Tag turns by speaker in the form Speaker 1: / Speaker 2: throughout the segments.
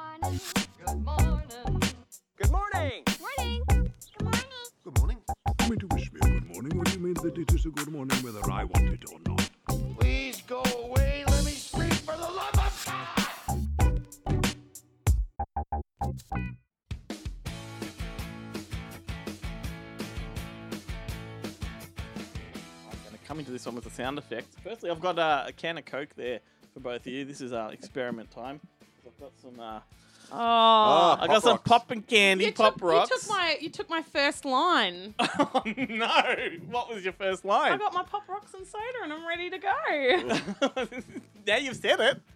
Speaker 1: Good morning.
Speaker 2: Good morning.
Speaker 3: Morning. Good morning.
Speaker 2: Good morning.
Speaker 4: Coming to wish me a good morning when you mean that it is a good morning whether I want it or not.
Speaker 2: Please go away. Let me speak for the love of God.
Speaker 5: I'm going to come into this one with a sound effect. Firstly, I've got uh, a can of Coke there for both of you. This is uh, experiment time. I've got some. Uh, oh, I got
Speaker 2: Pop
Speaker 5: some
Speaker 2: Rocks.
Speaker 5: popping candy,
Speaker 6: You
Speaker 5: pop
Speaker 6: took,
Speaker 5: rocks.
Speaker 6: You took my you took my first line.
Speaker 5: oh no! What was your first
Speaker 6: I
Speaker 5: line?
Speaker 6: got my pop rocks and soda, and I'm ready to go.
Speaker 5: now you've said it.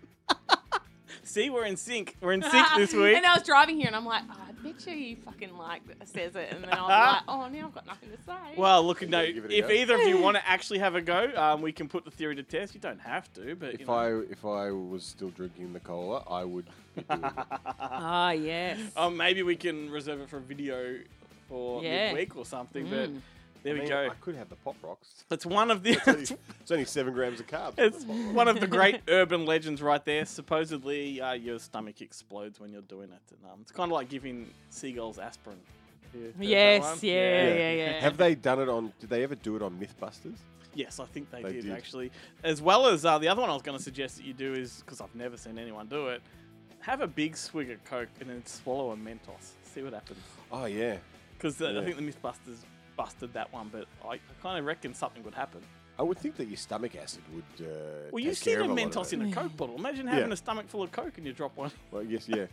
Speaker 5: See, we're in sync. We're in sync this week.
Speaker 6: and I was driving here, and I'm like, oh, I bet you you fucking like says it, and then I was like, oh, now I've got nothing to say.
Speaker 5: Well, look, no.
Speaker 7: give it a
Speaker 5: If
Speaker 7: go.
Speaker 5: either of you want to actually have a go, um, we can put the theory to test. You don't have to, but you
Speaker 7: If
Speaker 5: know.
Speaker 7: I if I was still drinking the cola, I would. be doing it.
Speaker 6: ah, yes.
Speaker 5: Uh-huh. Um, maybe we can reserve it for a video for
Speaker 6: Yeah.
Speaker 5: midweek or something. But
Speaker 6: Mm.
Speaker 5: there
Speaker 7: I
Speaker 5: we
Speaker 7: mean,
Speaker 5: go.
Speaker 7: I could have the pop rocks.
Speaker 5: It's one of the
Speaker 7: It's only, it's only seven grams of carbs.
Speaker 5: it's one of the great urban legends right there. Supposedly, uh, your stomach explodes when you're doing it, and um, it's kind of like giving seagulls aspirin. You heard that one?
Speaker 6: yes, yeah, yeah, yeah.
Speaker 7: Have they done it on? Did they ever do it on MythBusters?
Speaker 5: Yes, I think they,
Speaker 7: They
Speaker 5: did,
Speaker 7: did.
Speaker 5: actually. As well as uh, the other one I was going to suggest that you do is because I've never seen anyone do it. Have a big swig of Coke and then swallow a Mentos. See what happens.
Speaker 7: Oh yeah.
Speaker 5: Because
Speaker 7: Yeah.
Speaker 5: uh, I think the MythBusters busted that one, but I, I kind of reckon something would happen.
Speaker 7: I would think that your stomach acid would. Uh,
Speaker 5: Well,
Speaker 7: take
Speaker 5: you've seen
Speaker 7: care
Speaker 5: a
Speaker 7: of lot of
Speaker 5: Mentos
Speaker 7: it.
Speaker 5: in a Coke bottle. Imagine
Speaker 7: Yeah.
Speaker 5: having a stomach full of Coke and you drop one.
Speaker 7: Well, yes, yeah.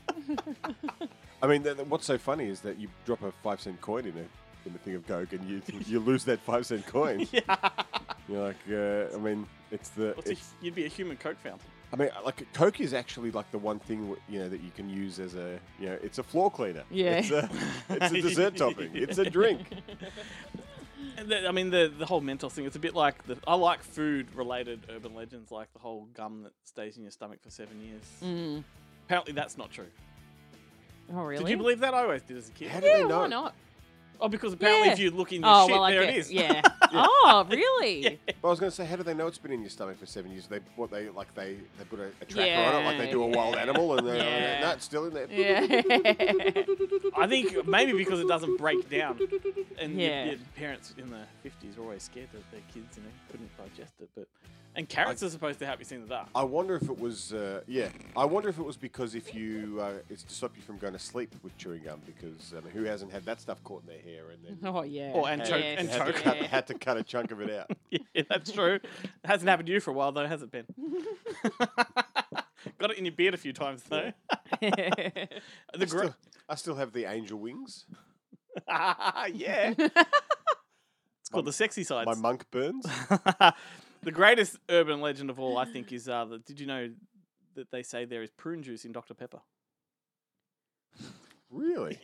Speaker 7: I mean, th- th- what's so funny is that you drop a five cent coin in a in a thing of Coke, and you you lose that five cent coin.
Speaker 5: yeah.
Speaker 7: You're like, uh, I mean, it's the.
Speaker 5: What's a,
Speaker 7: It's,
Speaker 5: you'd be a human Coke fountain.
Speaker 7: I mean, like Coke is actually like the one thing w- you know that you can use as a you know it's a floor cleaner.
Speaker 6: Yeah.
Speaker 7: It's a, it's a dessert topping. It's a drink.
Speaker 5: And the, I mean, the the whole Mentos thing. It's a bit like the I like food related urban legends, like the whole gum that stays in your stomach for seven years.
Speaker 6: Mm.
Speaker 5: Apparently, that's not true.
Speaker 6: Oh, really?
Speaker 5: Did you believe that? I always did as a kid.
Speaker 7: How do
Speaker 6: Yeah,
Speaker 7: they know?
Speaker 6: why not?
Speaker 5: Oh, because apparently,
Speaker 6: Yeah.
Speaker 5: if you look in your
Speaker 6: Oh,
Speaker 5: shit,
Speaker 6: well, I
Speaker 5: there
Speaker 6: get,
Speaker 5: it is.
Speaker 6: Yeah. Oh, really?
Speaker 7: But I was going to say, how do they know it's been in your stomach for seven years? They what they like they they put a, a tracker on it, like they do a wild
Speaker 5: Yeah.
Speaker 7: animal, and they're like,
Speaker 6: Yeah.
Speaker 7: no, it's still in there.
Speaker 6: Yeah.
Speaker 5: I think maybe because it doesn't break down, and your-
Speaker 6: Yeah.
Speaker 5: your, parents in the fifties were always scared that their kids, you know, couldn't digest it. But and carrots are supposed to help you see in the dark.
Speaker 7: I wonder if it was uh, yeah. I wonder if it was because if you uh, it's to stop you from going to sleep with chewing gum because I mean, who hasn't had that stuff caught in their hair and then
Speaker 6: oh, yeah.
Speaker 5: Or and choke-
Speaker 6: Yes,
Speaker 5: and
Speaker 7: had, to
Speaker 5: choke.
Speaker 7: cut,
Speaker 6: yeah.
Speaker 7: had to cut a chunk of it out.
Speaker 5: yeah, that's true. It hasn't happened to you for a while though, has it, Ben? Got it in your beard a few times though. the
Speaker 7: I still,
Speaker 5: gr-
Speaker 7: I still have the angel wings,
Speaker 5: yeah. It's called the sexy sides.
Speaker 7: my monk burns.
Speaker 5: the greatest urban legend of all, I think, is uh, the, did you know that they say there is prune juice in Dr. Pepper?
Speaker 7: Really?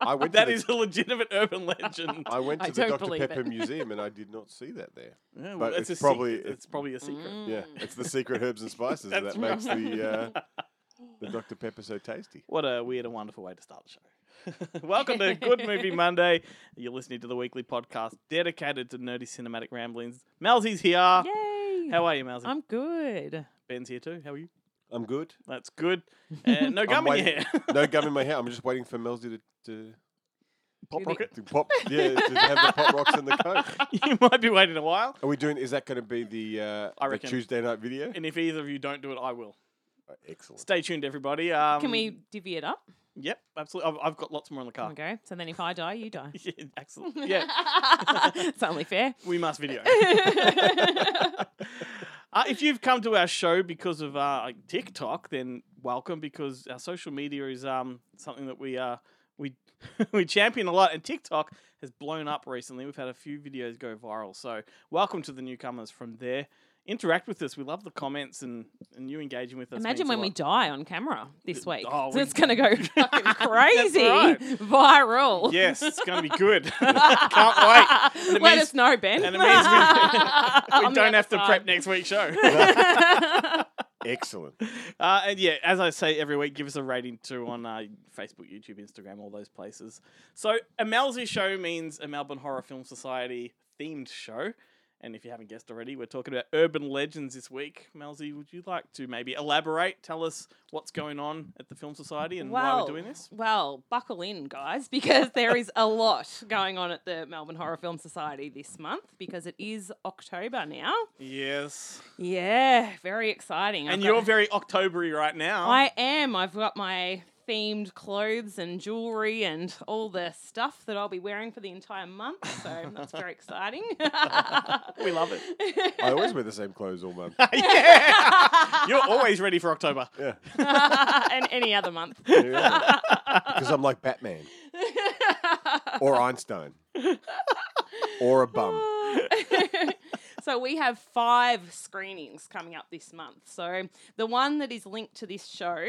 Speaker 7: I went
Speaker 5: That
Speaker 7: to the,
Speaker 5: is a legitimate urban legend.
Speaker 7: I went
Speaker 6: I
Speaker 7: to the
Speaker 6: don't
Speaker 7: Dr
Speaker 6: believe
Speaker 7: Pepper
Speaker 6: it.
Speaker 7: Museum and I did not see that there.
Speaker 5: Yeah, well,
Speaker 7: but
Speaker 5: it's,
Speaker 7: it's
Speaker 5: a
Speaker 7: probably-
Speaker 5: secret. it's probably a secret.
Speaker 7: Yeah,
Speaker 6: Mm.
Speaker 7: it's the secret herbs and spices that
Speaker 5: That's
Speaker 7: makes
Speaker 5: right.
Speaker 7: the uh, the Dr Pepper so tasty.
Speaker 5: What a weird and wonderful way to start the show. Welcome to Good Movie Monday. You're listening to the weekly podcast dedicated to nerdy cinematic ramblings. Malzy's here.
Speaker 6: Yay.
Speaker 5: How are you, Malzy?
Speaker 6: I'm good.
Speaker 5: Ben's here too. How are you?
Speaker 7: I'm good.
Speaker 5: That's good. Uh, no gum in your
Speaker 7: waiting-
Speaker 5: hair.
Speaker 7: No gum in my hair. I'm just waiting for Melzy to, to
Speaker 5: Pop
Speaker 6: You
Speaker 5: rocket.
Speaker 7: to pop. Yeah, to have the pop rocks and the coke.
Speaker 5: you might be waiting a while.
Speaker 7: Are we doing? Is that going to be the, uh,
Speaker 5: I
Speaker 7: the
Speaker 5: reckon.
Speaker 7: Tuesday night video?
Speaker 5: And if either of you don't do it, I will.
Speaker 7: Oh, excellent.
Speaker 5: Stay tuned, everybody. Um,
Speaker 6: Can we divvy it up?
Speaker 5: Yep, absolutely. I've, I've got lots more in the car.
Speaker 6: Okay. So then if I die, you die.
Speaker 5: Yeah, excellent. Yeah,
Speaker 6: it's only fair.
Speaker 5: we must video. Uh, if you've come to our show because of uh, like TikTok, then welcome because our social media is um, something that we uh, we we champion a lot, and TikTok has blown up recently. We've had a few videos go viral, so welcome to the newcomers from there. Interact with us. We love the comments and, and you engaging with us.
Speaker 6: Imagine
Speaker 5: means a
Speaker 6: when we
Speaker 5: lot.
Speaker 6: die on camera this week.
Speaker 5: oh,
Speaker 6: So
Speaker 5: we-
Speaker 6: it's going to go fucking crazy
Speaker 5: right.
Speaker 6: viral.
Speaker 5: Yes, it's going to be good. Can't wait. And
Speaker 6: Let
Speaker 5: it means-
Speaker 6: us know, Ben.
Speaker 5: and it means we- we,
Speaker 6: On the
Speaker 5: don't have to
Speaker 6: outside.
Speaker 5: prep next week's show.
Speaker 7: Excellent.
Speaker 5: Uh, and yeah, as I say every week, give us a rating too on uh, Facebook, YouTube, Instagram, all those places. So, a Malzi show means a Melbourne Horror Film Society themed show. And if you haven't guessed already, we're talking about urban legends this week. Malzy, would you like to maybe elaborate? Tell us what's going on at the Film Society and why we're doing this?
Speaker 6: Well, buckle in, guys, because there is a lot going on at the Melbourne Horror Film Society this month because it is October now.
Speaker 5: Yes.
Speaker 6: Yeah, very exciting. I've
Speaker 5: And
Speaker 6: got-
Speaker 5: you're very Octobery right now.
Speaker 6: I am. I've got my themed clothes and jewelry and all the stuff that I'll be wearing for the entire month. So that's very exciting.
Speaker 5: we love it.
Speaker 7: I always wear the same clothes all month.
Speaker 5: yeah. You're always ready for October.
Speaker 7: Yeah.
Speaker 6: and any other month.
Speaker 7: Yeah. Because I'm like Batman or Einstein or a bum.
Speaker 6: so we have five screenings coming up this month. So the one that is linked to this show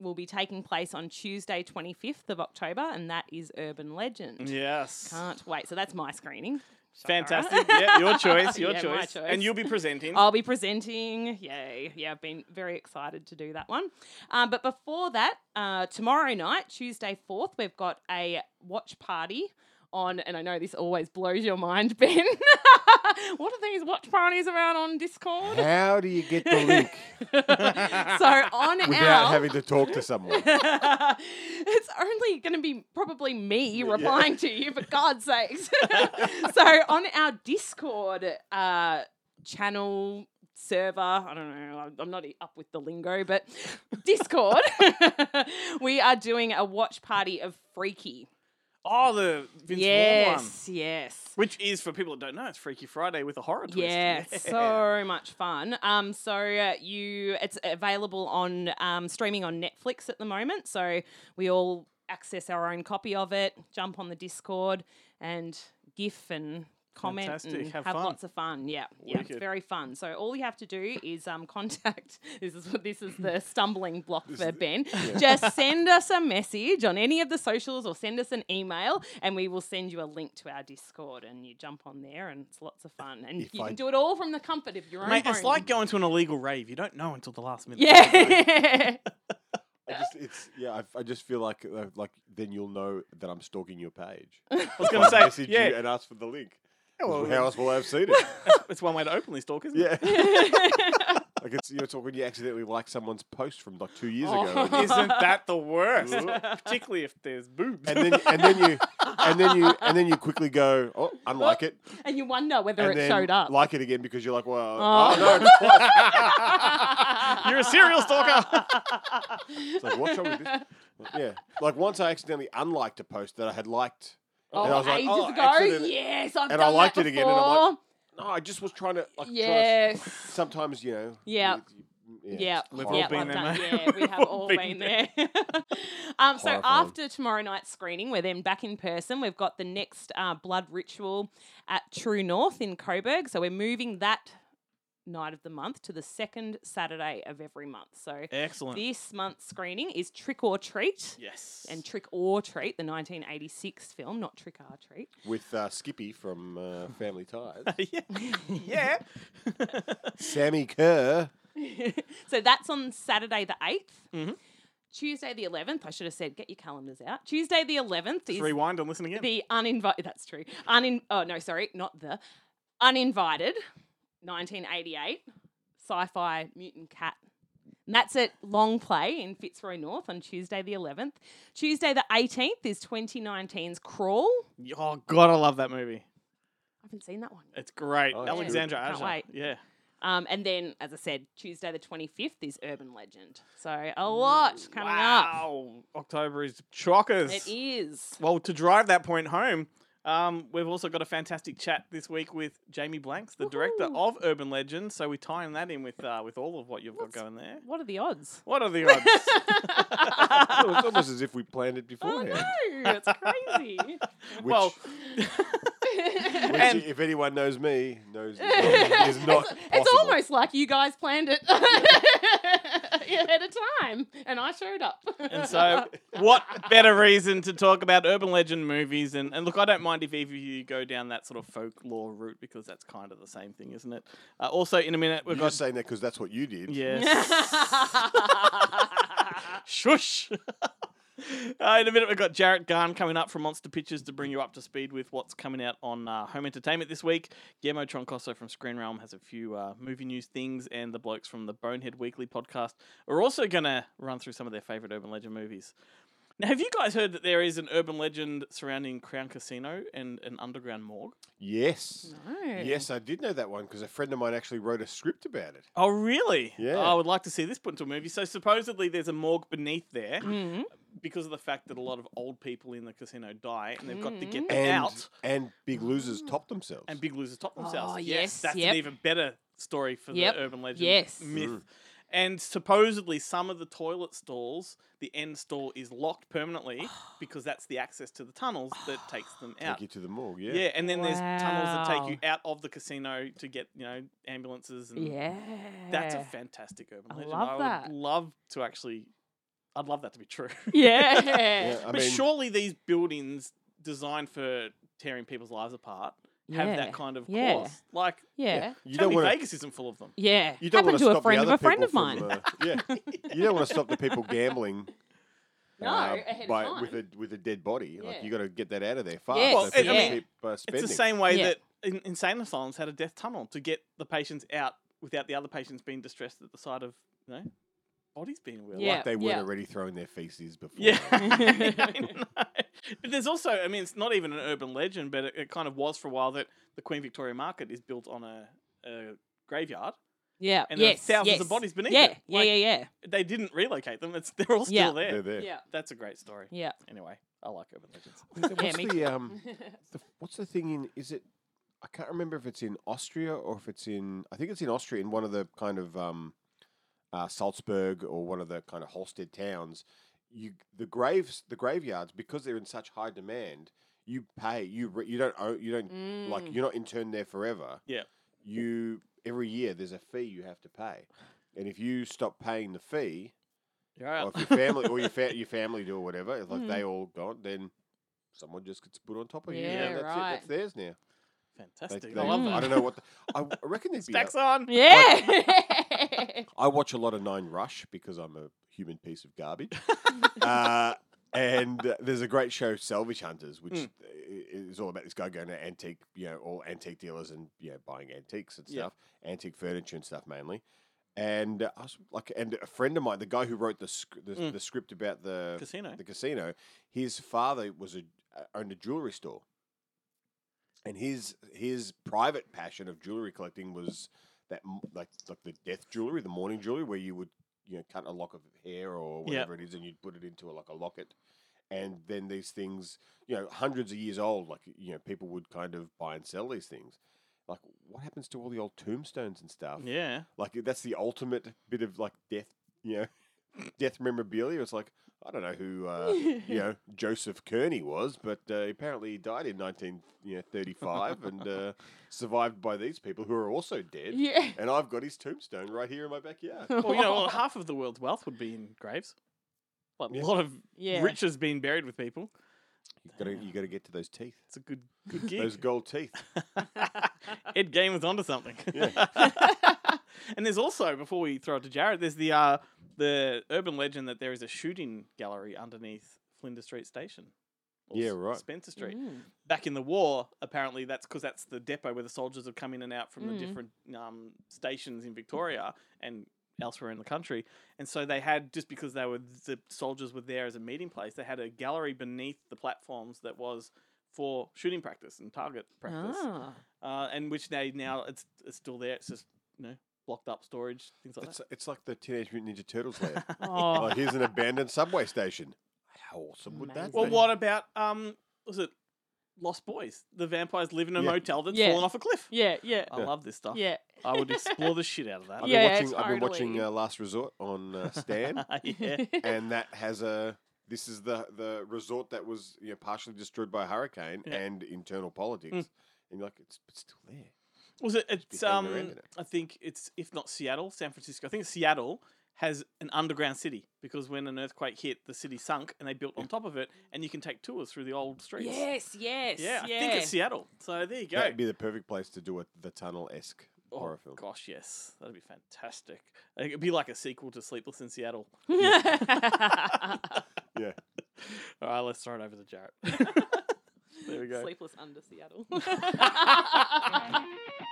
Speaker 6: will be taking place on Tuesday, 25th of October, and that is Urban Legend.
Speaker 5: Yes.
Speaker 6: Can't wait. So that's my screening. Sorry.
Speaker 5: Fantastic. yeah, your choice. Your
Speaker 6: Yeah, my
Speaker 5: choice.
Speaker 6: choice.
Speaker 5: And you'll be presenting.
Speaker 6: I'll be presenting. Yay. Yeah, I've been very excited to do that one. Um, but before that, uh, tomorrow night, Tuesday 4th, we've got a watch party on, and I know this always blows your mind, Ben. what are these watch parties around on Discord?
Speaker 7: How do you get the link
Speaker 6: so on
Speaker 7: without
Speaker 6: our.
Speaker 7: having to talk to someone?
Speaker 6: it's only going to be probably me replying to you, for God's sakes. so on our Discord uh, channel server, I don't know, I'm- I'm not e, up with the lingo, but Discord, we are doing a watch party of Freaky.
Speaker 5: oh, the Vince Vaughn one.
Speaker 6: yes, yes.
Speaker 5: Which is, for people that don't know, it's Freaky Friday with a horror twist.
Speaker 6: Yeah, so much fun. Um, so uh, you, it's available on um, streaming on Netflix at the moment. So we all access our own copy of it. Jump on the Discord and GIF and comment
Speaker 5: Fantastic.
Speaker 6: and
Speaker 5: Have
Speaker 6: have,
Speaker 5: fun.
Speaker 6: lots of fun. Yeah, yeah, it's
Speaker 5: Wicked.
Speaker 6: very fun. So all you have to do is um, contact. This is what this is the stumbling block for Ben. Just send us a message on any of the socials or send us an email, and we will send you a link to our Discord, and you jump on there, and it's lots of fun, and
Speaker 7: If
Speaker 6: you
Speaker 7: I-
Speaker 6: can do it all from the comfort of your own
Speaker 5: Mate, it's
Speaker 6: home.
Speaker 5: like going to an illegal rave. You don't know until the last minute.
Speaker 6: yeah.
Speaker 7: I just, it's, yeah, I, I just feel like uh, like then you'll know that I'm stalking your page.
Speaker 5: I was going to say,
Speaker 7: message you
Speaker 5: yeah,
Speaker 7: and ask for the link.
Speaker 5: well,
Speaker 7: How else will I have seen it?
Speaker 5: it's one way to openly stalk, isn't it?
Speaker 7: yeah. like it's, you know, it's like when you accidentally like someone's post from like two years ago.
Speaker 6: Oh.
Speaker 5: Isn't that the worst? Particularly if there's boobs.
Speaker 7: and then and then you and then you and then you quickly go, oh, unlike it,
Speaker 6: and you wonder whether
Speaker 7: and
Speaker 6: it
Speaker 7: then
Speaker 6: showed up.
Speaker 7: like it again because you're like, well,
Speaker 6: Oh.
Speaker 7: oh, no, it's twice.
Speaker 5: You're a serial stalker.
Speaker 7: It's like what's wrong with this? Yeah, like once I accidentally unliked a post that I had liked,
Speaker 6: oh,
Speaker 7: and I was like,
Speaker 6: ages
Speaker 7: oh,
Speaker 6: ago.
Speaker 7: accidentally-
Speaker 6: Yes, I've
Speaker 7: and I
Speaker 6: done
Speaker 7: liked
Speaker 6: that
Speaker 7: it again, and I'm like,
Speaker 6: before.
Speaker 7: no, I just was trying to. Like, trying to-
Speaker 6: yes.
Speaker 7: sometimes you know.
Speaker 6: Yeah.
Speaker 7: you-
Speaker 6: Yeah,
Speaker 7: it's
Speaker 5: We've all
Speaker 6: yeah,
Speaker 7: horrible.
Speaker 5: been
Speaker 6: I've
Speaker 5: there,
Speaker 6: done-
Speaker 5: mate.
Speaker 6: Yeah, we
Speaker 5: We've
Speaker 6: have
Speaker 5: all
Speaker 6: all
Speaker 5: been
Speaker 6: been there. um, so
Speaker 7: Horrifying.
Speaker 6: after tomorrow night's screening, we're then back in person. We've got the next uh, blood ritual at True North in Coburg. So we're moving that night of the month to the second Saturday of every month. So
Speaker 5: Excellent.
Speaker 6: this month's screening is Trick or Treat.
Speaker 5: Yes.
Speaker 6: And Trick or Treat, the 1986 film, not Trick or Treat.
Speaker 7: with uh, Skippy from uh, Family Ties,
Speaker 5: yeah. yeah.
Speaker 7: Sammy Kerr.
Speaker 6: so that's on Saturday the 8th.
Speaker 5: Mhm.
Speaker 6: Tuesday the 11th, I should have said, get your calendars out. Tuesday the 11th
Speaker 5: Just
Speaker 6: is
Speaker 5: rewind and listen again.
Speaker 6: the uninvited. That's true. Unin. Oh no, sorry, not the uninvited. 1988 sci-fi mutant cat. And that's at Long Play in Fitzroy North on Tuesday the 11th. Tuesday the 18th is 2019's Crawl.
Speaker 5: oh, God, I love that movie.
Speaker 6: I haven't seen that one. yet.
Speaker 5: It's great.
Speaker 7: Oh, yeah.
Speaker 5: Alexandra
Speaker 6: Can't
Speaker 5: Aja.
Speaker 6: wait.
Speaker 5: Yeah.
Speaker 6: Um, and then, as I said, Tuesday the 25th is Urban Legend. So a lot coming up.
Speaker 5: wow. October is chockers.
Speaker 6: It is.
Speaker 5: Well, to drive that point home, um, we've also got a fantastic chat this week with Jamie Blanks, the director
Speaker 6: Woohoo.
Speaker 5: of Urban Legends. So we tie in that in with uh, with all of what you've got
Speaker 6: What's-
Speaker 5: going there.
Speaker 6: What are the odds?
Speaker 5: What are the odds?
Speaker 7: Oh, it's almost as if we planned it
Speaker 6: Oh
Speaker 7: beforehand.
Speaker 6: no, it's crazy.
Speaker 7: Which,
Speaker 5: well,
Speaker 7: which
Speaker 5: and-
Speaker 7: if anyone knows me, knows is not, is not
Speaker 6: It's
Speaker 7: possible.
Speaker 6: almost like you guys planned it ahead of time, and I showed up.
Speaker 5: and so what better reason to talk about urban legend movies? And, and look, I don't mind if either of you go down that sort of folklore route because that's kind of the same thing, isn't it? Uh, also, in a minute, we've
Speaker 7: You're
Speaker 5: got
Speaker 7: just saying that because that's what you did.
Speaker 5: Yes. Shush. Uh, in a minute, we've got Jarrett Garn coming up from Monster Pictures to bring you up to speed with what's coming out on uh, home entertainment this week. Guillermo Troncoso from Screen Realm has a few uh, movie news things, and the blokes from the Bonehead Weekly podcast are also going to run through some of their favourite urban legend movies. Now, have you guys heard that there is an urban legend surrounding Crown Casino and an underground morgue?
Speaker 7: Yes.
Speaker 6: No.
Speaker 7: Yes, I did know that one because a friend of mine actually wrote a script about it.
Speaker 5: Oh, really?
Speaker 7: Yeah.
Speaker 5: Oh, I would like to see this put into a movie. So, supposedly, there's a morgue beneath there
Speaker 6: Mhm.
Speaker 5: because of the fact that a lot of old people in the casino die and they've got to get them
Speaker 7: Mm-hmm. And,
Speaker 5: Mm. out. Mm.
Speaker 7: and Big Losers topped themselves.
Speaker 5: and big losers top themselves.
Speaker 6: Oh, yes,
Speaker 5: that's
Speaker 6: yep.
Speaker 5: an even better story for
Speaker 6: Yep,
Speaker 5: the urban legend
Speaker 6: yes.
Speaker 5: myth.
Speaker 7: Mm.
Speaker 5: And supposedly, some of the toilet stalls, the end stall is locked permanently because that's the access to the tunnels that takes them out.
Speaker 7: Take you to the morgue, Oh, yeah.
Speaker 5: yeah. and then there's tunnels that take you
Speaker 6: Wow.
Speaker 5: out of the casino to get you know ambulances and
Speaker 6: Yeah.
Speaker 5: that's a fantastic urban
Speaker 6: I
Speaker 5: legend.
Speaker 6: love
Speaker 5: I would
Speaker 6: that.
Speaker 5: love to actually. I'd love that to be true.
Speaker 6: Yeah.
Speaker 7: Yeah, I
Speaker 5: but
Speaker 7: mean,
Speaker 5: surely these buildings designed for tearing people's lives apart have
Speaker 6: Yeah.
Speaker 5: that kind of
Speaker 6: Yeah.
Speaker 5: course. Like
Speaker 6: Yeah.
Speaker 7: you
Speaker 5: Tony
Speaker 7: don't want
Speaker 5: Vegas isn't full of them.
Speaker 6: Yeah.
Speaker 7: You don't
Speaker 6: Happened
Speaker 7: want
Speaker 6: to a
Speaker 7: stop
Speaker 6: friend
Speaker 7: the
Speaker 6: of
Speaker 7: other
Speaker 6: a friend
Speaker 7: people
Speaker 6: of mine.
Speaker 7: From, uh, yeah, you don't want to stop the people gambling. uh,
Speaker 6: No, ahead of
Speaker 7: by,
Speaker 6: time.
Speaker 7: with a with a dead body.
Speaker 6: Yeah.
Speaker 7: Like you got to get that out of there fast.
Speaker 6: Yes,
Speaker 7: so people
Speaker 5: Well, it-
Speaker 7: keep uh, spending.
Speaker 5: It's the same way
Speaker 6: Yeah.
Speaker 5: that in, insane asylums had a death tunnel to get the patients out without the other patients being distressed at the sight of you know bodies being wheeled.
Speaker 6: Yeah.
Speaker 7: Like they weren't
Speaker 6: yeah.
Speaker 7: already throwing their feces before.
Speaker 5: Yeah. I know. But there's also, I mean, it's not even an urban legend, but it, it kind of was for a while that the Queen Victoria Market is built on a, a graveyard.
Speaker 6: Yeah.
Speaker 5: And there are
Speaker 6: yes.
Speaker 5: thousands of
Speaker 6: yes.
Speaker 5: bodies beneath
Speaker 6: yeah.
Speaker 5: it.
Speaker 6: Yeah.
Speaker 5: Like-
Speaker 6: Yeah. Yeah.
Speaker 5: They didn't relocate them. It's they're all still
Speaker 6: Yeah.
Speaker 5: there.
Speaker 7: They're there.
Speaker 6: Yeah.
Speaker 5: That's a great story.
Speaker 6: Yeah.
Speaker 5: Anyway, I like urban legends.
Speaker 7: What's the-
Speaker 6: Yeah,
Speaker 7: what's
Speaker 6: me
Speaker 7: the, um, the, what's the thing in? Is it? I can't remember if it's in Austria or if it's in. I think it's in Austria in one of the kind of um, uh, Salzburg or one of the kind of Holstead towns. You the graves, the graveyards, because they're in such high demand. You pay. You re, you don't own. You don't like. You're not interned there forever.
Speaker 5: Yeah.
Speaker 7: You every year there's a fee you have to pay, and if you stop paying the fee,
Speaker 5: You're out.
Speaker 7: or if your family or your, fa- your family do or whatever, if, like they all gone, then someone just gets put on top of you.
Speaker 6: Yeah,
Speaker 7: and that's
Speaker 6: right.
Speaker 7: it. That's theirs now. They-
Speaker 5: Fantastic.
Speaker 7: they-
Speaker 5: I love
Speaker 6: Mm.
Speaker 5: that.
Speaker 7: I don't know what. The, I, w- I reckon there'd be. A,
Speaker 5: Stacks on.
Speaker 6: Yeah.
Speaker 7: I watch a lot of Nine Rush because I'm a human piece of garbage. uh, and uh, there's a great show, Salvage Hunters, which
Speaker 5: Mm.
Speaker 7: i- i- is all about this guy going to antique, you know, all antique dealers and you know buying antiques and
Speaker 5: Yeah.
Speaker 7: stuff, antique furniture and stuff mainly. And uh, I was like, and a friend of mine, the guy who wrote the sc- the,
Speaker 5: Mm.
Speaker 7: the script about the
Speaker 5: Casino.
Speaker 7: the casino. His father was a uh, owned a jewelry store, and his his private passion of jewelry collecting was that m- like like the death jewelry, the mourning jewelry, where you would you know cut a lock of hair or
Speaker 5: Yeah.
Speaker 7: whatever it is, and you'd put it into a, like a locket. And then these things, you know, hundreds of years old, like you know, people would kind of buy and sell these things. Like, what happens to all the old tombstones and stuff?
Speaker 5: Yeah.
Speaker 7: Like that's the ultimate bit of like death, you know, death memorabilia. It's like I don't know who uh, you know Joseph Kearney was, but uh, apparently he died in nineteen you know thirty five and uh, survived by these people who are also dead.
Speaker 6: yeah.
Speaker 7: And I've got his tombstone right here in my backyard.
Speaker 5: Well, you know, well, half of the world's wealth would be in graves. Like,
Speaker 7: Yeah.
Speaker 5: A lot of
Speaker 6: Yeah.
Speaker 5: riches being buried with people.
Speaker 7: You got to you got to get to those teeth,
Speaker 5: It's a good good gig.
Speaker 7: those gold teeth.
Speaker 5: Ed Game was onto something.
Speaker 7: Yeah.
Speaker 5: and there's also, before we throw it to Jared, there's the uh, the urban legend that there is a shooting gallery underneath Flinders Street Station. or
Speaker 7: Yeah,
Speaker 5: S-
Speaker 7: right.
Speaker 5: Spencer Street.
Speaker 6: Mm.
Speaker 5: Back in the war, apparently that's because that's the depot where the soldiers have come in and out from
Speaker 6: Mm.
Speaker 5: the different um, stations in Victoria and elsewhere in the country. And so they had just because they were the soldiers were there as a meeting place, they had a gallery beneath the platforms that was for shooting practice and target practice
Speaker 6: Ah.
Speaker 5: uh, and which they now it's, it's still there. It's just you know blocked up storage things like
Speaker 7: It's it's like the Teenage Mutant Ninja Turtles land.
Speaker 6: Oh.
Speaker 7: like here's an abandoned subway station. How awesome would that
Speaker 5: that. Well,
Speaker 7: be?
Speaker 5: what about um was it Lost Boys? The vampires live in a
Speaker 7: Yeah.
Speaker 5: motel that's
Speaker 6: Yeah.
Speaker 5: fallen off a cliff.
Speaker 6: Yeah. Yeah.
Speaker 5: I
Speaker 7: Yeah.
Speaker 5: love this stuff.
Speaker 6: Yeah.
Speaker 5: I would explore the shit out of that.
Speaker 7: I've been
Speaker 6: Yeah,
Speaker 7: watching. I've been watching
Speaker 6: totally.
Speaker 7: uh, Last Resort on uh, Stan.
Speaker 5: yeah.
Speaker 7: and that has a this is the the resort that was you know, partially destroyed by a hurricane
Speaker 5: Yeah.
Speaker 7: and internal politics.
Speaker 5: Mm.
Speaker 7: And you're like, it's, it's still there.
Speaker 5: Was it? It's
Speaker 7: be hanging
Speaker 5: um.
Speaker 7: around in it.
Speaker 5: I think it's if not Seattle, San Francisco. I think Seattle has an underground city because when an earthquake hit, the city sunk and they built on top of it, and you can take tours through the old streets.
Speaker 6: Yes. Yes.
Speaker 5: Yeah, I
Speaker 6: yeah.
Speaker 5: think it's Seattle. So there you go.
Speaker 7: That'd be the perfect place to do a the tunnel esque
Speaker 5: Oh,
Speaker 7: horror film.
Speaker 5: Gosh, yes, that'd be fantastic. Like, It'd be like a sequel to Sleepless in Seattle.
Speaker 7: Yeah,
Speaker 5: All right, let's throw it over to Jarrett. there we go.
Speaker 6: Sleepless under Seattle.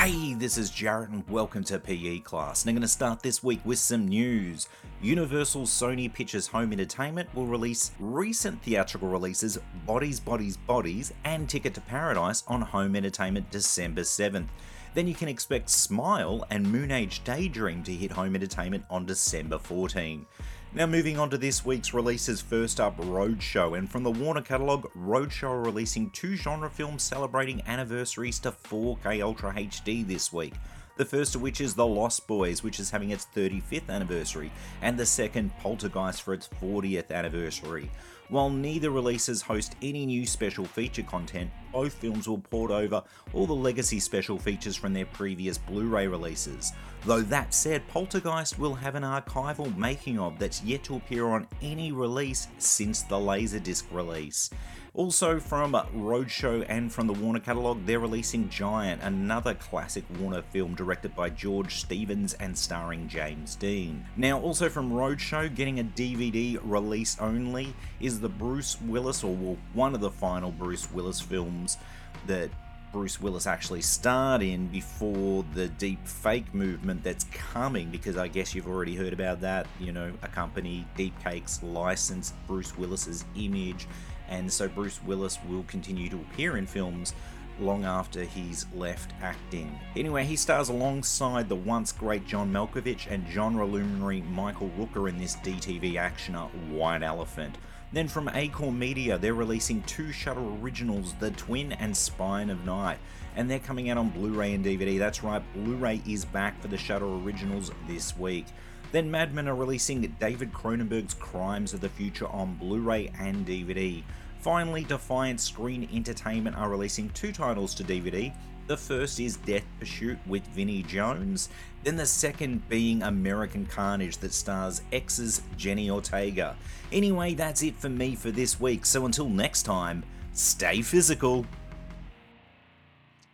Speaker 8: Hey, this is Jarrett, and welcome to PE Class. And I'm going to start this week with some news. Universal Sony Pictures Home Entertainment will release recent theatrical releases Bodies, Bodies, Bodies, and Ticket to Paradise on Home Entertainment December 7th. Then you can expect Smile and Moon Age Daydream to hit Home Entertainment on December 14. Now, moving on to this week's releases, first up, Roadshow. And from the Warner catalogue, Roadshow are releasing two genre films celebrating anniversaries to 4K Ultra HD this week. The first of which is The Lost Boys, which is having its 35th anniversary, and the second, Poltergeist, for its 40th anniversary. While neither releases host any new special feature content, both films will port over all the legacy special features from their previous Blu ray releases. Though that said, Poltergeist will have an archival making of that's yet to appear on any release since the Laserdisc release. Also, from Roadshow and from the Warner catalogue, they're releasing Giant, another classic Warner film directed by George Stevens and starring James Dean. Now, also from Roadshow, getting a DVD release only is the Bruce Willis, or well, one of the final Bruce Willis films that Bruce Willis actually starred in before the deep fake movement that's coming, because I guess you've already heard about that. You know, a company, Deep Cakes, licensed Bruce Willis's image, and so Bruce Willis will continue to appear in films long after he's left acting. Anyway, he stars alongside the once great John Malkovich and genre luminary Michael Rooker in this DTV actioner, White Elephant. Then from Acorn Media, they're releasing two Shutter originals, The Twin and Spine of Night, and they're coming out on Blu ray and DVD. That's right, Blu ray is back for the Shutter originals this week. Then Mad Men are releasing David Cronenberg's Crimes of the Future on Blu ray and DVD. Finally, Defiant Screen Entertainment are releasing two titles to DVD. The first is Death Pursuit with Vinnie Jones, then the second being American Carnage that stars ex's Jenny Ortega. Anyway, that's it for me for this week, so until next time, stay physical.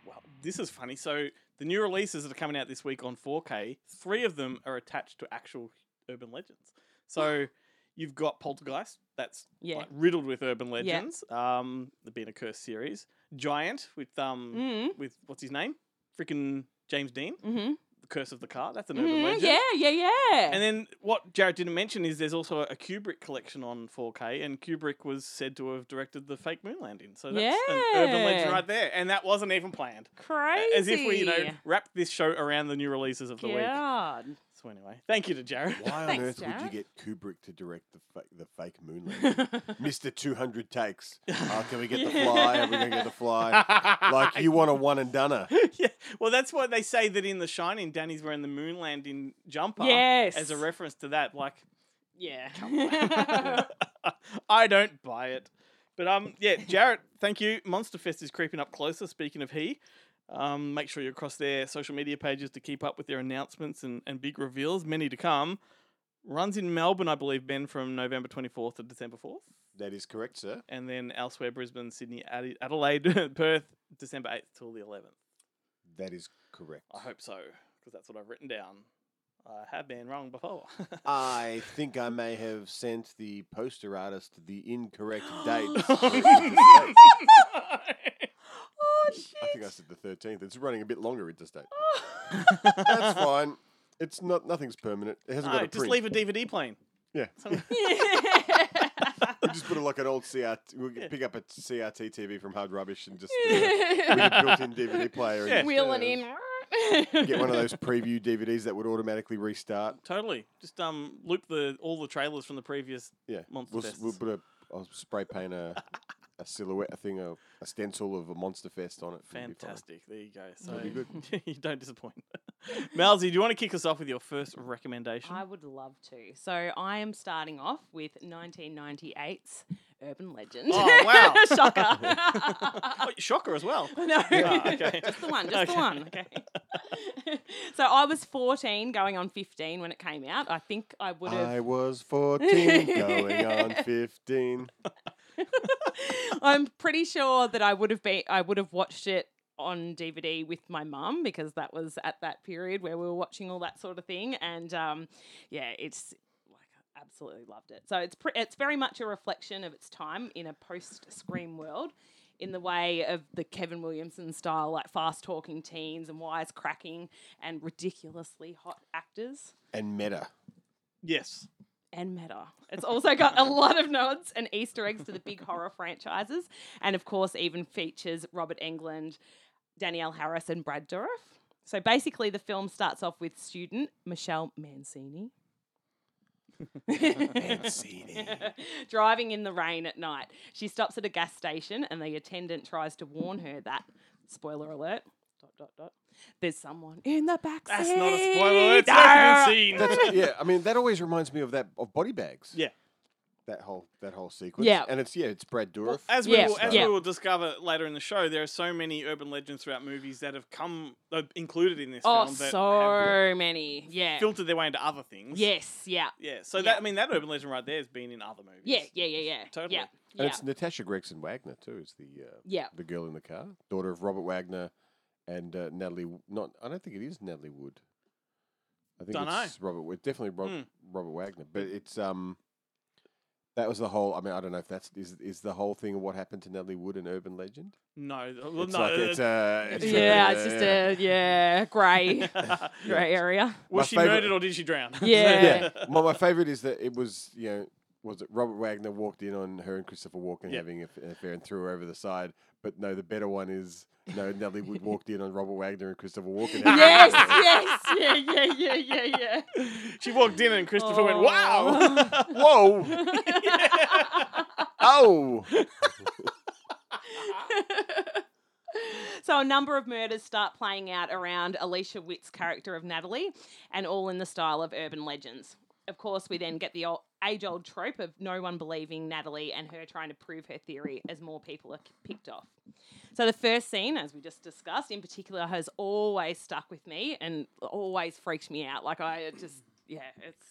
Speaker 5: Well, this is funny. So the new releases that are coming out this week on 4K, three of them are attached to actual urban legends. So you've got Poltergeist, that's
Speaker 6: Yeah.
Speaker 5: like, riddled with urban legends. Um, the Being a Curse series, Giant with um
Speaker 6: mm,
Speaker 5: with what's his name, freaking James Dean,
Speaker 6: mm-hmm.
Speaker 5: The Curse of the Car. That's an urban
Speaker 6: Mm,
Speaker 5: legend.
Speaker 6: yeah, yeah, yeah.
Speaker 5: And then what Jared didn't mention is there's also a Kubrick collection on 4K, and Kubrick was said to have directed the fake moon landing. So that's an urban legend
Speaker 6: Yeah.
Speaker 5: right there, and that wasn't even planned.
Speaker 6: Crazy.
Speaker 5: uh, As if we, you know, wrapped this show around the new releases of the week.
Speaker 6: God.
Speaker 5: So anyway, thank you to Jared.
Speaker 7: Why on
Speaker 6: Thanks,
Speaker 7: earth would you
Speaker 6: Jared.
Speaker 7: get Kubrick to direct the fake, the fake moon landing? Mister Two Hundred Takes. Oh, can we get the fly? Are we gonna get the fly? Like you want a one and done
Speaker 5: yeah. Well, that's why they say that in The Shining, Danny's wearing the moon landing jumper.
Speaker 6: Yes.
Speaker 5: As a reference to that, like
Speaker 6: yeah.
Speaker 5: I don't buy it. But um, yeah, Jarrett, thank you. Monster Fest is creeping up closer. Speaking of he, um, make sure you're across their social media pages to keep up with their announcements and, and big reveals, many to come. Runs in Melbourne, I believe, Ben, from November 24th to December 4th,
Speaker 7: That is correct, sir.
Speaker 5: and then elsewhere Brisbane, Sydney, Ade- Adelaide, Perth, December 8th till the 11th.
Speaker 7: That is correct.
Speaker 5: I hope so, because that's what I've written down. I have been wrong before.
Speaker 7: I think I may have sent the poster artist the incorrect date.
Speaker 6: oh
Speaker 7: I
Speaker 6: shit.
Speaker 7: think I said the thirteenth. It's running a bit longer interstate. That's fine. It's not. Nothing's permanent. It hasn't
Speaker 5: No,
Speaker 7: got a
Speaker 5: Ah, just
Speaker 7: print.
Speaker 5: leave a DVD playing.
Speaker 7: Yeah.
Speaker 5: So-
Speaker 7: We just put it like an old CRT. We could pick up a CRT TV from Hard Rubbish and just uh, with a built-in DVD player. And
Speaker 5: Yeah.
Speaker 7: just,
Speaker 6: Wheel
Speaker 7: uh,
Speaker 6: it in.
Speaker 7: Get one of those preview DVDs that would automatically restart.
Speaker 5: Totally. Just um loop the all the trailers from the previous.
Speaker 7: Yeah.
Speaker 5: Monster
Speaker 7: we'll, s- we'll
Speaker 5: Fests.
Speaker 7: put a. I'll spray paint a. A silhouette, a thing, a, a stencil of a monster fest on it. It'll be fine.
Speaker 5: Fantastic. There you go. So
Speaker 7: That'd be
Speaker 5: you don't disappoint. Malzy, do you want to kick us off with your first recommendation?
Speaker 6: I would love to. So I am starting off with 1998's urban legend.
Speaker 5: Oh, wow.
Speaker 6: Shocker.
Speaker 5: Oh, shocker as well.
Speaker 6: No.
Speaker 5: Ah, okay.
Speaker 6: just the one, just the
Speaker 5: Okay.
Speaker 6: one. Okay. so I was 14 going on 15 when it came out. I think I would have
Speaker 7: I was 14 going on 15.
Speaker 6: I'm pretty sure that I would have been I would have watched it on DVD with my mum because that was at that period where we were watching all that sort of thing and um yeah it's like absolutely loved it. So it's pre- it's very much a reflection of its time in a post Scream world, in the way of the Kevin Williamson style, like fast talking teens and wise cracking and ridiculously hot actors
Speaker 7: and meta.
Speaker 5: Yes.
Speaker 6: and meta. It's also got a lot of nods and Easter eggs to the big horror franchises, and of course, even features Robert Englund, Danielle Harris, and Brad Dourif. So basically, the film starts off with student Michelle Mancini
Speaker 7: Mancini.
Speaker 6: driving in the rain at night. She stops at a gas station, and the attendant tries to warn her that spoiler alert. Dot dot dot. There's someone in the backseat.
Speaker 5: That's not a spoiler. It's already been seen.
Speaker 7: That's, yeah, I mean that always reminds me of that of body bags.
Speaker 5: Yeah.
Speaker 7: That whole that whole sequence.
Speaker 6: Yeah.
Speaker 7: And it's yeah, it's Brad Dourif.
Speaker 5: As we
Speaker 6: Yeah.
Speaker 5: will, as
Speaker 6: Yeah.
Speaker 5: we will discover later in the show, there are so many urban legends throughout movies that have come uh, included in this
Speaker 6: Oh,
Speaker 5: film that have
Speaker 6: so many. Yeah.
Speaker 5: filtered their way into other things.
Speaker 6: Yes. Yeah.
Speaker 5: Yeah. So
Speaker 6: Yeah.
Speaker 5: that I mean that urban legend right there has been in other movies.
Speaker 6: Yeah, yeah, yeah, yeah.
Speaker 5: Totally.
Speaker 6: Yeah.
Speaker 7: and
Speaker 6: Yeah.
Speaker 7: it's Natasha Gregson Wagner too, is the uh,
Speaker 6: yeah.
Speaker 7: the girl in the car, daughter of Robert Wagner and uh, Natalie. W- Not, I don't think it is Natalie Wood. I think
Speaker 5: Dunno.
Speaker 7: it's Robert. Wood. Definitely Rob,
Speaker 5: Hmm.
Speaker 7: Robert Wagner, but it's um. That was the whole. I mean, I don't know if that's is is the whole thing of what happened to Natalie Wood an urban legend.
Speaker 5: No. Well,
Speaker 7: it's
Speaker 5: no.
Speaker 7: like it's a uh, it's uh,
Speaker 6: Yeah,
Speaker 7: a-
Speaker 6: it's just a yeah, grey
Speaker 5: uh,
Speaker 6: grey area.
Speaker 5: was
Speaker 7: My
Speaker 5: she
Speaker 7: favourite-
Speaker 5: murdered or did she drown?
Speaker 6: Yeah.
Speaker 7: yeah. My, my favorite is that it was you know was it Robert Wagner walked in on her and Christopher Walken
Speaker 5: Yeah.
Speaker 7: having a f- an affair and threw her over the side. But no, the better one is no Natalie Wood walked in on Robert Wagner and Christopher Walken. having an
Speaker 6: yes,
Speaker 7: affair.
Speaker 6: yes, yeah, yeah, yeah, yeah, yeah.
Speaker 5: she walked in and Christopher
Speaker 6: Oh.
Speaker 5: went, "Wow."
Speaker 7: Whoa! Oh!
Speaker 6: so a number of murders start playing out around Alicia Witt's character of Natalie, and all in the style of urban legends. Of course, we then get the old, age-old trope of no one believing Natalie and her trying to prove her theory as more people are picked off. So the first scene, as we just discussed, in particular, has always stuck with me and always freaked me out. Like I just, yeah, it's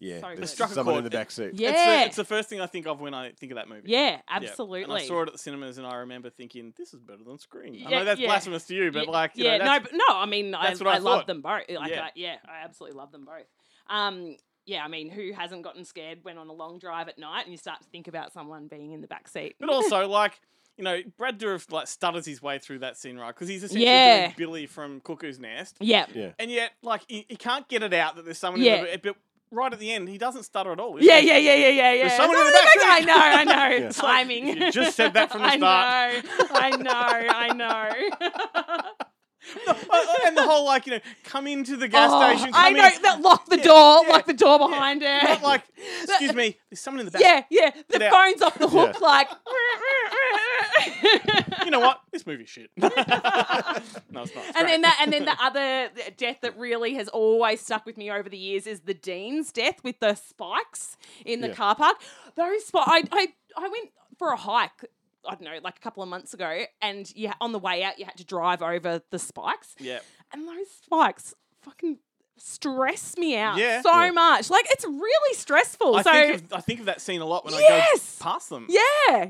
Speaker 7: Yeah,
Speaker 6: So good.
Speaker 7: there's
Speaker 5: Struck a
Speaker 7: someone in the
Speaker 5: chord.
Speaker 7: back seat.
Speaker 5: It's the,
Speaker 6: yeah,
Speaker 5: it's the first thing I think of when I think of that movie.
Speaker 6: yeah,
Speaker 5: Yeah.
Speaker 6: absolutely.
Speaker 5: And I saw it at the cinemas, and I remember thinking, "This is better than Scream." I
Speaker 6: Yeah,
Speaker 5: know that's
Speaker 6: yeah.
Speaker 5: blasphemous to you, but
Speaker 6: yeah,
Speaker 5: like, you
Speaker 6: yeah,
Speaker 5: know,
Speaker 6: no,
Speaker 5: that's-
Speaker 6: but no, I mean, I,
Speaker 5: that's what I
Speaker 6: I, love
Speaker 5: thought.
Speaker 6: them both. Like,
Speaker 5: Yeah.
Speaker 6: I, yeah, I absolutely love them both. Um, yeah, I mean, who hasn't gotten scared when on a long drive at night and you start to think about someone being in the back seat?
Speaker 5: But also, like, you know, Brad Dourif like stutters his way through that scene, right? Because he's essentially
Speaker 6: Yeah.
Speaker 5: doing Billy from Cuckoo's Nest,
Speaker 6: Yeah,
Speaker 5: and yet, like, he, he can't get it out that there's someone.
Speaker 6: Yeah.
Speaker 5: In the, but right at the end, he doesn't stutter at all. is
Speaker 6: yeah,
Speaker 5: he?
Speaker 6: yeah, yeah, yeah, yeah, yeah.
Speaker 5: someone in the
Speaker 6: Something
Speaker 5: back
Speaker 6: like-
Speaker 5: seat.
Speaker 6: I know, I know.
Speaker 5: It's like,
Speaker 6: Timing.
Speaker 5: you just said that from the
Speaker 6: I
Speaker 5: start.
Speaker 6: know, I know, I know.
Speaker 5: Uh, and the whole like, you know, come into the gas
Speaker 6: Oh,
Speaker 5: station. Come
Speaker 6: I know
Speaker 5: in,
Speaker 6: that. Lock the door.
Speaker 5: yeah,
Speaker 6: lock the door behind her.
Speaker 5: Not like, excuse me, there's someone in the back.
Speaker 6: yeah, yeah. The
Speaker 5: Get out.
Speaker 6: phone's off the hook.
Speaker 7: Yeah.
Speaker 6: Like.
Speaker 5: You know what? This movie's shit. no, it's not. It's
Speaker 6: and
Speaker 5: great.
Speaker 6: then that, and then the other death that really has always stuck with me over the years is the dean's death with the spikes in the
Speaker 7: Yeah.
Speaker 6: car park. Those spikes, I, I, I went for a hike. I don't know, like a couple of months ago, and you on the way out, you had to drive over the spikes,
Speaker 5: yeah.
Speaker 6: and those spikes fucking stress me out
Speaker 5: Yeah.
Speaker 6: so
Speaker 7: Yeah.
Speaker 6: much. Like it's really stressful.
Speaker 5: I
Speaker 6: so
Speaker 5: think of, I think of that scene a lot when
Speaker 6: Yes!
Speaker 5: I go past them.
Speaker 6: yeah,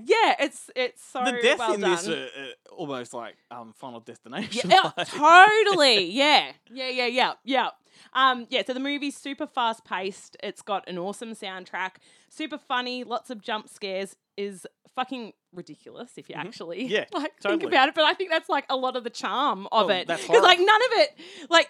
Speaker 6: yeah, it's it's so
Speaker 5: the death
Speaker 6: well
Speaker 5: in
Speaker 6: done.
Speaker 5: this uh, uh, almost like um, Final Destination.
Speaker 6: Yeah,
Speaker 5: like-
Speaker 6: totally. Yeah. Yeah, yeah, yeah, yeah. Um, yeah, so the movie's super fast paced. It's got an awesome soundtrack, super funny, lots of jump scares, is fucking ridiculous if you actually
Speaker 5: Mm-hmm. Yeah,
Speaker 6: like
Speaker 5: totally.
Speaker 6: think about it. But I think that's like a lot of the charm of
Speaker 5: Oh,
Speaker 6: it.
Speaker 5: that's
Speaker 6: like
Speaker 5: horrible.
Speaker 6: none of it like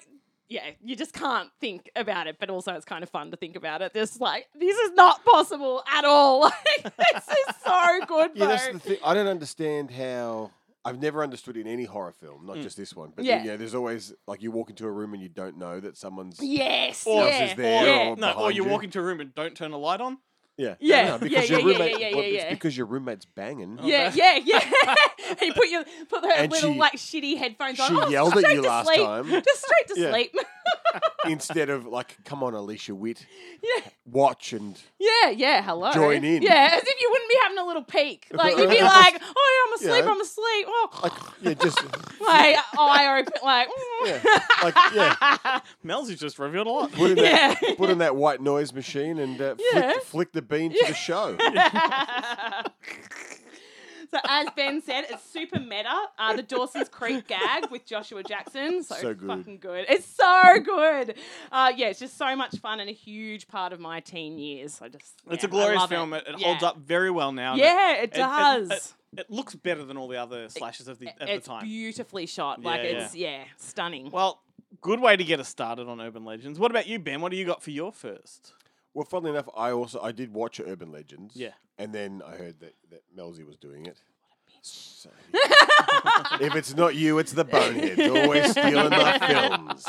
Speaker 6: yeah, you just can't think about it, but also it's kind of fun to think about it. Just like this is not possible at all. Like this is so good.
Speaker 7: Yeah, that's
Speaker 6: though.
Speaker 7: the thing. I don't understand how. I've never understood in any horror film, not
Speaker 5: Mm.
Speaker 7: just this one, but
Speaker 6: Yeah.
Speaker 7: yeah. there's always like you walk into a room and you don't know that someone's.
Speaker 6: yes.
Speaker 5: Or-
Speaker 6: yeah.
Speaker 7: is there
Speaker 6: yeah.
Speaker 7: or-
Speaker 5: no, or
Speaker 7: behind
Speaker 5: you
Speaker 7: you.
Speaker 5: walk into a room and don't turn the light on.
Speaker 7: Yeah,
Speaker 6: Yeah,
Speaker 7: No,
Speaker 6: yeah,
Speaker 7: because
Speaker 6: yeah,
Speaker 7: your
Speaker 6: yeah, yeah,
Speaker 7: roommate.
Speaker 6: yeah,
Speaker 7: well,
Speaker 6: yeah,
Speaker 7: it's
Speaker 6: yeah.
Speaker 7: because your roommate's banging.
Speaker 6: Yeah, yeah, yeah. you put your put her
Speaker 7: Oh, And
Speaker 6: little
Speaker 7: she-
Speaker 6: like shitty headphones on.
Speaker 7: she
Speaker 6: oh,
Speaker 7: yelled at
Speaker 6: straight
Speaker 7: you
Speaker 6: to
Speaker 7: last
Speaker 6: sleep.
Speaker 7: time.
Speaker 6: Just straight to
Speaker 7: Yeah.
Speaker 6: sleep.
Speaker 7: Instead of like, come on, Alicia Witt,
Speaker 6: yeah,
Speaker 7: watch and
Speaker 6: yeah, yeah. Hello.
Speaker 7: Join in.
Speaker 6: Yeah, as if you wouldn't be having a little peek. Like you'd be like, oh, yeah, I'm asleep.
Speaker 7: Yeah.
Speaker 6: I'm asleep. Oh,
Speaker 7: like, yeah, just
Speaker 6: like eye open. Like, mm.
Speaker 7: yeah, like yeah,
Speaker 5: Mel's has just revealed a lot.
Speaker 7: put in that,
Speaker 6: Yeah.
Speaker 7: put in that white noise machine and uh,
Speaker 6: Yeah.
Speaker 7: flick, flick the bean to the show.
Speaker 6: so So as Ben said, it's super meta. Uh, the Dawson's Creek gag with Joshua Jackson. So,
Speaker 7: So good.
Speaker 6: fucking good. It's so good. Uh, yeah, it's just so much fun and a huge part of my teen years. I just
Speaker 5: It's
Speaker 6: yeah,
Speaker 5: a
Speaker 6: I
Speaker 5: glorious
Speaker 6: love
Speaker 5: film. It,
Speaker 6: It,
Speaker 5: it
Speaker 6: Yeah.
Speaker 5: holds up very well now. and it-
Speaker 6: Yeah, it,
Speaker 5: it-
Speaker 6: does.
Speaker 5: It, looks better than all the other slashes of the
Speaker 6: It-
Speaker 5: at
Speaker 6: it's
Speaker 5: the time.
Speaker 6: beautifully shot. Like
Speaker 5: Yeah,
Speaker 6: it's yeah, stunning.
Speaker 5: well, good way to get us started on urban legends. What about you, Ben? What do you got for your first?
Speaker 7: Well, funnily enough, I also I did watch Urban Legends.
Speaker 5: Yeah.
Speaker 7: And then I heard that, that Melzi was doing it. So- if it's not you, it's the boneheads always stealing my films.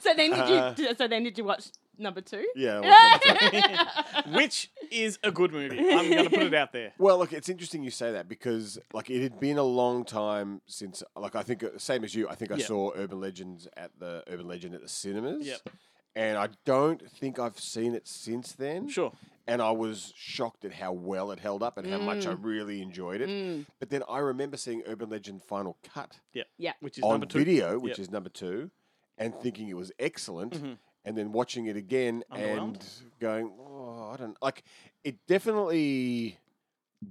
Speaker 6: so then did
Speaker 7: uh,
Speaker 6: you? So then did you watch number two?
Speaker 7: Yeah. well, sometimes-
Speaker 5: Which is a good movie. I'm going to put it out there.
Speaker 7: Well, look, it's interesting you say that because like it had been a long time since like I think uh, same as you, I think I
Speaker 5: Yeah.
Speaker 7: saw Urban Legends at the Urban Legend at the cinemas.
Speaker 5: Yep.
Speaker 7: And I don't think I've seen it since then.
Speaker 5: Sure.
Speaker 7: And I was shocked at how well it held up and how much I really enjoyed it. But then I remember seeing Urban Legend Final Cut
Speaker 5: Which is
Speaker 7: on
Speaker 5: number two.
Speaker 7: video, which
Speaker 5: Yep.
Speaker 7: is number two, and thinking it was excellent,
Speaker 5: Mhm.
Speaker 7: and then watching it again and
Speaker 5: Underwhelmed?
Speaker 7: going, oh, I don't like. It definitely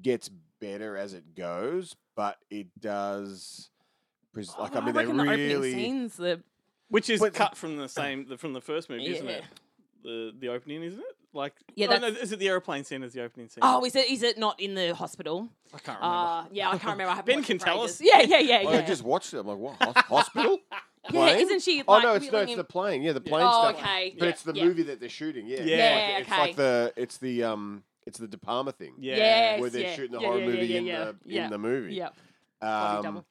Speaker 7: gets better as it goes, but it does. Pres- like I mean, they
Speaker 6: Oh, reckon the opening
Speaker 7: really.
Speaker 6: scenes. The
Speaker 5: Which is
Speaker 7: But-
Speaker 5: cut from the same the, from the first movie, isn't
Speaker 6: Yeah.
Speaker 5: it? The the opening, isn't it? Like
Speaker 6: Yeah,
Speaker 5: oh, no,
Speaker 6: that's-
Speaker 5: is it the airplane scene? Is the opening scene?
Speaker 6: oh, is it? Is it not in the hospital?
Speaker 5: I can't remember.
Speaker 6: Uh, yeah, I can't remember. I haven't
Speaker 5: Ben
Speaker 6: watched
Speaker 5: can
Speaker 6: it for
Speaker 5: tell
Speaker 6: ages.
Speaker 5: us.
Speaker 6: Yeah, yeah, yeah, yeah.
Speaker 7: I just watched it. I'm like, what? hos- Hospital?
Speaker 6: yeah,
Speaker 7: Plane?
Speaker 6: isn't she? Like,
Speaker 7: oh no, it's no,
Speaker 6: wheeling
Speaker 7: it's
Speaker 6: him-
Speaker 7: the plane. Yeah, the plane
Speaker 6: Oh,
Speaker 7: stuff.
Speaker 6: okay.
Speaker 7: But
Speaker 6: Yeah,
Speaker 7: it's the
Speaker 6: yeah.
Speaker 7: movie that they're shooting. Yeah,
Speaker 5: Yeah,
Speaker 7: It's
Speaker 6: okay.
Speaker 7: like the it's the um it's the department thing
Speaker 5: yeah.
Speaker 6: Yes,
Speaker 7: where they're
Speaker 6: yeah.
Speaker 7: shooting the
Speaker 6: yeah,
Speaker 7: horror
Speaker 6: yeah,
Speaker 7: movie
Speaker 6: yeah,
Speaker 7: in
Speaker 6: yeah,
Speaker 7: the
Speaker 6: yeah.
Speaker 7: in the movie.
Speaker 6: Yep. Body
Speaker 7: Um,
Speaker 6: double.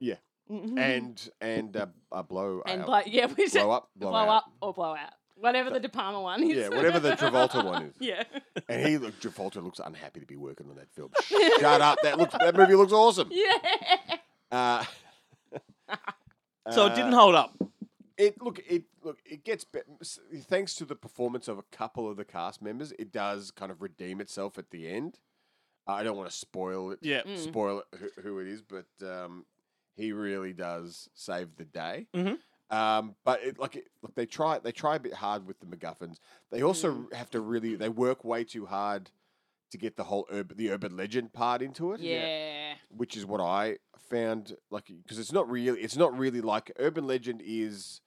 Speaker 7: yeah.
Speaker 6: Mhm.
Speaker 7: and and uh, uh, blow
Speaker 6: and
Speaker 7: out.
Speaker 6: blow, yeah, we should
Speaker 7: blow up, blow,
Speaker 6: blow,
Speaker 7: out.
Speaker 6: up or blow out, whatever the De Palma one is.
Speaker 7: Yeah, whatever the Travolta one is.
Speaker 6: yeah.
Speaker 7: And he look Travolta looks unhappy to be working on that film. Shut up! That looks that movie looks awesome.
Speaker 6: Yeah.
Speaker 7: Uh,
Speaker 5: So it
Speaker 7: uh,
Speaker 5: didn't hold up.
Speaker 7: It look it look it gets bet- s thanks to the performance of a couple of the cast members. It does kind of redeem itself at the end. I don't want to spoil it.
Speaker 5: Yeah.
Speaker 6: Mm.
Speaker 7: spoil it, who, who it is, but um, he really does save the day.
Speaker 5: Mhm.
Speaker 7: Um, but it, like, it, look, they try they try a bit hard with the MacGuffins. They also
Speaker 6: Mm.
Speaker 7: have to really they work way too hard to get the whole urban, the urban legend part into it.
Speaker 6: Yeah.
Speaker 7: which is what I found like because it's not really it's not really like urban legend is.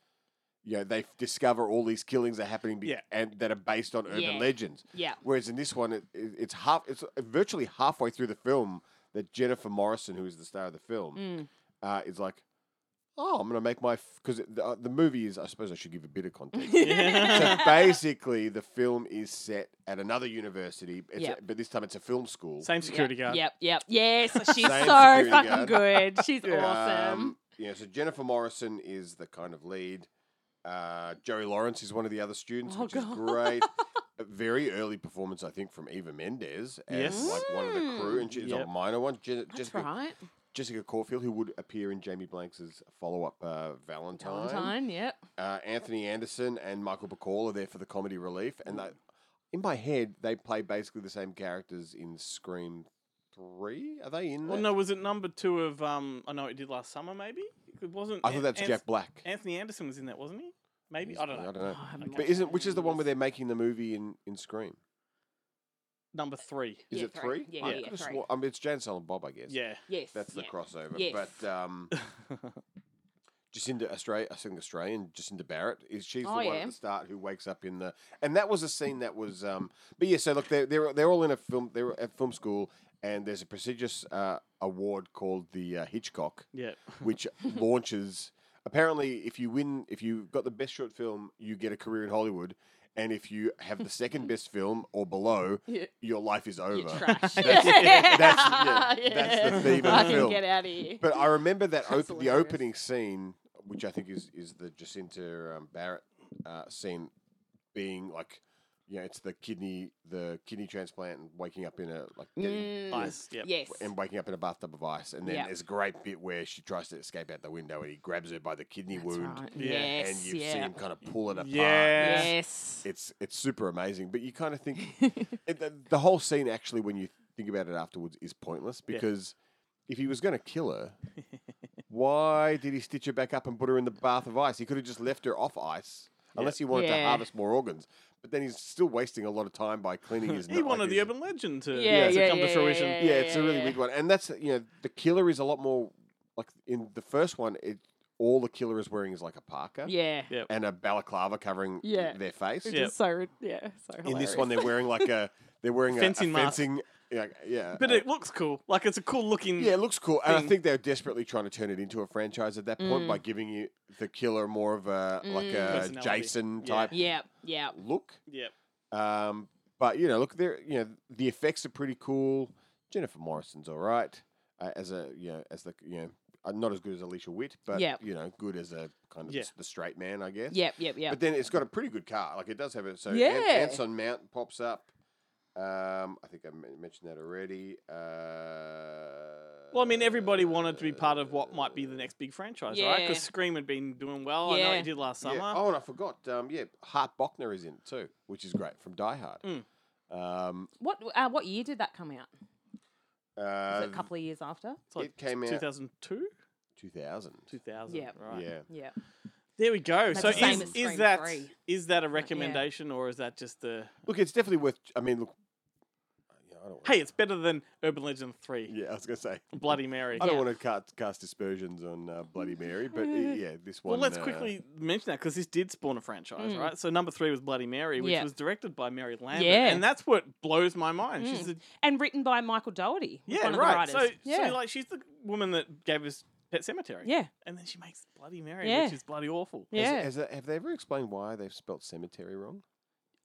Speaker 7: You know, they discover all these killings are happening, be-
Speaker 5: Yeah.
Speaker 7: and that are based on urban
Speaker 6: Yeah.
Speaker 7: legends.
Speaker 6: Yeah.
Speaker 7: Whereas in this one, it, it, it's half, it's virtually halfway through the film that Jennifer Morrison, who is the star of the film,
Speaker 6: Mm.
Speaker 7: uh, is like, "Oh, I'm going to make my because the, uh, the movie is. I suppose I should give a bit of context. so basically, the film is set at another university, it's
Speaker 6: Yep.
Speaker 7: a, but this time it's a film school.
Speaker 5: Same security guard.
Speaker 6: Yep, yep. Yes, she's
Speaker 7: Same
Speaker 6: so
Speaker 7: security
Speaker 6: fucking
Speaker 7: guard.
Speaker 6: good. She's awesome.
Speaker 7: Um, yeah, so Jennifer Morrison is the kind of lead. Uh, Joey Lawrence is one of the other students,
Speaker 6: Oh,
Speaker 7: which is
Speaker 6: God.
Speaker 7: great. A very early performance, I think, from Eva Mendes as
Speaker 5: Yes.
Speaker 7: like one of the crew, and she's
Speaker 5: Yep.
Speaker 7: a minor one. Je-
Speaker 6: That's
Speaker 7: Jessica,
Speaker 6: right.
Speaker 7: Jessica Caulfield, who would appear in Jamie Blanks' follow-up uh, Valentine.
Speaker 6: Valentine, yep.
Speaker 7: Uh, Anthony Anderson and Michael Bacall are there for the comedy relief, and they, in my head, they play basically the same characters in Scream Three. Are they in?
Speaker 5: Well,
Speaker 7: that?
Speaker 5: no, was it number two of um? I know it did last summer. Maybe it wasn't.
Speaker 7: I thought that's
Speaker 5: An-
Speaker 7: Jack Black.
Speaker 5: Anthony Anderson was in that, wasn't he? Maybe
Speaker 7: He's-
Speaker 5: I don't know.
Speaker 7: I don't know.
Speaker 6: Oh, I haven't
Speaker 7: But
Speaker 6: watched
Speaker 7: isn't
Speaker 6: that
Speaker 7: which is the
Speaker 6: in
Speaker 7: one where
Speaker 6: years.
Speaker 7: they're making the movie in, in Scream?
Speaker 5: Number three.
Speaker 7: Is
Speaker 6: Yeah,
Speaker 7: it
Speaker 6: three.
Speaker 7: three?
Speaker 6: Yeah,
Speaker 7: I
Speaker 6: yeah,
Speaker 7: could've
Speaker 6: yeah,
Speaker 7: swore- I mean, it's Jane Silent Bob, I guess.
Speaker 5: Yeah.
Speaker 6: Yes.
Speaker 7: that's the
Speaker 6: yeah.
Speaker 7: crossover.
Speaker 6: Yes.
Speaker 7: But um, Jacinda Australia, I think Australian Jacinda Barrett is she's
Speaker 6: Oh,
Speaker 7: the one
Speaker 6: yeah.
Speaker 7: at the start who wakes up in the and that was a scene that was um but yeah so look they're they're, they're all in a film they're at film school and there's a prestigious uh, award called the uh, Hitchcock
Speaker 5: yeah.
Speaker 7: which launches apparently if you win if you got the best short film you get a career in Hollywood and if you have the second best film or below
Speaker 6: Yeah.
Speaker 7: your life is over
Speaker 6: You're trash.
Speaker 7: That's-
Speaker 6: yeah.
Speaker 7: that's- yeah, that's the theme of
Speaker 6: I
Speaker 7: the
Speaker 6: can
Speaker 7: film.
Speaker 6: get out of here.
Speaker 7: But I remember that
Speaker 6: That's
Speaker 7: open, the
Speaker 6: hilarious.
Speaker 7: opening scene, which I think is is the Jacinta um, Barrett uh, scene, being like, you know, it's the kidney the kidney transplant and waking up in a like getting-
Speaker 6: Mm,
Speaker 5: Nice. Yep.
Speaker 6: Yes.
Speaker 7: and waking up in a bathtub of ice, and then
Speaker 6: Yeah.
Speaker 7: there's a great bit where she tries to escape out the window and he grabs her by the kidney
Speaker 6: That's
Speaker 7: wound,
Speaker 6: right.
Speaker 5: Yeah.
Speaker 6: Yes.
Speaker 7: and you
Speaker 6: yeah.
Speaker 7: see him kind of pull it apart.
Speaker 5: Yeah.
Speaker 6: Yes.
Speaker 7: It's it's super amazing, but you kind of think it, the, the whole scene actually, when you think about it afterwards, is pointless
Speaker 5: Yeah.
Speaker 7: because if he was going to kill her, why did he stitch her back up and put her in the bath of ice? He could have just left her off ice, unless he wanted to
Speaker 6: Yeah.
Speaker 7: harvest more organs. but then he's still wasting a lot of time by cleaning his.
Speaker 5: he
Speaker 7: nut- like
Speaker 5: wanted the
Speaker 7: his-
Speaker 5: urban legend to,
Speaker 6: Yeah,
Speaker 5: to
Speaker 6: yeah,
Speaker 5: come to
Speaker 6: yeah,
Speaker 5: fruition.
Speaker 6: yeah,
Speaker 7: Yeah, it's a really
Speaker 6: yeah.
Speaker 7: weird one, and that's you know the killer is a lot more like in the first one. It all the killer is wearing is like a parka
Speaker 6: Yeah.
Speaker 5: Yeah.
Speaker 7: and a balaclava covering
Speaker 6: Yeah.
Speaker 7: their face.
Speaker 6: It's
Speaker 5: Yeah.
Speaker 6: just so ri- yeah, so
Speaker 7: In this
Speaker 6: hilarious.
Speaker 7: one, they're wearing like a they're wearing a-
Speaker 5: Fencing
Speaker 7: a,
Speaker 5: mask.
Speaker 7: fencing. Yeah, yeah.
Speaker 5: But
Speaker 7: a-
Speaker 5: it looks cool. Like it's a cool looking.
Speaker 7: Yeah, it looks cool, and I
Speaker 5: thing.
Speaker 7: think they're desperately trying to turn it into a franchise at that point
Speaker 6: Mm.
Speaker 7: by giving you the killer more of a like
Speaker 6: Mm.
Speaker 7: a
Speaker 5: Personality.
Speaker 7: Jason
Speaker 5: Yeah.
Speaker 7: type
Speaker 6: Yeah, yeah.
Speaker 7: look.
Speaker 5: Yeah.
Speaker 7: Um, but you know, look, there, you know, the effects are pretty cool. Jennifer Morrison's all right uh, as a you know as the you know uh, not as good as Alicia Witt, but
Speaker 6: Yeah.
Speaker 7: you know, good as a kind of
Speaker 5: Yeah.
Speaker 7: s- the straight man, I guess.
Speaker 6: Yep, yep, yep.
Speaker 7: But then it's got a pretty good car. Like it does have a so An-
Speaker 6: Yeah.
Speaker 7: Anson Mount pops up. Um, I think I men- mentioned that already. Uh,
Speaker 5: Well, I mean, everybody wanted to be part of what might be the next big franchise, right?
Speaker 6: Yeah.
Speaker 5: Because Scream had been doing well. I know what
Speaker 6: Yeah.
Speaker 5: he did last
Speaker 7: Yeah.
Speaker 5: summer.
Speaker 7: Oh, and I forgot. Um, yeah, Hart Bochner is in it too, which is great from Die Hard.
Speaker 5: Mm.
Speaker 7: Um,
Speaker 6: what uh, what year did that come out? Was
Speaker 7: uh,
Speaker 6: it
Speaker 5: Um,
Speaker 6: a couple of years after?
Speaker 5: It's like
Speaker 7: it came out-
Speaker 5: 2002?
Speaker 7: 2000.
Speaker 5: 2000.
Speaker 6: Yeah.
Speaker 5: Right.
Speaker 7: Yeah.
Speaker 6: Yeah.
Speaker 5: There we go.
Speaker 6: That's
Speaker 5: so
Speaker 6: the same
Speaker 5: is,
Speaker 6: as
Speaker 5: is
Speaker 6: Scream
Speaker 5: that
Speaker 6: three.
Speaker 5: is that a recommendation or is that just the
Speaker 7: Look, it's definitely worth. I mean, look. Yeah, I don't wanna,
Speaker 5: hey, it's better than Urban Legend 3,
Speaker 7: Yeah, I was gonna say.
Speaker 5: Bloody Mary.
Speaker 7: I don't
Speaker 6: Yeah.
Speaker 7: want to cast, cast dispersions on uh, Bloody Mary, but uh, yeah, this
Speaker 5: Well,
Speaker 7: one.
Speaker 5: let's
Speaker 7: uh,
Speaker 5: quickly mention that because this did spawn a franchise,
Speaker 6: Mm.
Speaker 5: right? So number three was Bloody Mary, which
Speaker 6: Yeah.
Speaker 5: was directed by Mary Lambert,
Speaker 6: Yeah.
Speaker 5: and that's what blows my mind. She's
Speaker 6: Mm.
Speaker 5: the
Speaker 6: And written by Michael Doherty. was
Speaker 5: yeah,
Speaker 6: one of the
Speaker 5: right. so,
Speaker 6: writers. yeah.
Speaker 5: so like she's the woman that gave us Pet Cemetery,
Speaker 6: yeah.
Speaker 5: and then she makes Bloody Mary,
Speaker 6: Yeah.
Speaker 5: which is bloody awful.
Speaker 7: has-
Speaker 6: Yeah.
Speaker 7: has they- have they ever explained why they've spelt cemetery wrong?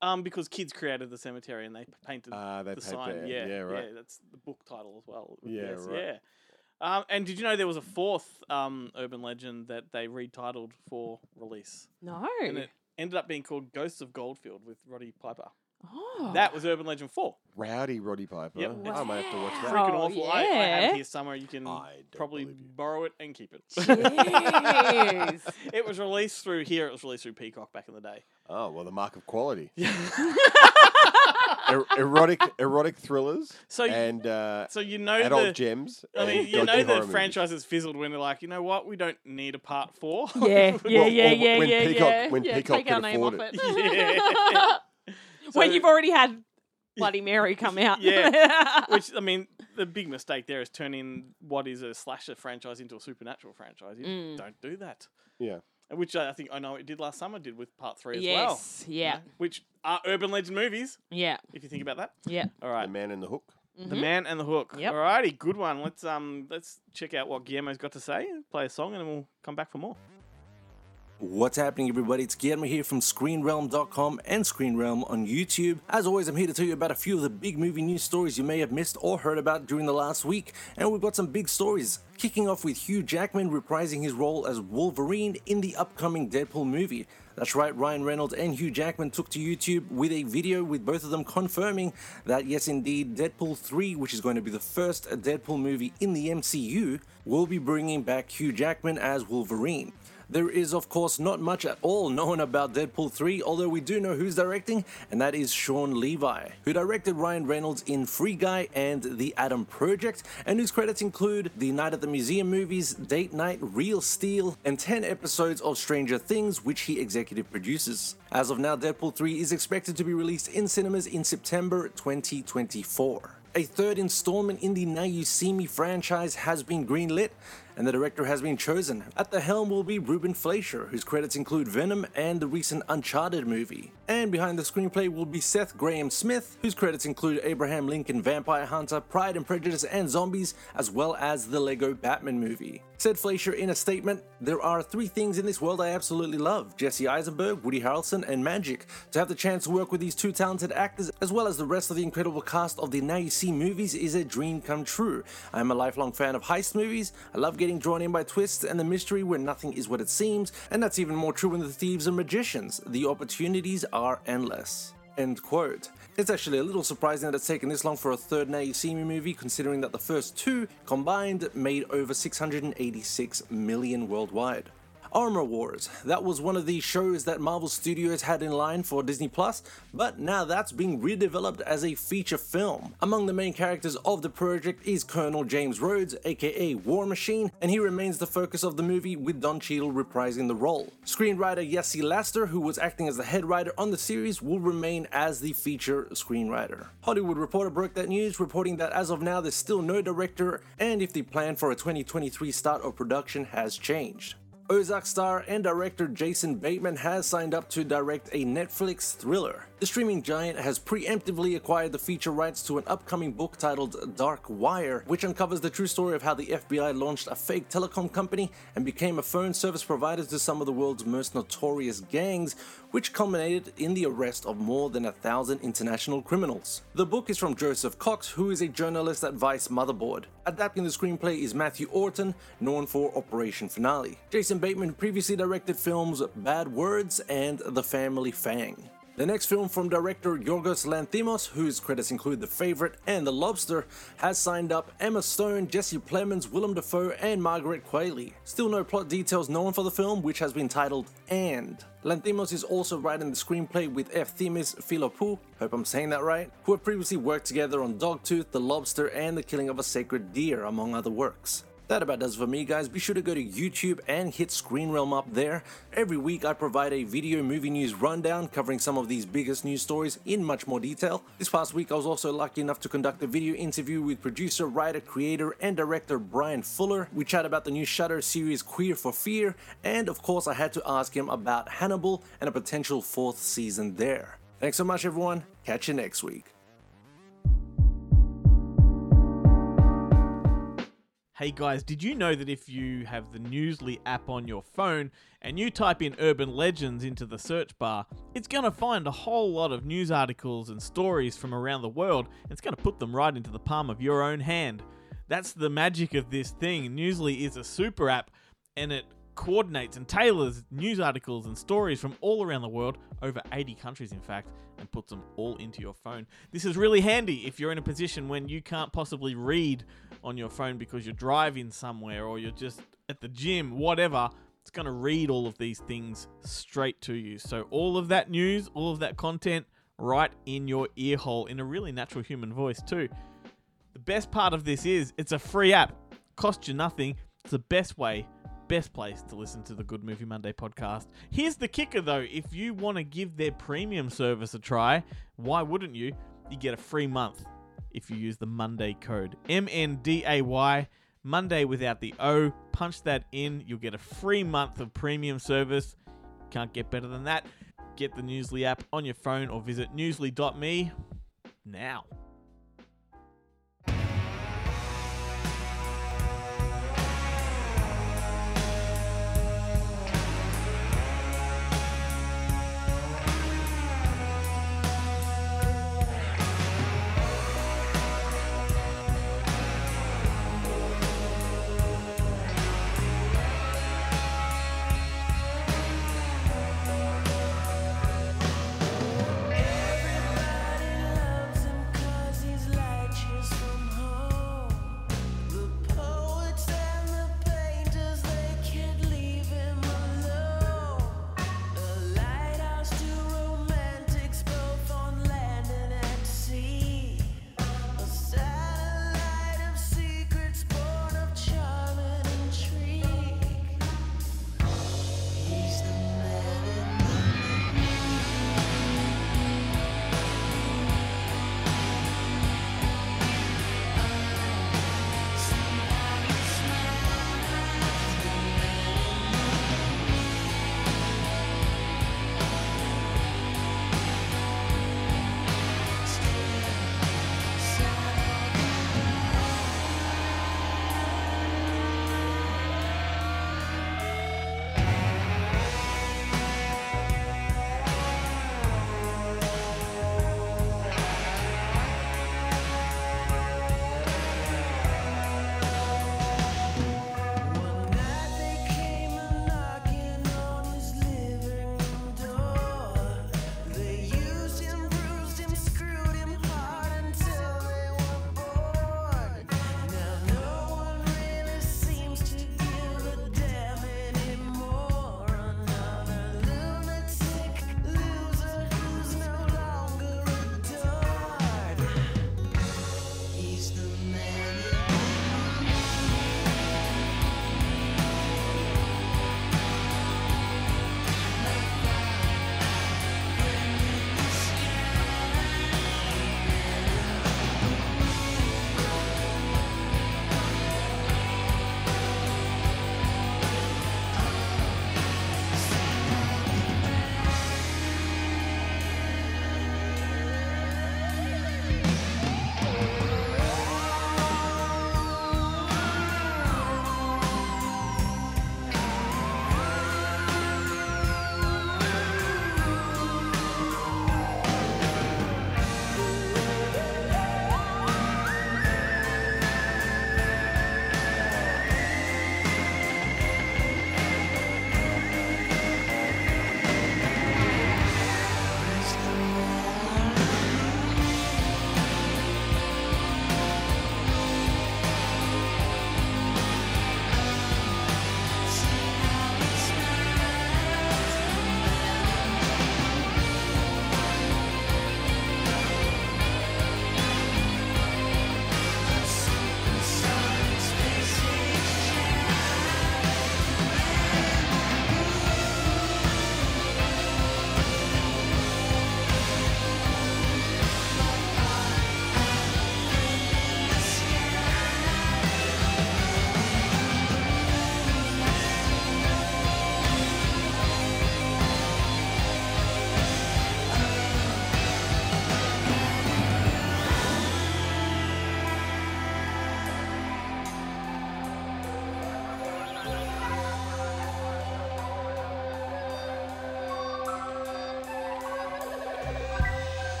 Speaker 5: Um, because kids created the cemetery and they painted
Speaker 7: Uh, they
Speaker 5: the
Speaker 7: paint
Speaker 5: sign.
Speaker 7: that-
Speaker 5: yeah,
Speaker 7: yeah, right.
Speaker 5: that's the book title as well.
Speaker 7: Yeah,
Speaker 5: yes,
Speaker 7: right.
Speaker 5: yeah. Um, and did you know there was a fourth um, urban legend that they retitled for release,
Speaker 6: No.
Speaker 5: and it ended up being called Ghosts of Goldfield with Roddy Piper.
Speaker 6: oh.
Speaker 5: That was Urban Legend Four.
Speaker 7: Rowdy Roddy Piper.
Speaker 5: Yep.
Speaker 7: I might have to watch that.
Speaker 6: Wow.
Speaker 5: Freaking
Speaker 6: Oh,
Speaker 5: awful. I, I have
Speaker 6: yeah.
Speaker 5: it here somewhere. You can
Speaker 7: I don't
Speaker 5: probably
Speaker 7: believe you.
Speaker 5: borrow it and keep it.
Speaker 6: Jeez.
Speaker 5: it was released through here. It was released through Peacock back in the day.
Speaker 7: Oh well, the mark of quality.
Speaker 5: Yeah.
Speaker 7: Er- erotic, erotic thrillers,
Speaker 5: so,
Speaker 7: and uh,
Speaker 5: so you know
Speaker 7: adult
Speaker 5: the.
Speaker 7: gems.
Speaker 5: I mean,
Speaker 7: and
Speaker 5: you know
Speaker 7: dodgy
Speaker 5: the
Speaker 7: horror movies.
Speaker 5: franchise has fizzled when they're like, you know what, we don't need a part four.
Speaker 6: Yeah, yeah,
Speaker 7: Well,
Speaker 6: yeah,
Speaker 7: or
Speaker 6: yeah,
Speaker 7: when
Speaker 6: yeah,
Speaker 7: Peacock-
Speaker 6: yeah.
Speaker 7: when
Speaker 6: yeah,
Speaker 7: Peacock
Speaker 6: take
Speaker 7: could
Speaker 6: our name off
Speaker 7: afford
Speaker 6: it.
Speaker 5: Yeah.
Speaker 6: when
Speaker 5: So-
Speaker 6: you've already had Bloody Mary come out.
Speaker 5: Yeah. Which I mean, the big mistake there is turning what is a slasher franchise into a supernatural franchise. You
Speaker 6: Mm.
Speaker 5: Don't do that.
Speaker 7: Yeah.
Speaker 5: Which I think I know it did last summer. Did with part three as well.
Speaker 6: yes.
Speaker 5: you
Speaker 6: Yeah.
Speaker 5: know, Which are urban legend movies,
Speaker 6: Yeah.
Speaker 5: if you think about that.
Speaker 6: Yeah. Mm-hmm.
Speaker 5: All right.
Speaker 7: The Man in the Hook.
Speaker 5: The Man and the Hook.
Speaker 6: Yep.
Speaker 5: Alrighty, good one. Let's um let's check out what Guillermo's got to say, play a song, and then we'll come back for more.
Speaker 9: What's happening, everybody? It's Guillermo here from ScreenRealm.com and ScreenRealm on YouTube. As always, I'm here to tell you about a few of the big movie news stories you may have missed or heard about during the last week. And we've got some big stories, kicking off with Hugh Jackman reprising his role as Wolverine in the upcoming Deadpool movie. That's right, Ryan Reynolds and Hugh Jackman took to YouTube with a video with both of them confirming that, yes, indeed, Deadpool 3, which is going to be the first Deadpool movie in the MCU, will be bringing back Hugh Jackman as Wolverine. There is, of course, not much at all known about Deadpool 3, although we do know who's directing, and that is Sean Levi, who directed Ryan Reynolds in Free Guy and The Adam Project, and whose credits include The Night at the Museum movies, Date Night, Real Steel, and 10 episodes of Stranger Things, which he executive produces. As of now, Deadpool 3 is expected to be released in cinemas in September 2024. A third installment in the Now You See Me franchise has been greenlit, and the director has been chosen. At the helm will be Ruben Fleischer, whose credits include Venom and the recent Uncharted movie. And behind the screenplay will be Seth Graham Smith, whose credits include Abraham Lincoln Vampire Hunter, Pride and Prejudice, and Zombies, as well as the Lego Batman movie. Said Fleischer in a statement, There are three things in this world I absolutely love Jesse Eisenberg, Woody Harrelson, and Magic. To have the chance to work with these two talented actors, as well as the rest of the incredible cast of the Now You See movies, is a dream come true. I am a lifelong fan of heist movies. I love getting drawn in by twists and the mystery where nothing is what it seems, and that's even more true in The Thieves and Magicians. The opportunities are endless. End quote. It's actually a little surprising that it's taken this long for a third Now You See Me movie, considering that the first two combined made over 686 million worldwide. Armor Wars. That was one of the shows that Marvel Studios had in line for Disney Plus, but now that's being redeveloped as a feature film. Among the main characters of the project is Colonel James Rhodes, aka War Machine, and he remains the focus of the movie with Don Cheadle reprising the role. Screenwriter Yassi Laster, who was acting as the head writer on the series, will remain as the feature screenwriter. Hollywood Reporter broke that news, reporting that as of now there's still no director and if the plan for a 2023 start of production has changed. Ozark star and director Jason Bateman has signed up to direct a Netflix thriller. The streaming giant has preemptively acquired the feature rights to an upcoming book titled Dark Wire, which uncovers the true story of how the FBI launched a fake telecom company and became a phone service provider to some of the world's most notorious gangs, which culminated in the arrest of more than a thousand international criminals. The book is from Joseph Cox, who is a journalist at Vice Motherboard. Adapting the screenplay is Matthew Orton, known for Operation Finale. Jason Bateman previously directed films Bad Words and The Family Fang. The next film from director Yorgos Lanthimos, whose credits include The Favourite and The Lobster, has signed up Emma Stone, Jesse Plemons, Willem Dafoe, and Margaret Qualley. Still no plot details known for the film, which has been titled And. Lanthimos is also writing the screenplay with Efthimis Philopou, hope I'm saying that right, who have previously worked together on Dogtooth, The Lobster, and The Killing of a Sacred Deer, among other works. That about does it for me, guys. Be sure to go to YouTube and hit Screen Realm up there. Every week, I provide a video movie news rundown covering some of these biggest news stories in much more detail. This past week, I was also lucky enough to conduct a video interview with producer, writer, creator, and director Brian Fuller. We chat about the new Shutter series Queer for Fear, and of course, I had to ask him about Hannibal and a potential fourth season there. Thanks so much, everyone. Catch you next week.
Speaker 5: Hey guys, did you know that if you have the Newsly app on your phone and you type in urban legends into the search bar, it's going to find a whole lot of news articles and stories from around the world and it's going to put them right into the palm of your own hand. That's the magic of this thing. Newsly is a super app and it coordinates and tailors news articles and stories from all around the world, over 80 countries in fact, and puts them all into your phone. This is really handy if you're in a position when you can't possibly read on your phone because you're driving somewhere or you're just at the gym, whatever. It's going to read all of these things straight to you. So, all of that news, all of that content, right in your ear hole in a really natural human voice, too. The best part of this is it's a free app, costs you nothing. It's the best way, best place to listen to the Good Movie Monday podcast. Here's the kicker though if you want to give their premium service a try, why wouldn't you? You get a free month if you use the Monday code M N D A Y, Monday without the O. Punch that in, you'll get a free month of premium service. Can't get better than that. Get the Newsly app on your phone or visit newsly.me now.
Speaker 10: Everybody loves him 'cause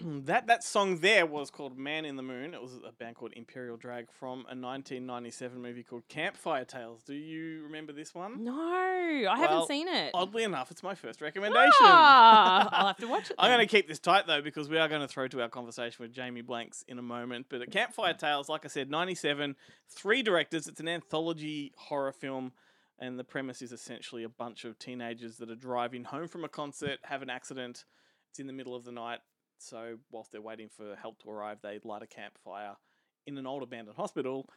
Speaker 5: Hmm, that that song there was called Man in the Moon. It was a band called Imperial Drag from a 1997 movie called Campfire Tales. Do you remember this one?
Speaker 6: No, I
Speaker 5: Well,
Speaker 6: haven't seen it.
Speaker 5: Oddly enough, it's my first recommendation.
Speaker 6: Ah, I'll have to watch it.
Speaker 5: I'm going
Speaker 6: then.
Speaker 5: to keep this tight though because we are going to throw to our conversation with Jamie Blanks in a moment. But at Campfire Tales, like I said, 97, three directors. It's an anthology horror film. And the premise is essentially a bunch of teenagers that are driving home from a concert, have an accident. It's in the middle of the night. So, whilst they're waiting for help to arrive, they light a campfire in an old abandoned hospital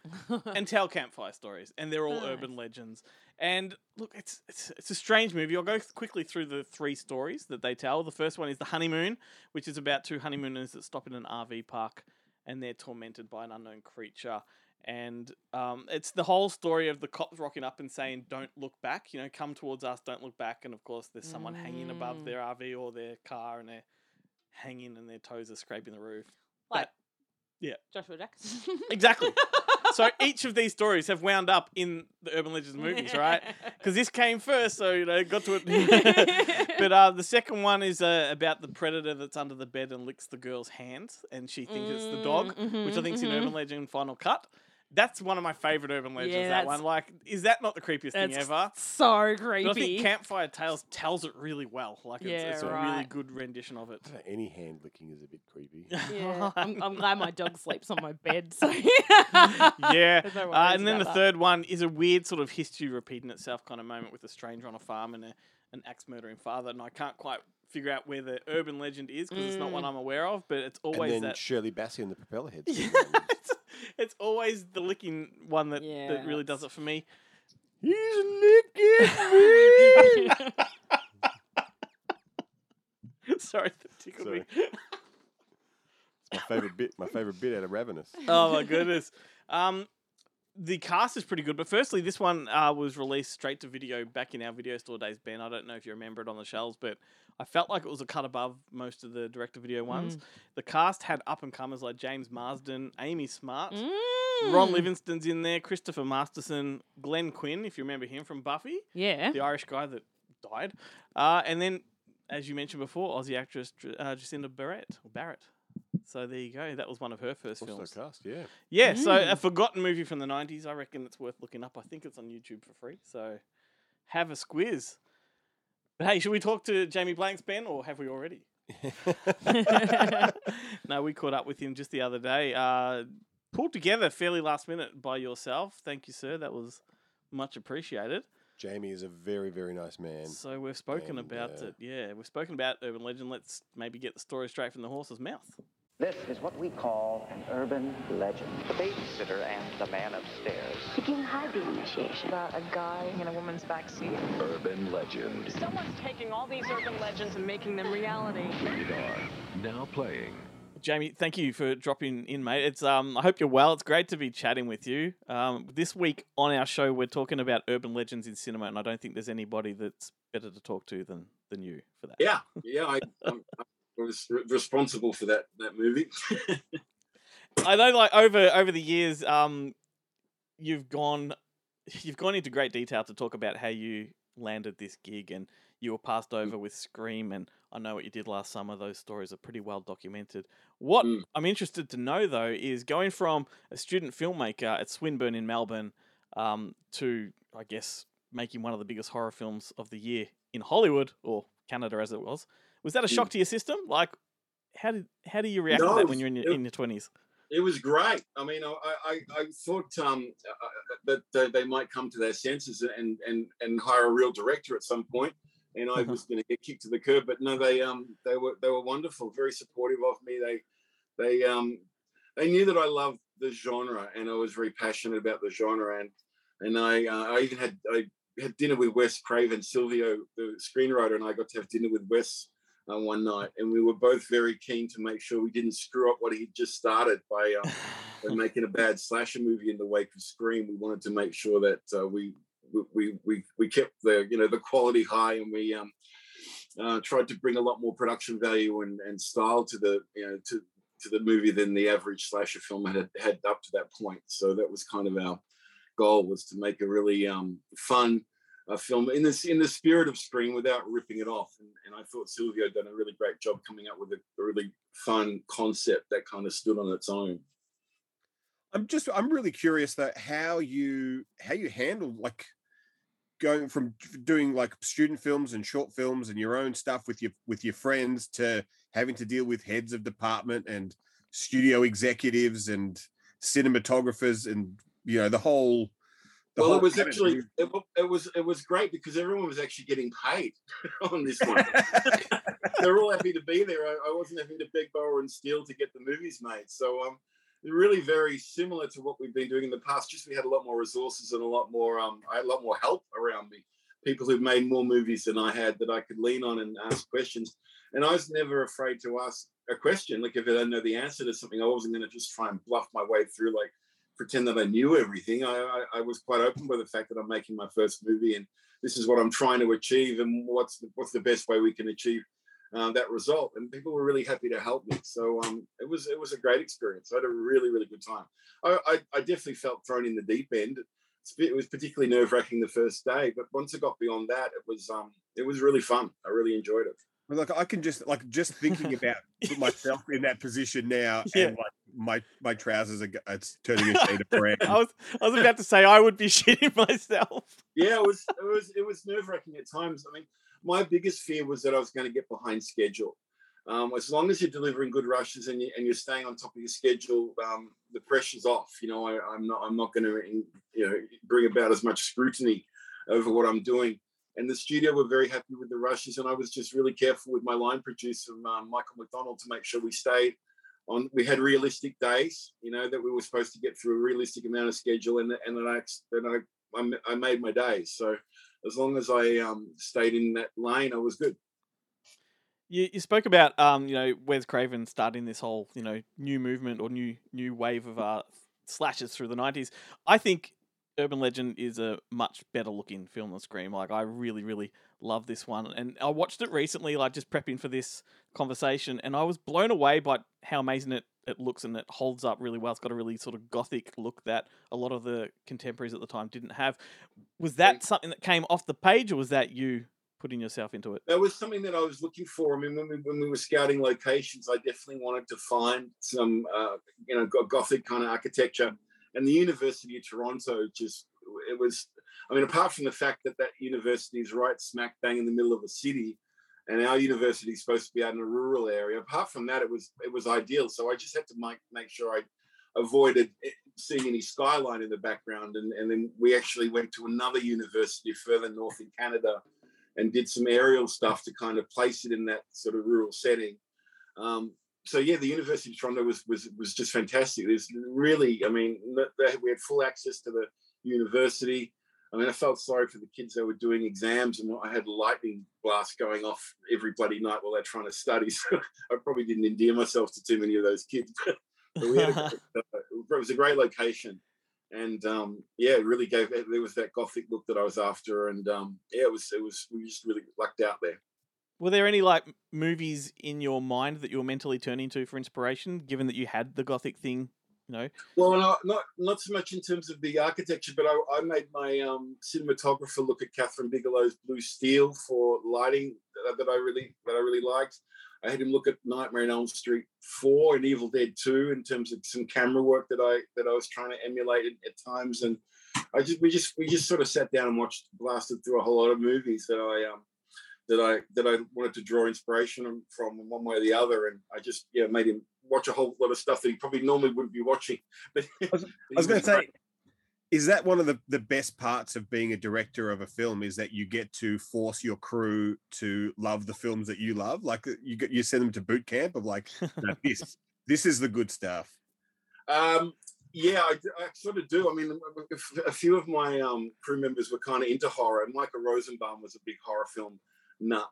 Speaker 5: and tell campfire stories, and they're all
Speaker 6: Nice.
Speaker 5: urban legends. And look, it's, it's it's a strange movie. I'll go th- quickly through the three stories that they tell. The first one is the honeymoon, which is about two honeymooners that stop in an RV park, and they're tormented by an unknown creature. And um, it's the whole story of the cops rocking up and saying, "Don't look back," you know, "Come towards us, don't look back." And of course, there's someone hanging above
Speaker 6: Mm.
Speaker 5: their RV or their car, and they're hanging, and their toes are scraping the roof.
Speaker 6: like,
Speaker 5: Yeah.
Speaker 6: Joshua Jackson.
Speaker 5: Exactly. so each of these stories have wound up in the urban legends movies, right? Because this came first, so you know, it got to it. but uh, the second one is uh, about the predator that's under the bed and licks the girl's hand, and she thinks it's the dog,
Speaker 6: Mm,
Speaker 5: which I
Speaker 6: mhm,
Speaker 5: think's in
Speaker 6: mhm.
Speaker 5: Urban Legend Final Cut. That's one of my favorite urban legends.
Speaker 6: Yeah,
Speaker 5: that
Speaker 6: that's-
Speaker 5: one, like, is that not the creepiest thing
Speaker 6: That's
Speaker 5: ever?
Speaker 6: So
Speaker 5: But I think
Speaker 6: creepy.
Speaker 5: Campfire Tales tells it really well. Like, it's,
Speaker 6: Yeah,
Speaker 5: it's a really
Speaker 6: right.
Speaker 5: good rendition of it.
Speaker 7: I don't know, Any hand licking is a bit creepy.
Speaker 6: yeah, I'm, I'm glad my dog sleeps on my bed. So
Speaker 5: yeah.
Speaker 6: There's no
Speaker 5: Uh,
Speaker 6: worries
Speaker 5: and then the
Speaker 6: about that.
Speaker 5: third one is a weird sort of history repeating itself kind of moment with a stranger on a farm and a, an axe murdering father. And I can't quite figure out where the urban legend is because it's not one I'm aware of, but it's
Speaker 7: and
Speaker 5: always
Speaker 7: then
Speaker 5: that.
Speaker 7: Shirley Bassey and the propeller heads.
Speaker 5: it's, it's always the licking one that, that
Speaker 6: Yeah,
Speaker 5: really does it for me.
Speaker 7: He's licking me.
Speaker 5: Sorry, that tickled me.
Speaker 7: my favorite bit. My favorite bit out of Ravenous.
Speaker 5: oh my goodness. Um, the cast is pretty good, but firstly, this one uh, was released straight to video back in our video store days, Ben. I don't know if you remember it on the shelves, but I felt like it was a cut above most of the direct to video ones. The cast had up and comers like James Marsden, Amy Smart, Ron Livingston's in there, Christopher Masterson, Glenn Quinn, if you remember him from Buffy,
Speaker 6: Yeah.
Speaker 5: the Irish guy that died, uh, and then. As you mentioned before, Aussie actress Dr- uh, Jacinda Barrett. Barrett. So there you go. That was one of her first
Speaker 7: Also
Speaker 5: films.
Speaker 7: cast, yeah.
Speaker 5: Yeah, so a forgotten movie from the 90s. I reckon it's worth looking up. I think it's on YouTube for free. So have a squiz. But hey, should we talk to Jamie Blanks, Ben, or have we already? no, we caught up with him just the other day. Uh, pulled together fairly last minute by yourself. Thank you, sir. That was much appreciated.
Speaker 7: Jamie is a very, very nice man.
Speaker 5: So we've spoken
Speaker 7: and,
Speaker 5: about
Speaker 7: uh,
Speaker 5: it. Yeah, we've spoken about urban legend. Let's maybe get the story straight from the horse's mouth.
Speaker 10: This is what we call an urban legend. The babysitter and the man upstairs.
Speaker 3: Begin high beam initiation.
Speaker 1: About a guy in a woman's backseat.
Speaker 2: Urban legend.
Speaker 11: Someone's taking all these urban legends and making them reality.
Speaker 2: Radar. Now playing.
Speaker 5: Jamie, thank you for dropping in, mate. It's um, I hope you're well. It's great to be chatting with you. Um, this week on our show, we're talking about urban legends in cinema, and I don't think there's anybody that's better to talk to than than you for that.
Speaker 12: Yeah, yeah, I, I'm, I was re- responsible for that that movie.
Speaker 5: I know, like over over the years, um, you've gone you've gone into great detail to talk about how you landed this gig and you were passed
Speaker 12: Mm.
Speaker 5: over with Scream and I know what you did last summer. Those stories are pretty well documented. What
Speaker 12: Mm.
Speaker 5: I'm interested to know though is going from a student filmmaker at Swinburne in Melbourne um, to I guess making one of the biggest horror films of the year in Hollywood or Canada as it was. Was that a shock to your system? Like, how did how do you react to
Speaker 12: Mm. No,
Speaker 5: that when you're in your
Speaker 12: it-
Speaker 5: in your twenties?
Speaker 12: it was great. I mean, I I, I thought um, uh, that they, they might come to their senses and and and hire a real director at some point, and I was going to get kicked to the curb. But no, they um they were they were wonderful, very supportive of me. They they um they knew that I loved the genre and I was very passionate about the genre and and I uh, I even had I had dinner with Wes Craven, Silvio, the screenwriter, and I got to have dinner with Wes uh, one night, and we were both very keen to make sure we didn't screw up what he'd just started by um, by making a bad slasher movie in the wake of Scream. We wanted to make sure that uh, we we- we we we kept the you know the quality high, and we um, uh, tried to bring a lot more production value and, and style to the you know to to the movie than the average slasher film had had up to that point. So that was kind of our goal was to make a really um, fun a film in this in the spirit of Scream without ripping it off. And, and I thought Silvio done a really great job coming up with a, a really fun concept that kind of stood on its own.
Speaker 7: I'm just I'm really curious though how you how you handle like going from doing like student films and short films and your own stuff with your with your friends to having to deal with heads of department and studio executives and cinematographers and you know the whole the
Speaker 12: well,
Speaker 7: whole
Speaker 12: it was
Speaker 7: gamut.
Speaker 12: actually it, wa- it was it was great because everyone was actually getting paid on this one. They're all happy to be there. I, I wasn't having to beg, borrow, and steal to get the movies made. So um, really very similar to what we've been doing in the past. Just we had a lot more resources and a lot more um, I had a lot more help around me. People who've made more movies than I had that I could lean on and ask questions. And I was never afraid to ask a question. Like if I didn't know the answer to something, I wasn't going to just try and bluff my way through. Like pretend that I knew everything. I, I, I was quite open by the fact that I'm making my first movie and this is what I'm trying to achieve and what's the, what's the best way we can achieve uh, that result. And people were really happy to help me. So um, it was it was a great experience. I had a really really good time. I, I, I definitely felt thrown in the deep end. It's a bit- It was particularly nerve wracking the first day, but once I got beyond that, it was um, it was really fun. I really enjoyed it.
Speaker 7: Well, like I can just like just thinking about put myself in that position now,
Speaker 5: Yeah.
Speaker 7: and like my my trousers are g- it's turning a shade of brown.
Speaker 5: I was I was about to say I would be shitting myself.
Speaker 12: yeah, it was it was it was nerve wracking at times. I mean, my biggest fear was that I was going to get behind schedule. Um, as long as you're delivering good rushes and, you, and you're staying on top of your schedule, um, the pressure's off. You know, I, I'm not I'm not going to you know bring about as much scrutiny over what I'm doing. And the studio were very happy with the rushes, and I was just really careful with my line producer um, Michael McDonald to make sure we stayed on. We had realistic days, you know, that we were supposed to get through a realistic amount of schedule, and and that I that I I, m- I made my day. So as long as I um, stayed in that lane, I was good.
Speaker 5: You, you spoke about um, you know Wes Craven starting this whole you know new movement or new new wave of uh, slashes through the nineties. I think Urban Legend is a much better looking film than Scream. Like I really really love this one, and I watched it recently, like just prepping for this conversation, and I was blown away by how amazing it it looks and it holds up really well. It's got a really sort of gothic look that a lot of the contemporaries at the time didn't have. Was that something that came off the page, or was that you putting yourself into it?
Speaker 12: That was something that I was looking for. I mean, when we, when we were scouting locations, I definitely wanted to find some, uh, you know, go- gothic kind of architecture. And the University of Toronto just, it was, I mean, apart from the fact that that university is right smack bang in the middle of a city, and our university is supposed to be out in a rural area. Apart from that, it was it was ideal. So I just had to make make sure I avoided it- seeing any skyline in the background. And, and then we actually went to another university further north in Canada and did some aerial stuff to kind of place it in that sort of rural setting. Um, so yeah, the University of Toronto was was was just fantastic. There's really, I mean, th- they- we had full access to the university. I mean, I felt sorry for the kids that were doing exams, and I had lightning blasts going off every bloody night while they're trying to study. So I probably didn't endear myself to too many of those kids. but we had a, great- uh, it was a great location, and um, yeah, it really gave there was that gothic look that I was after, and um, yeah, it was it was we just really lucked out there.
Speaker 5: Were there any like m- movies in your mind that you were mentally turning to for inspiration, given that you had the gothic thing? You know,
Speaker 12: Well, no, not not so much in terms of the architecture, but I, I made my um, cinematographer look at Catherine Bigelow's Blue Steel for lighting that, that I really that I really liked. I had him look at Nightmare on Elm Street four and Evil Dead two in terms of some camera work that I that I was trying to emulate at, at times, and I just we just we just sort of sat down and watched blasted through a whole lot of movies that I um, that I that I wanted to draw inspiration from in one way or the other, and I just yeah made him watch a whole lot of stuff that he probably normally wouldn't be watching. But I was,
Speaker 7: I was going to say, is that one of the, the best parts of being a director of a film is that you get to force your crew to love the films that you love? Like uh, you get, you send them to boot camp of like "No, this this is the good stuff.
Speaker 12: Um, yeah, I, d- I sort of do. I mean, a f- a few of my um, crew members were kind of into horror, and Michael Rosenbaum was a big horror film nut.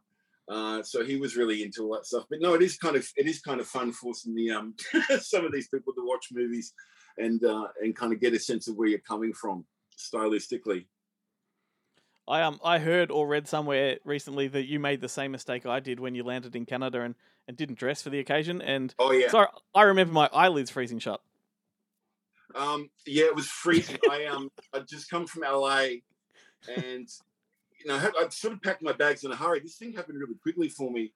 Speaker 12: Uh, so he was really into all that stuff. But no, it is kind of it is kind of fun forcing the um, some of these people to watch movies and uh, and kind of get a sense of where you're coming from stylistically.
Speaker 5: I um I heard or read somewhere recently that you made the same mistake I did when you landed in Canada and, and didn't dress for the occasion. And
Speaker 12: Oh, yeah.
Speaker 5: so I remember my eyelids freezing shut.
Speaker 12: Um, yeah, it was freezing. I um, I just come from LA, and you know, I sort of packed my bags in a hurry. This thing happened really quickly for me.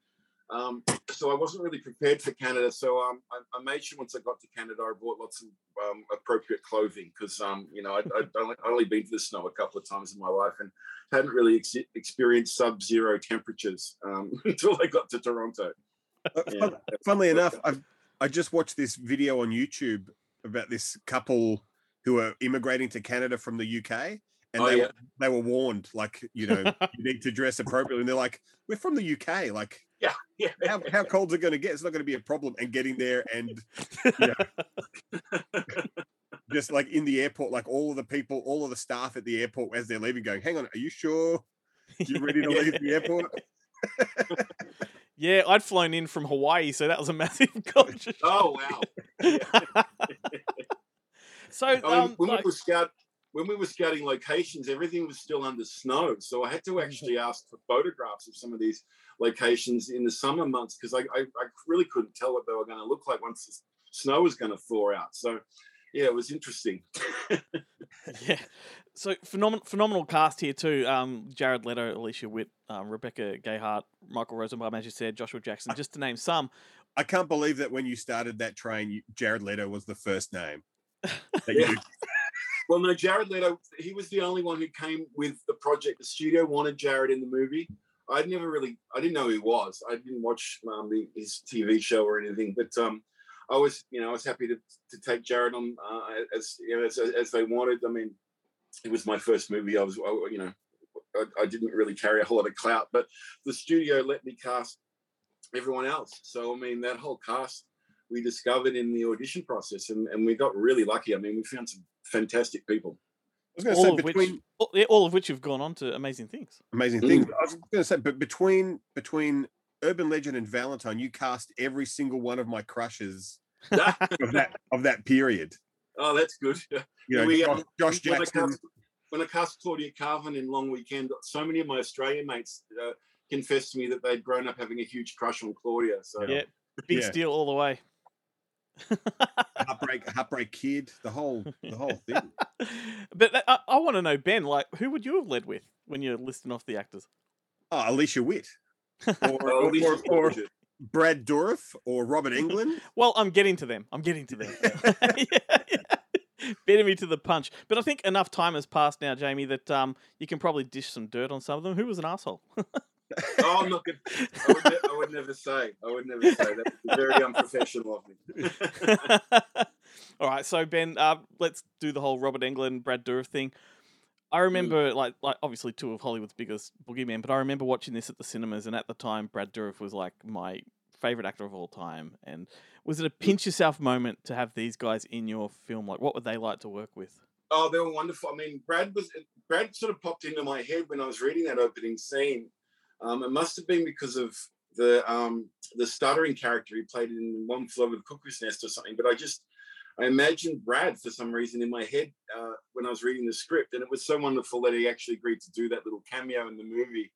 Speaker 12: Um, so I wasn't really prepared for Canada. So um, I, I made sure once I got to Canada, I bought lots of um, appropriate clothing because, um, you know, I'd, I'd only, I'd only been to the snow a couple of times in my life and hadn't really ex- experienced sub-zero temperatures um, until I got to Toronto. Yeah.
Speaker 7: Fun- Funnily enough, I've I just watched this video on YouTube about this couple who are immigrating to Canada from the UK, and
Speaker 12: Oh,
Speaker 7: they
Speaker 12: yeah.
Speaker 7: were, they were warned, like you know, you need to dress appropriately. And they're like, "We're from the UK, like."
Speaker 12: Yeah, yeah.
Speaker 7: How, how cold's it going to get? It's not going to be a problem. And getting there, and you know, just like in the airport, like all of the people, all of the staff at the airport as they're leaving, going, "Hang on, are you sure you're ready to leave the airport?"
Speaker 5: Yeah, I'd flown in from Hawaii, so that was a massive culture.
Speaker 12: Oh wow!
Speaker 5: so
Speaker 12: I mean,
Speaker 5: um,
Speaker 12: when
Speaker 5: like-
Speaker 12: we were scout, when we were scouting locations, everything was still under snow. So I had to
Speaker 5: Mm-hmm.
Speaker 12: actually ask for photographs of some of these locations in the summer months because I, I, I really couldn't tell what they were going to look like once the snow was going to thaw out. So yeah, it was interesting.
Speaker 5: yeah. So phenomenal, phenomenal cast here too. Um, Jared Leto, Alicia Witt, um, Rebecca Gayheart, Michael Rosenbaum, as you said, Joshua Jackson, just to name some.
Speaker 7: I can't believe that when you started that train, you- Jared Leto was the first name. that
Speaker 12: Yeah.
Speaker 7: you-
Speaker 12: Well, no, Jared Leto, he was the only one who came with the project. The studio wanted Jared in the movie. I'd never really, I didn't know who he was. I didn't watch um, the, his TV show or anything, but um, I was, you know, I was happy to, to take Jared on uh, as, you know, as as they wanted. I mean, it was my first movie. I was, I, you know, I, I didn't really carry a whole lot of clout, but the studio let me cast everyone else. So I mean, that whole cast we discovered in the audition process, and, and we got really lucky. I mean, we found some fantastic people.
Speaker 7: I was
Speaker 5: all,
Speaker 7: going to say
Speaker 5: of
Speaker 7: between
Speaker 5: which, all, yeah, all of which have gone on to amazing things.
Speaker 7: amazing
Speaker 5: Mm.
Speaker 7: things. I was going to say, but between between Urban Legend and Valentine, you cast every single one of my crushes of that of that period.
Speaker 12: Oh, that's good. um,
Speaker 7: You know, Josh- Josh
Speaker 12: when I
Speaker 7: Jackson.
Speaker 12: cast- When I cast Claudia Carvin in Long Weekend, so many of my Australian mates uh, confessed to me that they'd grown up having a huge crush on Claudia. So
Speaker 5: Yeah, big
Speaker 7: Yeah.
Speaker 5: steal all the way.
Speaker 7: Heartbreak, Heartbreak Kid, the whole the whole thing.
Speaker 5: But that- I, I want to know, Ben, like, who would you have led with when you're listing off the actors?
Speaker 7: Oh, Alicia Witt, or,
Speaker 5: Oh,
Speaker 7: or-
Speaker 5: Alicia
Speaker 7: or- or
Speaker 5: Witt.
Speaker 7: Brad Dourif, or Robert England.
Speaker 5: Well, I'm getting to them. I'm getting to them. Yeah, yeah. Beating me to the punch. But I think enough time has passed now, Jamie, that um, you can probably dish some dirt on some of them. Who was an asshole?
Speaker 12: oh, I'm not good. I would, ne- I would never say. I would never say. That's very unprofessional of me.
Speaker 5: All right, so Ben, uh, let's do the whole Robert Englund, Brad Dourif thing. I remember, like, like obviously two of Hollywood's biggest boogeymen, but I remember watching this at the cinemas, and at the time, Brad Dourif was like my favorite actor of all time. And was it a pinch yourself moment to have these guys in your film? Like, what would they like to work with?
Speaker 12: Oh, they were wonderful. I mean, Brad was Brad sort of popped into my head when I was reading that opening scene. Um, it must have been because of the um, the stuttering character he played in One Flew Over the Cuckoo's Nest or something. But I just I imagined Brad for some reason in my head uh, when I was reading the script, and it was so wonderful that he actually agreed to do that little cameo in the movie.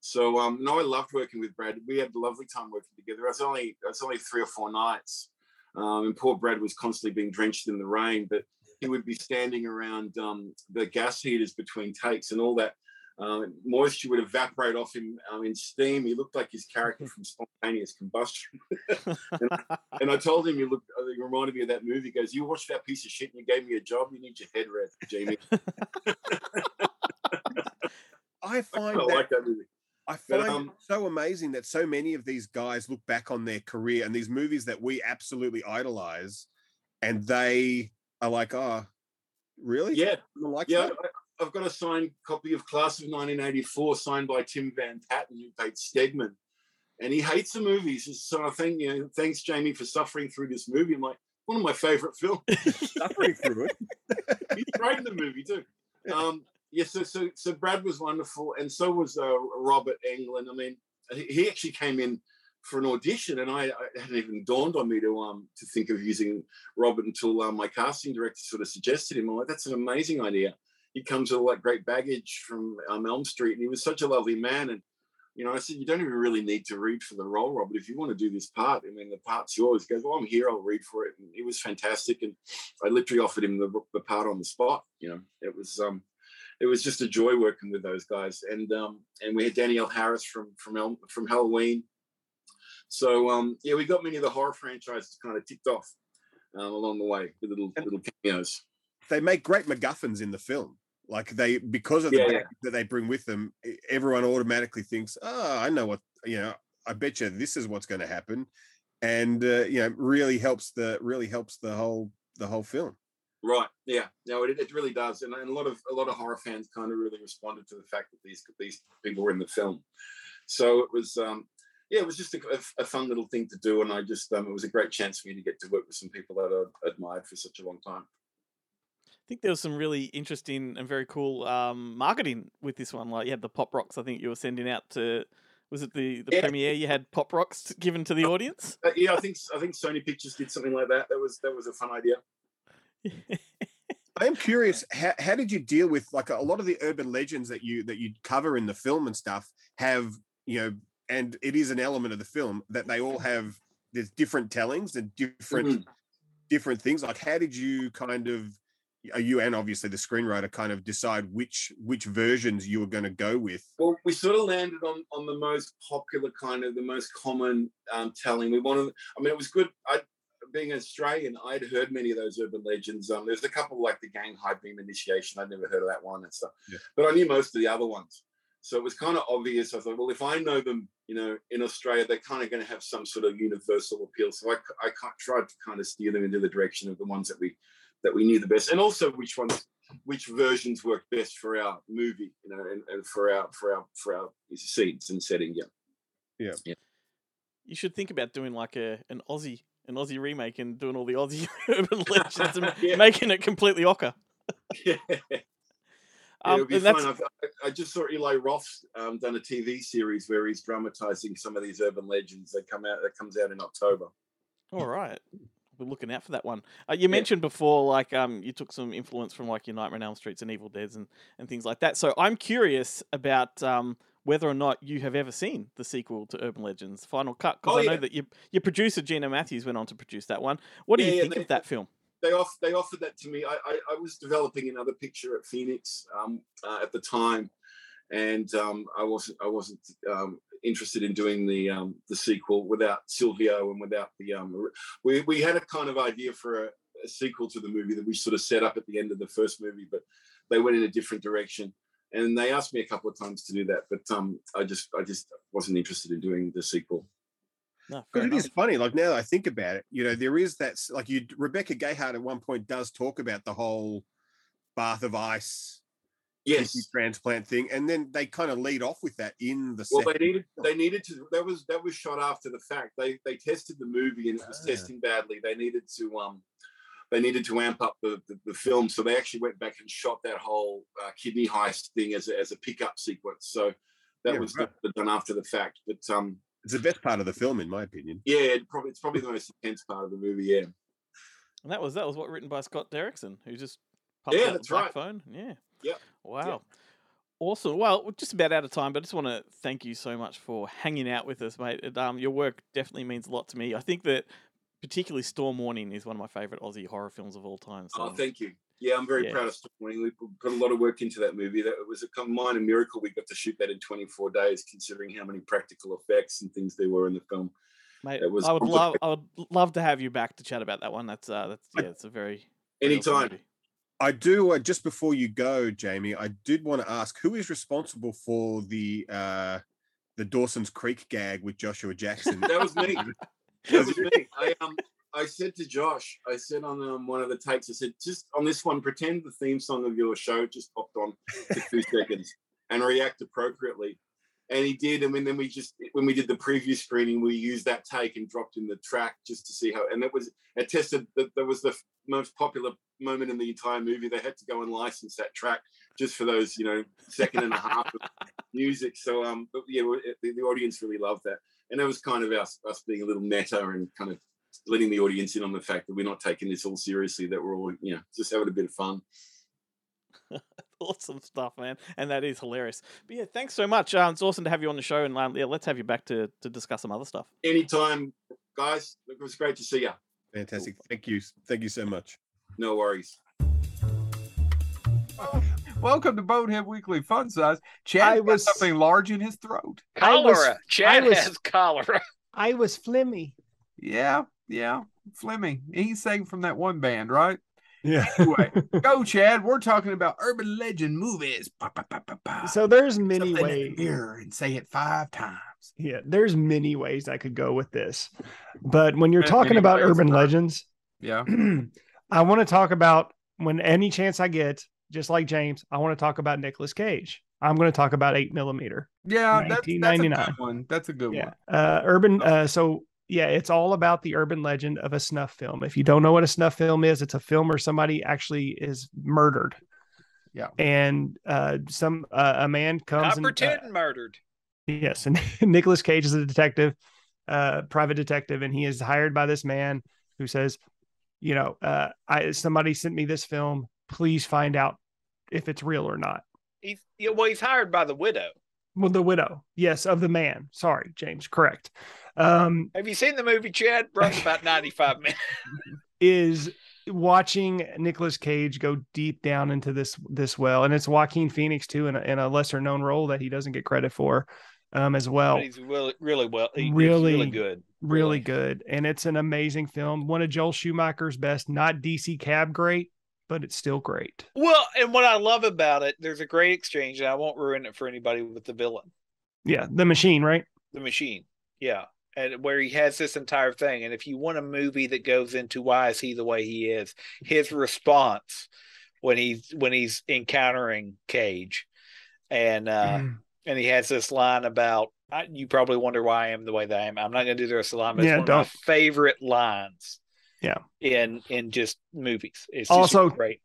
Speaker 12: So um, no, I loved working with Brad. We had a lovely time working together. It was only it was only three or four nights, um, and poor Brad was constantly being drenched in the rain, but he would be standing around um, the gas heaters between takes and all that. Um, moisture would evaporate off him um, in steam. He looked like his character from Spontaneous Combustion. and, I, and I told him, "You look." He reminded me of that movie. He goes, "You watched that piece of shit, and you gave me a job. You need your head wrapped, Jamie."
Speaker 7: I find
Speaker 12: I
Speaker 7: that
Speaker 12: like that movie.
Speaker 7: I
Speaker 12: But,
Speaker 7: find it
Speaker 12: um,
Speaker 7: so amazing that so many of these guys look back on their career and these movies that we absolutely idolize, and they are like, "Oh, really?
Speaker 12: Yeah,
Speaker 7: Someone like
Speaker 12: yeah.
Speaker 7: that?"
Speaker 12: I- I've got a signed copy of Class of 1984, signed by Tim Van Patten, who played Stegman, and he hates the movies. So I think, you know, thanks Jamie for suffering through this movie. I'm like, one of my favorite films.
Speaker 7: suffering through it.
Speaker 12: He's great in the movie too. Um, yeah, so, so so Brad was wonderful, and so was uh, Robert Englund. I mean, he, he actually came in for an audition, and I, I it hadn't even dawned on me to um to think of using Robert until um, my casting director sort of suggested him. I'm like, that's an amazing idea. He comes with all that great baggage from um, Elm Street, and he was such a lovely man. And you know, I said, you don't even really need to read for the role, Robert. If you want to do this part, I mean, the part's yours. He goes, well, I'm here. I'll read for it. And it was fantastic. And I literally offered him the, the part on the spot. You know, it was um, it was just a joy working with those guys. And um, and we had Danielle Harris from from El- from Halloween. So um, yeah, we got many of the horror franchises kind of ticked off um, along the way with little little cameos.
Speaker 7: They make great MacGuffins in the film. Like they, because of the
Speaker 12: Yeah,
Speaker 7: baggage
Speaker 12: yeah.
Speaker 7: that they bring with them, e- everyone automatically thinks, "Oh, I know what you know. I bet you this is what's going to happen," and uh, you know, really helps the really helps the whole the whole film.
Speaker 12: Right. Yeah. No, it, it really does, and, and a lot of a lot of horror fans kind of really responded to the fact that these these people were in the film. So it was, um, yeah, it was just a, a- a fun little thing to do, and I just um, it was a great chance for me to get to work with some people that I admired for such a long time.
Speaker 5: I think there was some really interesting and very cool um, marketing with this one. Like you had the pop rocks. I think you were sending out to was it the the
Speaker 12: Yeah.
Speaker 5: premiere? You had pop rocks given to the audience.
Speaker 12: Uh, yeah, I think I think Sony Pictures did something like that. That was that was a fun idea.
Speaker 7: I am curious. How, how did you deal with like a lot of the urban legends that you that you cover in the film and stuff have you know, and it is an element of the film that they all have. There's different tellings and different different things. Like, how did you kind of are you and obviously the screenwriter kind of decide which which versions you were going to go with?
Speaker 12: Well, we sort of landed on on the most popular kind of the most common um, telling. We wanted. I mean, it was good. I, being Australian, I'd heard many of those urban legends. Um, there's a couple like the gang high beam initiation. I'd never heard of that one and stuff, but I knew most of the other ones. So it was kind of obvious. I thought, well, if I know them, you know, in Australia, they're kind of going to have some sort of universal appeal. So I, I ca- tried to kind of steer them into the direction of the ones that we that we knew the best, and also which ones which versions work best for our movie, you know, and, and for our for our for our scenes and setting. Yeah.
Speaker 7: Yeah.
Speaker 12: yeah.
Speaker 5: You should think about doing like a an Aussie an Aussie remake and doing all the Aussie urban legends and making it completely ocker.
Speaker 12: Yeah,
Speaker 5: Um,
Speaker 12: it'll be
Speaker 5: and
Speaker 12: fun.
Speaker 5: that's-
Speaker 12: I've, I- I just saw Eli Roth's um, done a TV series where he's dramatizing some of these urban legends that come out that comes out in October.
Speaker 5: All right. We're looking out for that one. Uh, you mentioned before, like, um, you took some influence from like your Nightmare on Elm Streets and Evil Dead's and, and things like that. So I'm curious about um, whether or not you have ever seen the sequel to Urban Legends, Final Cut, because
Speaker 12: Oh,
Speaker 5: I know
Speaker 12: yeah.
Speaker 5: that your your producer Gina Matthews went on to produce that one. What do
Speaker 12: Yeah,
Speaker 5: you
Speaker 12: yeah,
Speaker 5: think
Speaker 12: they-
Speaker 5: of that film?
Speaker 12: they off they offered that to me. I, I, I was developing another picture at Phoenix um, uh, at the time, and um, I wasn't I wasn't um, interested in doing the um, the sequel without Silvio and without the um, or- we we had a kind of idea for a, a sequel to the movie that we sort of set up at the end of the first movie, but they went in a different direction. And they asked me a couple of times to do that, but um, I just I just wasn't interested in doing the sequel.
Speaker 7: Because it is funny. Like now that I think about it, you know, there is that s- like you Rebecca Gayheart at one point does talk about the whole bath of ice
Speaker 12: yes
Speaker 7: kidney transplant thing, and then they kind of lead off with that in the
Speaker 12: Well,
Speaker 7: second
Speaker 12: they needed they needed to. That was that was shot after the fact. They they tested the movie and it was testing badly. They needed to um, they needed to amp up the, the, the film. So they actually went back and shot that whole uh, kidney heist thing as a, as a pickup sequence. So that
Speaker 7: Yeah,
Speaker 12: was
Speaker 7: right.
Speaker 12: done after the fact. But um,
Speaker 7: It's the best part of the film, in my opinion.
Speaker 12: yeah, it probably it's probably the most intense part of the movie. Yeah,
Speaker 5: And that was that was what written by Scott Derrickson, who just popped
Speaker 12: Yeah,
Speaker 5: out
Speaker 12: that's
Speaker 5: the black
Speaker 12: right.
Speaker 5: phone. Yeah.
Speaker 12: yeah.
Speaker 5: Wow. Awesome. Well, we're just about out of time, but I just want to thank you so much for hanging out with us, mate. It, um, your work definitely means a lot to me. I think that particularly Storm Warning is one of my favorite Aussie horror films of all time. So
Speaker 12: Oh, thank you. Yeah, I'm very
Speaker 5: Yeah.
Speaker 12: proud of Storm Wing. We put- put a lot of work into that movie. That it was a com- minor miracle we got to shoot that in 24 days, considering how many practical effects and things there were in the film.
Speaker 5: mate,
Speaker 12: It was
Speaker 5: I would love,
Speaker 12: complicated.
Speaker 5: I would love to have you back to chat about that one. That's uh, that's yeah, it's a very very awesome movie.
Speaker 7: I do. Uh, just before you go, Jamie, I did want to ask who is responsible for the uh, the Dawson's Creek gag with Joshua Jackson.
Speaker 12: That was me. That was me. I um I said to Josh, I said on um, one of the takes, I said, just on this one, pretend the theme song of your show just popped on for two seconds and react appropriately. And he did. And when- then we just, when we did the preview screening, we used that take and dropped in the track just to see how, and that was, it tested, that, that was the f- most popular moment in the entire movie. They had to go and license that track just for those, you know, second and a half of music. So, um, but yeah, we- the, the audience really loved that. And that was kind of us, us being a little meta and kind of letting the audience in on the fact that we're not taking this all seriously, that we're all, you know, just having a bit of fun.
Speaker 5: awesome stuff, man, and that is hilarious. But yeah, thanks so much. Um, it's awesome to have you on the show, and um, yeah, let's have you back to to discuss some other stuff.
Speaker 12: Anytime, guys, it was great to see you.
Speaker 7: Fantastic. Thank you. Thank you so much.
Speaker 12: No worries.
Speaker 13: Welcome to Bonehead Weekly Fun Size. Chad was something large in his throat.
Speaker 14: Cholera. Chad
Speaker 13: I was-
Speaker 14: has cholera.
Speaker 15: I was Flimmy.
Speaker 13: Yeah, yeah. Fleming. He sang from that one band, right? Yeah. Anyway, go, Chad. We're talking about urban legend movies. Pa, pa, pa, pa, pa.
Speaker 15: So there's many
Speaker 13: Something in
Speaker 15: ways.
Speaker 13: the mirror and say it five times.
Speaker 15: Yeah, there's many ways I could go with this, but when you're
Speaker 13: Many
Speaker 15: talking about
Speaker 13: ways,
Speaker 15: urban
Speaker 13: huh?
Speaker 15: legends,
Speaker 13: Yeah.
Speaker 15: I want to talk about when any chance I get, just like James, I want to talk about Nicolas Cage. I'm going to talk about eight millimeter.
Speaker 13: Yeah, that's, that's a
Speaker 15: 1999.
Speaker 13: good one. That's a good one.
Speaker 15: Uh, urban. Uh, so yeah, it's all about the urban legend of a snuff film. If you don't know what a snuff film is, it's a film where somebody actually is murdered.
Speaker 13: Yeah.
Speaker 15: And uh, some uh, a man comes.
Speaker 14: Not
Speaker 15: and, uh,
Speaker 14: pretend murdered.
Speaker 15: Yes, and Nicolas Cage is a detective, uh, private detective, and he is hired by this man who says, "You know, uh, I somebody sent me this film. Please find out if it's real or not."
Speaker 14: He's yeah, well, he's hired by the widow.
Speaker 15: Well, the widow, yes, of the man. Sorry, James, correct. Um,
Speaker 14: Have you seen the movie Chad? Runs about ninety-five minutes.
Speaker 15: is watching Nicolas Cage go deep down into this this well, and it's Joaquin Phoenix too, in a, in a lesser known role that he doesn't get credit for, um, as well.
Speaker 14: But he's really, really well. he- he's
Speaker 15: really,
Speaker 14: really good.
Speaker 15: really, good, and it's an amazing film. One of Joel Schumacher's best, not DC Cab great, but it's still great.
Speaker 14: Well, and what I love about it, there's a great exchange, and I won't ruin it for anybody with the villain,
Speaker 15: Yeah, The Machine, right?
Speaker 14: the machine. Yeah. And where he has this entire thing. And if you want a movie that goes into why is he the way he is, his response when he's when he's encountering Cage. And uh
Speaker 15: Mm.
Speaker 14: and he has this line about I, you probably wonder why I am the way that I am. I'm not gonna do the rest of the line, but
Speaker 15: Yeah,
Speaker 14: it's one
Speaker 15: don't.
Speaker 14: of my favorite lines
Speaker 15: Yeah.
Speaker 14: in in just movies. It's just
Speaker 15: Also-
Speaker 14: great.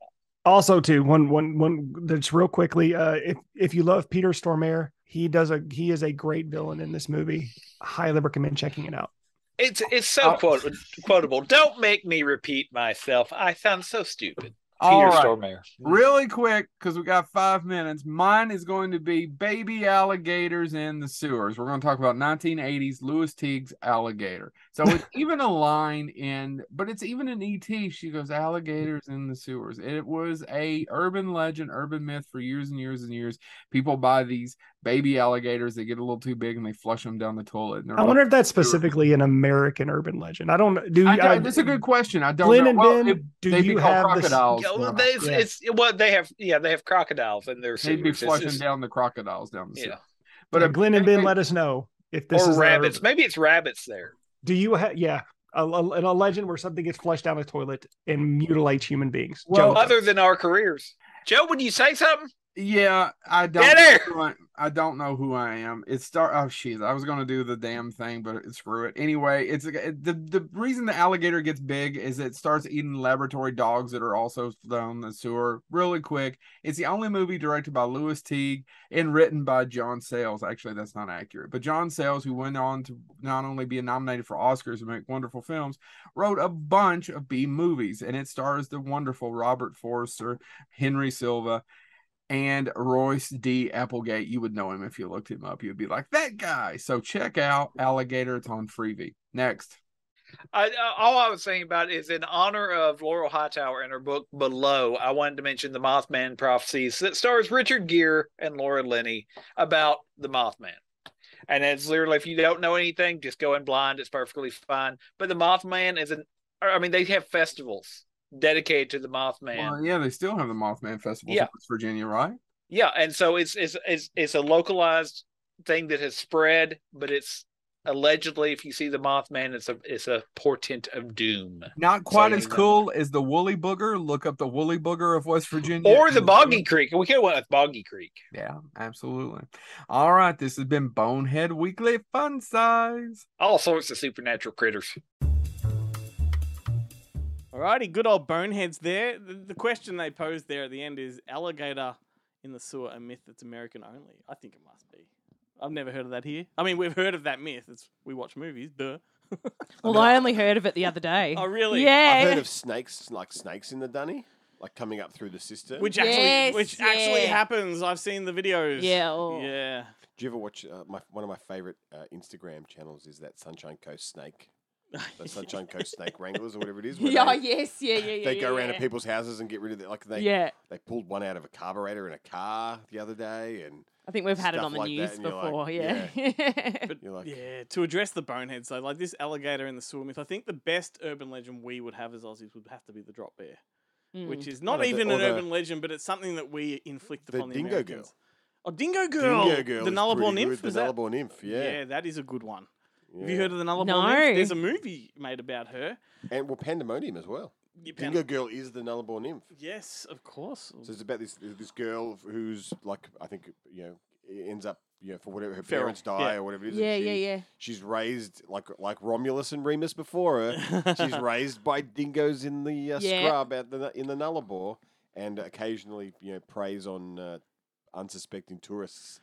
Speaker 15: Also, too, one one one that's real quickly. Uh, if if you love Peter Stormare, he does a he is a great villain in this movie. Highly recommend checking it out.
Speaker 14: It's it's so quot- quotable. Don't make me repeat myself. I sound so stupid.
Speaker 13: All
Speaker 14: Peter
Speaker 13: right.
Speaker 14: Stormare.
Speaker 13: Really quick, because we got five minutes. Mine is going to be baby alligators in the sewers. We're going to talk about 1980s Lewis Teague's alligator. So it's even a line in, but it's even in ET. She goes alligators in the sewers. It was a urban legend, urban myth for years and years and years. People buy these baby alligators. They get a little too big and they flush them down the toilet. And they're
Speaker 15: I wonder
Speaker 13: like-
Speaker 15: if that's specifically an American urban legend. I don't do.
Speaker 13: I, I,
Speaker 15: I-
Speaker 13: that's a good question. I don't
Speaker 15: Glenn
Speaker 13: know.
Speaker 15: and
Speaker 13: Well,
Speaker 15: Ben,
Speaker 13: if
Speaker 15: do
Speaker 13: they'd be
Speaker 15: you
Speaker 13: called
Speaker 15: have this-
Speaker 13: crocodiles?
Speaker 14: Yeah, well,
Speaker 13: then I-
Speaker 14: they, it's, it's well, they have yeah, they have crocodiles in their
Speaker 13: They'd be
Speaker 14: sewers. It's
Speaker 13: flushing
Speaker 14: just-
Speaker 13: down the crocodiles down the
Speaker 14: Yeah.
Speaker 13: sewer.
Speaker 15: But
Speaker 13: But
Speaker 15: yeah,
Speaker 13: a-
Speaker 15: Glenn and Ben, let us know if this
Speaker 14: or
Speaker 15: is an
Speaker 14: rabbits.
Speaker 15: urban-
Speaker 14: Maybe it's rabbits there.
Speaker 15: Do you have yeah a, a, a legend where something gets flushed down a toilet and mutilates human beings?
Speaker 14: Well,
Speaker 15: Joe,
Speaker 14: other than our careers, Joe, would you say something?
Speaker 13: Yeah, uh, I don't.
Speaker 14: Get
Speaker 13: know who I, I don't know who I am. It start. Oh shit! I was gonna do the damn thing, but it- screw it. Anyway, it's it- the the reason the alligator gets big is it starts eating laboratory dogs that are also down the sewer really quick. It's the only movie directed by Lewis Teague and written by John Sayles. Actually, that's not accurate, but John Sayles, who went on to not only be nominated for Oscars and make wonderful films, wrote a bunch of B movies, and it stars the wonderful Robert Forster, Henry Silva and Royce D. Applegate. You would know him if you looked him up. You'd be like, that guy. So check out Alligator. It's on Freebie. Next.
Speaker 14: I, uh, all I was thinking about is in honor of Laurel Hightower in her book Below, I wanted to mention the Mothman prophecies that stars Richard Gere and Laura Linney about the Mothman. And it's literally, if you don't know anything, just go in blind. It's perfectly fine. But the Mothman is an, or, I mean, they have festivals dedicated to the Mothman.
Speaker 13: Well, yeah, they still have the Mothman Festival
Speaker 14: Yeah.
Speaker 13: in West Virginia, right?
Speaker 14: Yeah, and so it's it's it's it's a localized thing that has spread, but it's allegedly, if you see the Mothman, it's a it's a portent of doom.
Speaker 13: Not
Speaker 14: So
Speaker 13: quite
Speaker 14: you
Speaker 13: as
Speaker 14: know.
Speaker 13: cool as the Woolly Booger. Look up the Woolly Booger of West Virginia.
Speaker 14: Or the Boggy Creek. We could have went with Boggy Creek.
Speaker 13: Yeah, absolutely. All right. This has been Bonehead Weekly Fun Size.
Speaker 14: All sorts of supernatural critters.
Speaker 5: Alrighty, good old boneheads there. The, the question they posed there at the end is alligator in the sewer a myth that's American only? I think it must be. I've never heard of that here. I mean, we've heard of that myth. It's we watch movies, duh.
Speaker 6: Well, I only heard of it the other day.
Speaker 5: Oh, really?
Speaker 6: Yeah.
Speaker 7: I've heard of snakes, like snakes in the dunny, like coming up through the cistern.
Speaker 5: Which actually which actually happens. I've seen the videos. Yeah.
Speaker 7: Do you ever watch uh, my one of my favorite uh, Instagram channels is that Sunshine Coast Snake? the Sunchunko snake wranglers or whatever it is. where
Speaker 6: Yeah,
Speaker 7: they-
Speaker 6: yes, yeah, yeah, yeah.
Speaker 7: they go
Speaker 6: yeah,
Speaker 7: around
Speaker 6: yeah.
Speaker 7: to people's houses and get rid of it. Like they
Speaker 6: Yeah.
Speaker 7: they pulled one out of a carburetor in a car the other day, and
Speaker 6: I think we've had it
Speaker 7: stuff
Speaker 6: on the
Speaker 7: like that,
Speaker 6: news
Speaker 7: and you're like,
Speaker 6: before. yeah.
Speaker 5: But
Speaker 7: You're like-
Speaker 5: yeah, to address the boneheads though, like this alligator in the sewer myth, I think the best urban legend we would have as Aussies would have to be the drop bear, which
Speaker 16: Mm.
Speaker 6: Hmm.
Speaker 5: is
Speaker 16: Or
Speaker 5: not
Speaker 16: the-
Speaker 5: even
Speaker 16: or
Speaker 5: an
Speaker 16: the-
Speaker 5: urban legend, but it's something that we inflict
Speaker 7: The
Speaker 5: upon the
Speaker 7: dingo
Speaker 5: Americans.
Speaker 7: girl.
Speaker 5: Oh, dingo girl,
Speaker 7: Dingo Girl
Speaker 5: the
Speaker 7: is
Speaker 5: Nullarbor
Speaker 7: pretty
Speaker 5: nymph.
Speaker 7: good, the
Speaker 5: is that-
Speaker 7: Nullarbor nymph, yeah.
Speaker 5: yeah, that is a good one. Have you
Speaker 7: Yeah.
Speaker 5: heard of the Nullarbor
Speaker 7: No.
Speaker 5: nymph? There's a movie made about her.
Speaker 7: and well, pandemonium as well.
Speaker 5: Yeah, pan-
Speaker 7: Dingo Girl is the Nullarbor nymph.
Speaker 5: Yes, of course.
Speaker 7: So it's about this this girl who's like I think you know ends up you know for whatever her
Speaker 5: Feral,
Speaker 7: parents die
Speaker 5: yeah.
Speaker 7: or whatever it is.
Speaker 6: Yeah,
Speaker 7: and
Speaker 6: yeah,
Speaker 7: she-
Speaker 6: yeah.
Speaker 7: She's raised like like Romulus and Remus before her. she's raised by dingoes in the uh,
Speaker 6: Yeah.
Speaker 7: scrub at the in the Nullarbor, and occasionally you know preys on uh, unsuspecting tourists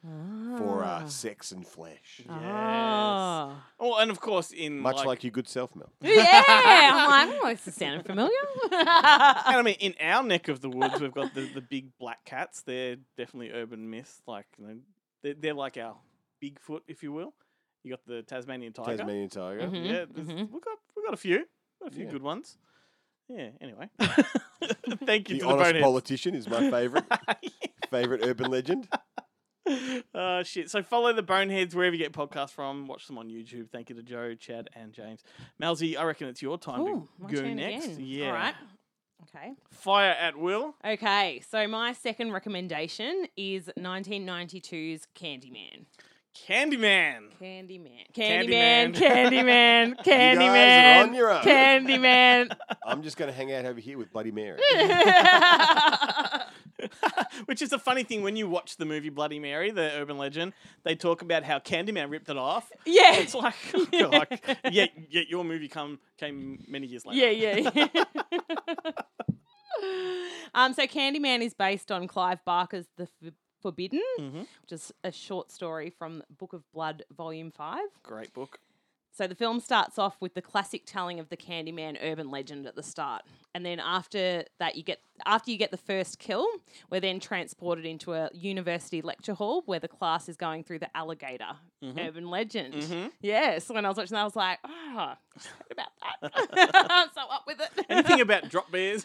Speaker 7: for
Speaker 5: Ah.
Speaker 7: uh, sex and flesh.
Speaker 6: Ah.
Speaker 5: Yes. Oh, and of course in
Speaker 7: Much like, your good self, Mel.
Speaker 6: yeah, I'm like, oh, this sounded familiar.
Speaker 5: and I mean, in our neck of the woods, we've got the, the big black cats. They're definitely urban myths. Like you know, they're, they're like our Bigfoot, if you will. You got the Tasmanian tiger.
Speaker 7: Tasmanian tiger.
Speaker 6: Mm-hmm,
Speaker 7: Mhm,
Speaker 5: Yeah, there's- we've got we've got a few, got a few
Speaker 7: Yeah.
Speaker 5: good ones. Yeah. Anyway, thank you to
Speaker 7: the
Speaker 5: the
Speaker 7: honest
Speaker 5: boneheads.
Speaker 7: politician is my favorite favorite urban legend.
Speaker 5: Uh, shit. So follow the Boneheads wherever you get podcasts from. Watch them on YouTube. Thank you to Joe, Chad, and James. Malzy, I reckon it's your time
Speaker 6: Ooh, my
Speaker 5: to go
Speaker 6: turn
Speaker 5: next.
Speaker 6: again.
Speaker 5: Yeah.
Speaker 6: All right. Okay.
Speaker 5: Fire at will.
Speaker 6: Okay, so my second recommendation is 1992's Candyman.
Speaker 5: Candyman.
Speaker 6: Candyman.
Speaker 5: Candyman.
Speaker 6: Candyman. Candyman.
Speaker 5: You
Speaker 7: guys are
Speaker 6: Candyman.
Speaker 7: on your own.
Speaker 6: Candyman.
Speaker 7: I'm just going to hang out over here with Bloody Mary.
Speaker 5: Which is a funny thing when you watch the movie Bloody Mary, the urban legend, they talk about how Candyman ripped it off.
Speaker 6: Yeah.
Speaker 5: It's like, yeah. like yet, yet your movie come came many years later.
Speaker 6: Yeah, yeah. yeah. um, so Candyman is based on Clive Barker's The F- Forbidden,
Speaker 5: Mhm.
Speaker 6: which is a short story from Book of Blood, Volume 5.
Speaker 5: Great book.
Speaker 6: So the film starts off with the classic telling of the Candyman urban legend at the start, and then after that, you get after you get the first kill, we're then transported into a university lecture hall where the class is going through the alligator
Speaker 11: Mhm.
Speaker 6: urban legend.
Speaker 11: Mhm.
Speaker 6: Yes, when I was watching that, I was like, ah, about that. so up with it.
Speaker 5: Anything about drop bears?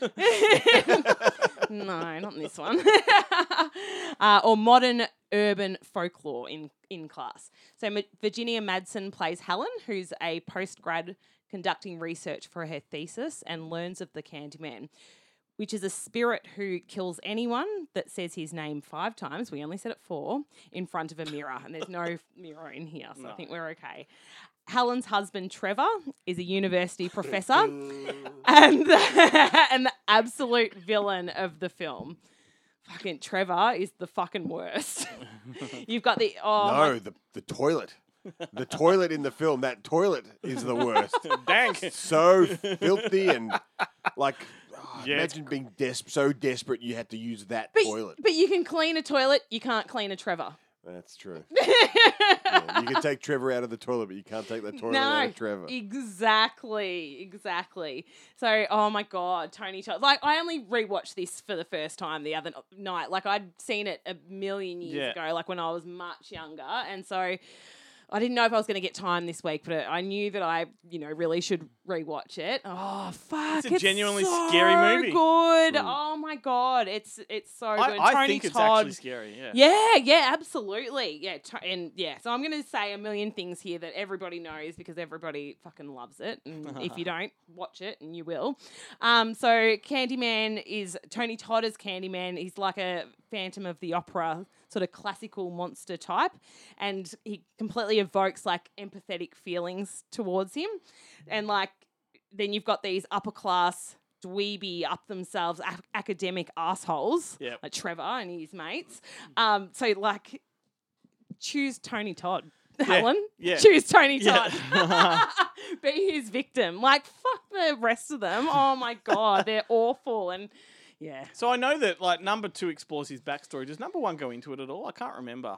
Speaker 6: no, not in this one. uh, or modern urban folklore in, in class. So Ma- Virginia Madsen plays Helen, who's a postgrad conducting research for her thesis and learns of the Candyman, which is a spirit who kills anyone that says his name five times. We only said it four in front of a mirror, and there's no mirror in here, so I
Speaker 11: No.
Speaker 6: think we're okay. Helen's husband Trevor is a university professor and the, and the absolute villain of the film. Fucking Trevor is the fucking worst. You've got the oh my-
Speaker 7: no, the, the toilet. The toilet in the film, that toilet is the worst.
Speaker 5: Dank.
Speaker 7: So filthy and like oh,
Speaker 5: Yeah, it's
Speaker 7: imagine being des- so desperate you had to use that
Speaker 6: but,
Speaker 7: toilet.
Speaker 6: but you can clean a toilet, you can't clean a Trevor.
Speaker 7: That's true. Yeah, you can take Trevor out of the toilet, but you can't take that toilet out of Trevor.
Speaker 6: Exactly, exactly. So, oh my god, Tony Todd. Like, I only rewatched this for the first time the other n- night. Like, I'd seen it a million years
Speaker 11: Yeah.
Speaker 6: ago, like when I was much younger, and so. I didn't know if I was going to get time this week, but I knew that I, you know, really should rewatch it. Oh fuck!
Speaker 5: It's a genuinely
Speaker 6: so
Speaker 5: scary movie.
Speaker 6: Good.
Speaker 5: Mm.
Speaker 6: Oh my god, it's it's so
Speaker 5: I-
Speaker 6: good.
Speaker 5: I
Speaker 6: Tony
Speaker 5: think it's
Speaker 6: Todd.
Speaker 5: actually scary, yeah.
Speaker 6: yeah, yeah, absolutely. Yeah, to- and yeah. So I'm going to say a million things here that everybody knows because everybody fucking loves it. And if you don't, watch it and you will. Um, so Candyman is Tony Todd as Candyman. He's like a Phantom of the Opera sort of classical monster type, and he completely evokes like empathetic feelings towards him, and like then you've got these upper class dweeby up themselves ac academic assholes
Speaker 5: Yep.
Speaker 6: like Trevor and his mates. Um, so like choose Tony Todd. Helen,
Speaker 5: yeah.
Speaker 6: choose Tony
Speaker 5: Yeah.
Speaker 6: Todd. Be his victim. Like fuck the rest of them. Oh my god, they're awful. And yeah,
Speaker 5: So I know that like number two explores his backstory. Does number one go into it at all? I can't remember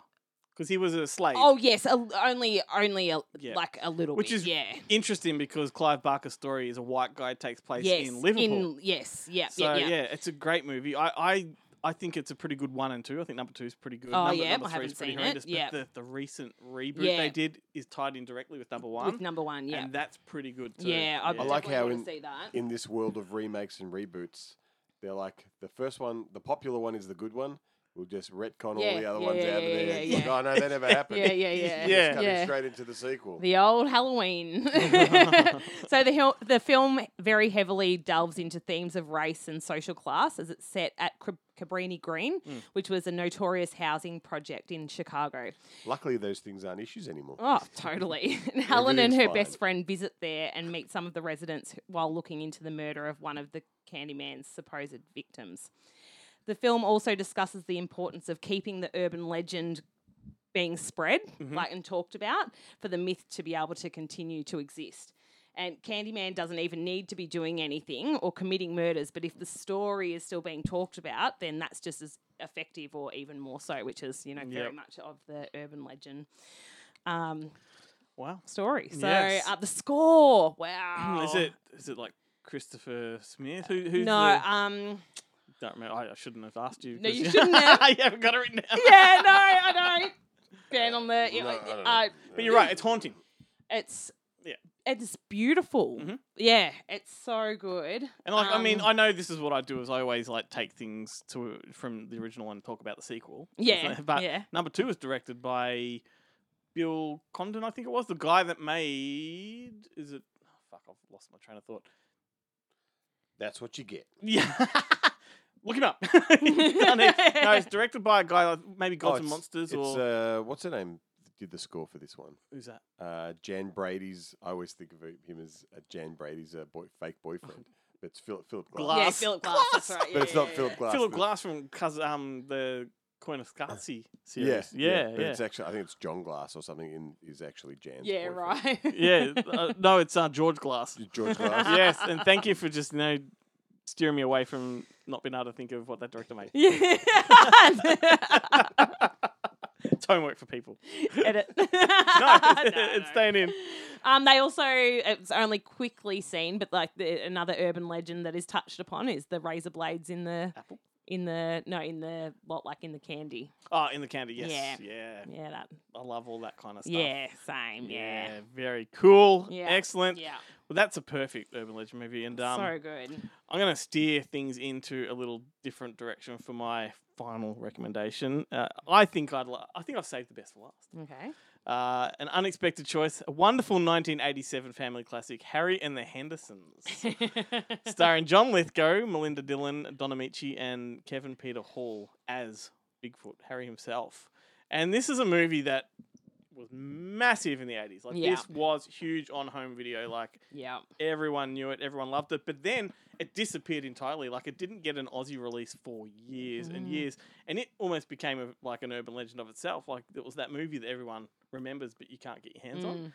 Speaker 5: because he was a slave.
Speaker 6: oh yes, a, only only a,
Speaker 5: Yeah.
Speaker 6: like a little
Speaker 5: which
Speaker 6: bit.
Speaker 5: is
Speaker 6: yeah.
Speaker 5: interesting because Clive Barker's story is a white guy takes place
Speaker 6: Yes,
Speaker 5: in Liverpool.
Speaker 6: in- yes, yeah,
Speaker 5: so
Speaker 6: yeah, yeah.
Speaker 5: it's a great movie. I, I I think it's a pretty good one and two. I think number two is pretty good.
Speaker 6: Oh,
Speaker 5: number,
Speaker 6: yeah,
Speaker 5: number
Speaker 6: I
Speaker 5: three is
Speaker 6: haven't
Speaker 5: pretty
Speaker 6: seen it.
Speaker 5: horrendous, but
Speaker 6: Yeah.
Speaker 5: the, the recent reboot
Speaker 6: Yeah.
Speaker 5: they did is tied in directly with number one.
Speaker 6: With number one, yeah.
Speaker 5: and that's pretty good too.
Speaker 6: Yeah, I
Speaker 7: I like
Speaker 6: definitely
Speaker 7: how
Speaker 6: wanna
Speaker 7: in,
Speaker 6: see that.
Speaker 7: in this world of remakes and reboots, they're like the first one, the popular one is the good one. We'll just retcon all
Speaker 6: Yeah,
Speaker 7: the other
Speaker 6: yeah, yeah,
Speaker 7: ones out
Speaker 6: yeah,
Speaker 7: of there.
Speaker 6: yeah,
Speaker 7: It's like,
Speaker 6: yeah.
Speaker 7: oh no, that never happened.
Speaker 6: Yeah, yeah, yeah.
Speaker 7: It's
Speaker 6: Yeah.
Speaker 7: coming
Speaker 6: Yeah.
Speaker 7: straight into the sequel.
Speaker 6: The old Halloween. so the hel- the film very heavily delves into themes of race and social class as it's set at Cab- Cabrini Green,
Speaker 7: Mm.
Speaker 6: which was a notorious housing project in Chicago.
Speaker 7: Luckily, those things aren't issues anymore.
Speaker 6: Oh, totally. And Helen and her
Speaker 7: Everything's
Speaker 6: best
Speaker 7: fine.
Speaker 6: friend visit there and meet some of the residents who- while looking into the murder of one of the Candyman's supposed victims. The film also discusses the importance of keeping the urban legend being spread,
Speaker 7: Mm-hmm.
Speaker 6: like and talked about, for the myth to be able to continue to exist. And Candyman doesn't even need to be doing anything or committing murders, but if the story is still being talked about, then that's just as effective or even more so, which is, you know, very
Speaker 5: Yep.
Speaker 6: much of the urban legend. Um,
Speaker 5: wow.
Speaker 6: Story. So
Speaker 5: Yes.
Speaker 6: uh, the score. Wow.
Speaker 5: is it is it like Christopher Smith? Who, who's
Speaker 6: No,
Speaker 5: the-
Speaker 6: um,
Speaker 5: don't remember. I, I shouldn't have asked you.
Speaker 6: No,
Speaker 5: 'cause
Speaker 6: you shouldn't have.
Speaker 5: I haven't got it written down.
Speaker 6: yeah, no, I know. Ban on the.
Speaker 5: No, I don't know.
Speaker 6: uh,
Speaker 5: But you're right. It's haunting.
Speaker 6: It's
Speaker 5: yeah.
Speaker 6: It's beautiful.
Speaker 5: Mm-hmm.
Speaker 6: Yeah, it's so good.
Speaker 5: And like, I mean,
Speaker 6: Um,
Speaker 5: I know this is what I do. Is I always like take things to from the original and talk about the sequel.
Speaker 6: Yeah,
Speaker 5: but
Speaker 6: yeah.
Speaker 5: number two was directed by Bill Condon, I think it was the guy that made. Is it? oh, fuck, I've lost my train of thought.
Speaker 7: That's what you get.
Speaker 5: Yeah. Look him up. He's done it. no, it's directed by a guy like maybe
Speaker 7: Oh,
Speaker 5: Gods and
Speaker 7: it's-
Speaker 5: Monsters
Speaker 7: it's,
Speaker 5: or
Speaker 7: uh, what's her name? Did the score for this one?
Speaker 5: Who's that?
Speaker 7: Uh, Jan Brady's. I always think of him as uh, Jan Brady's uh, boy, fake boyfriend. But it's Philip Philip Glass.
Speaker 6: Yeah, Philip Glass. That's right.
Speaker 7: But it's
Speaker 6: yeah,
Speaker 7: not
Speaker 6: yeah,
Speaker 7: Philip
Speaker 6: yeah.
Speaker 7: Glass.
Speaker 5: Philip
Speaker 7: but- Uh,
Speaker 5: Glass from Cous- um the Coin of Scotsy series.
Speaker 7: Yeah,
Speaker 5: yeah, yeah.
Speaker 7: But it's actually, I think it's John Glass or something. In is actually Jan's.
Speaker 6: Yeah,
Speaker 7: boyfriend.
Speaker 6: right.
Speaker 5: yeah, uh, no, it's uh, George Glass.
Speaker 7: George Glass.
Speaker 5: yes, and thank you for just you know steering me away from not being able to think of what that director made.
Speaker 6: Yeah.
Speaker 5: it's homework for people.
Speaker 6: Edit.
Speaker 5: no, it's staying in.
Speaker 6: Um, they also it's only quickly seen, but like the, another urban legend that is touched upon is the razor blades in the
Speaker 5: apple,
Speaker 6: in the no, in the lot like in the candy.
Speaker 5: Oh, in the candy. Yes.
Speaker 6: Yeah.
Speaker 5: Yeah.
Speaker 6: Yeah, that-
Speaker 5: I love all that kind of stuff.
Speaker 6: Yeah, same. Yeah.
Speaker 5: Very cool.
Speaker 6: Yeah,
Speaker 5: Excellent.
Speaker 6: yeah.
Speaker 5: Well, that's a perfect urban legend movie, and um,
Speaker 6: so good.
Speaker 5: I'm going to steer things into a little different direction for my final recommendation. Uh, I think I'd. Lo- I think I've saved the best for last.
Speaker 6: Okay.
Speaker 5: Uh, an unexpected choice, a wonderful 1987 family classic, Harry and the Hendersons, starring John Lithgow, Melinda Dillon, Don Amici, and Kevin Peter Hall as Bigfoot, Harry himself. And this is a movie that was massive in the 80s. Like
Speaker 6: Yeah.
Speaker 5: this was huge on home video. Like
Speaker 6: Yeah.
Speaker 5: everyone knew it, everyone loved it. But then it disappeared entirely. Like it didn't get an Aussie release for years and
Speaker 6: Mm.
Speaker 5: years, and it almost became a, like an urban legend of itself. Like it was that movie that everyone remembers, but you can't get your hands on.
Speaker 7: Mm.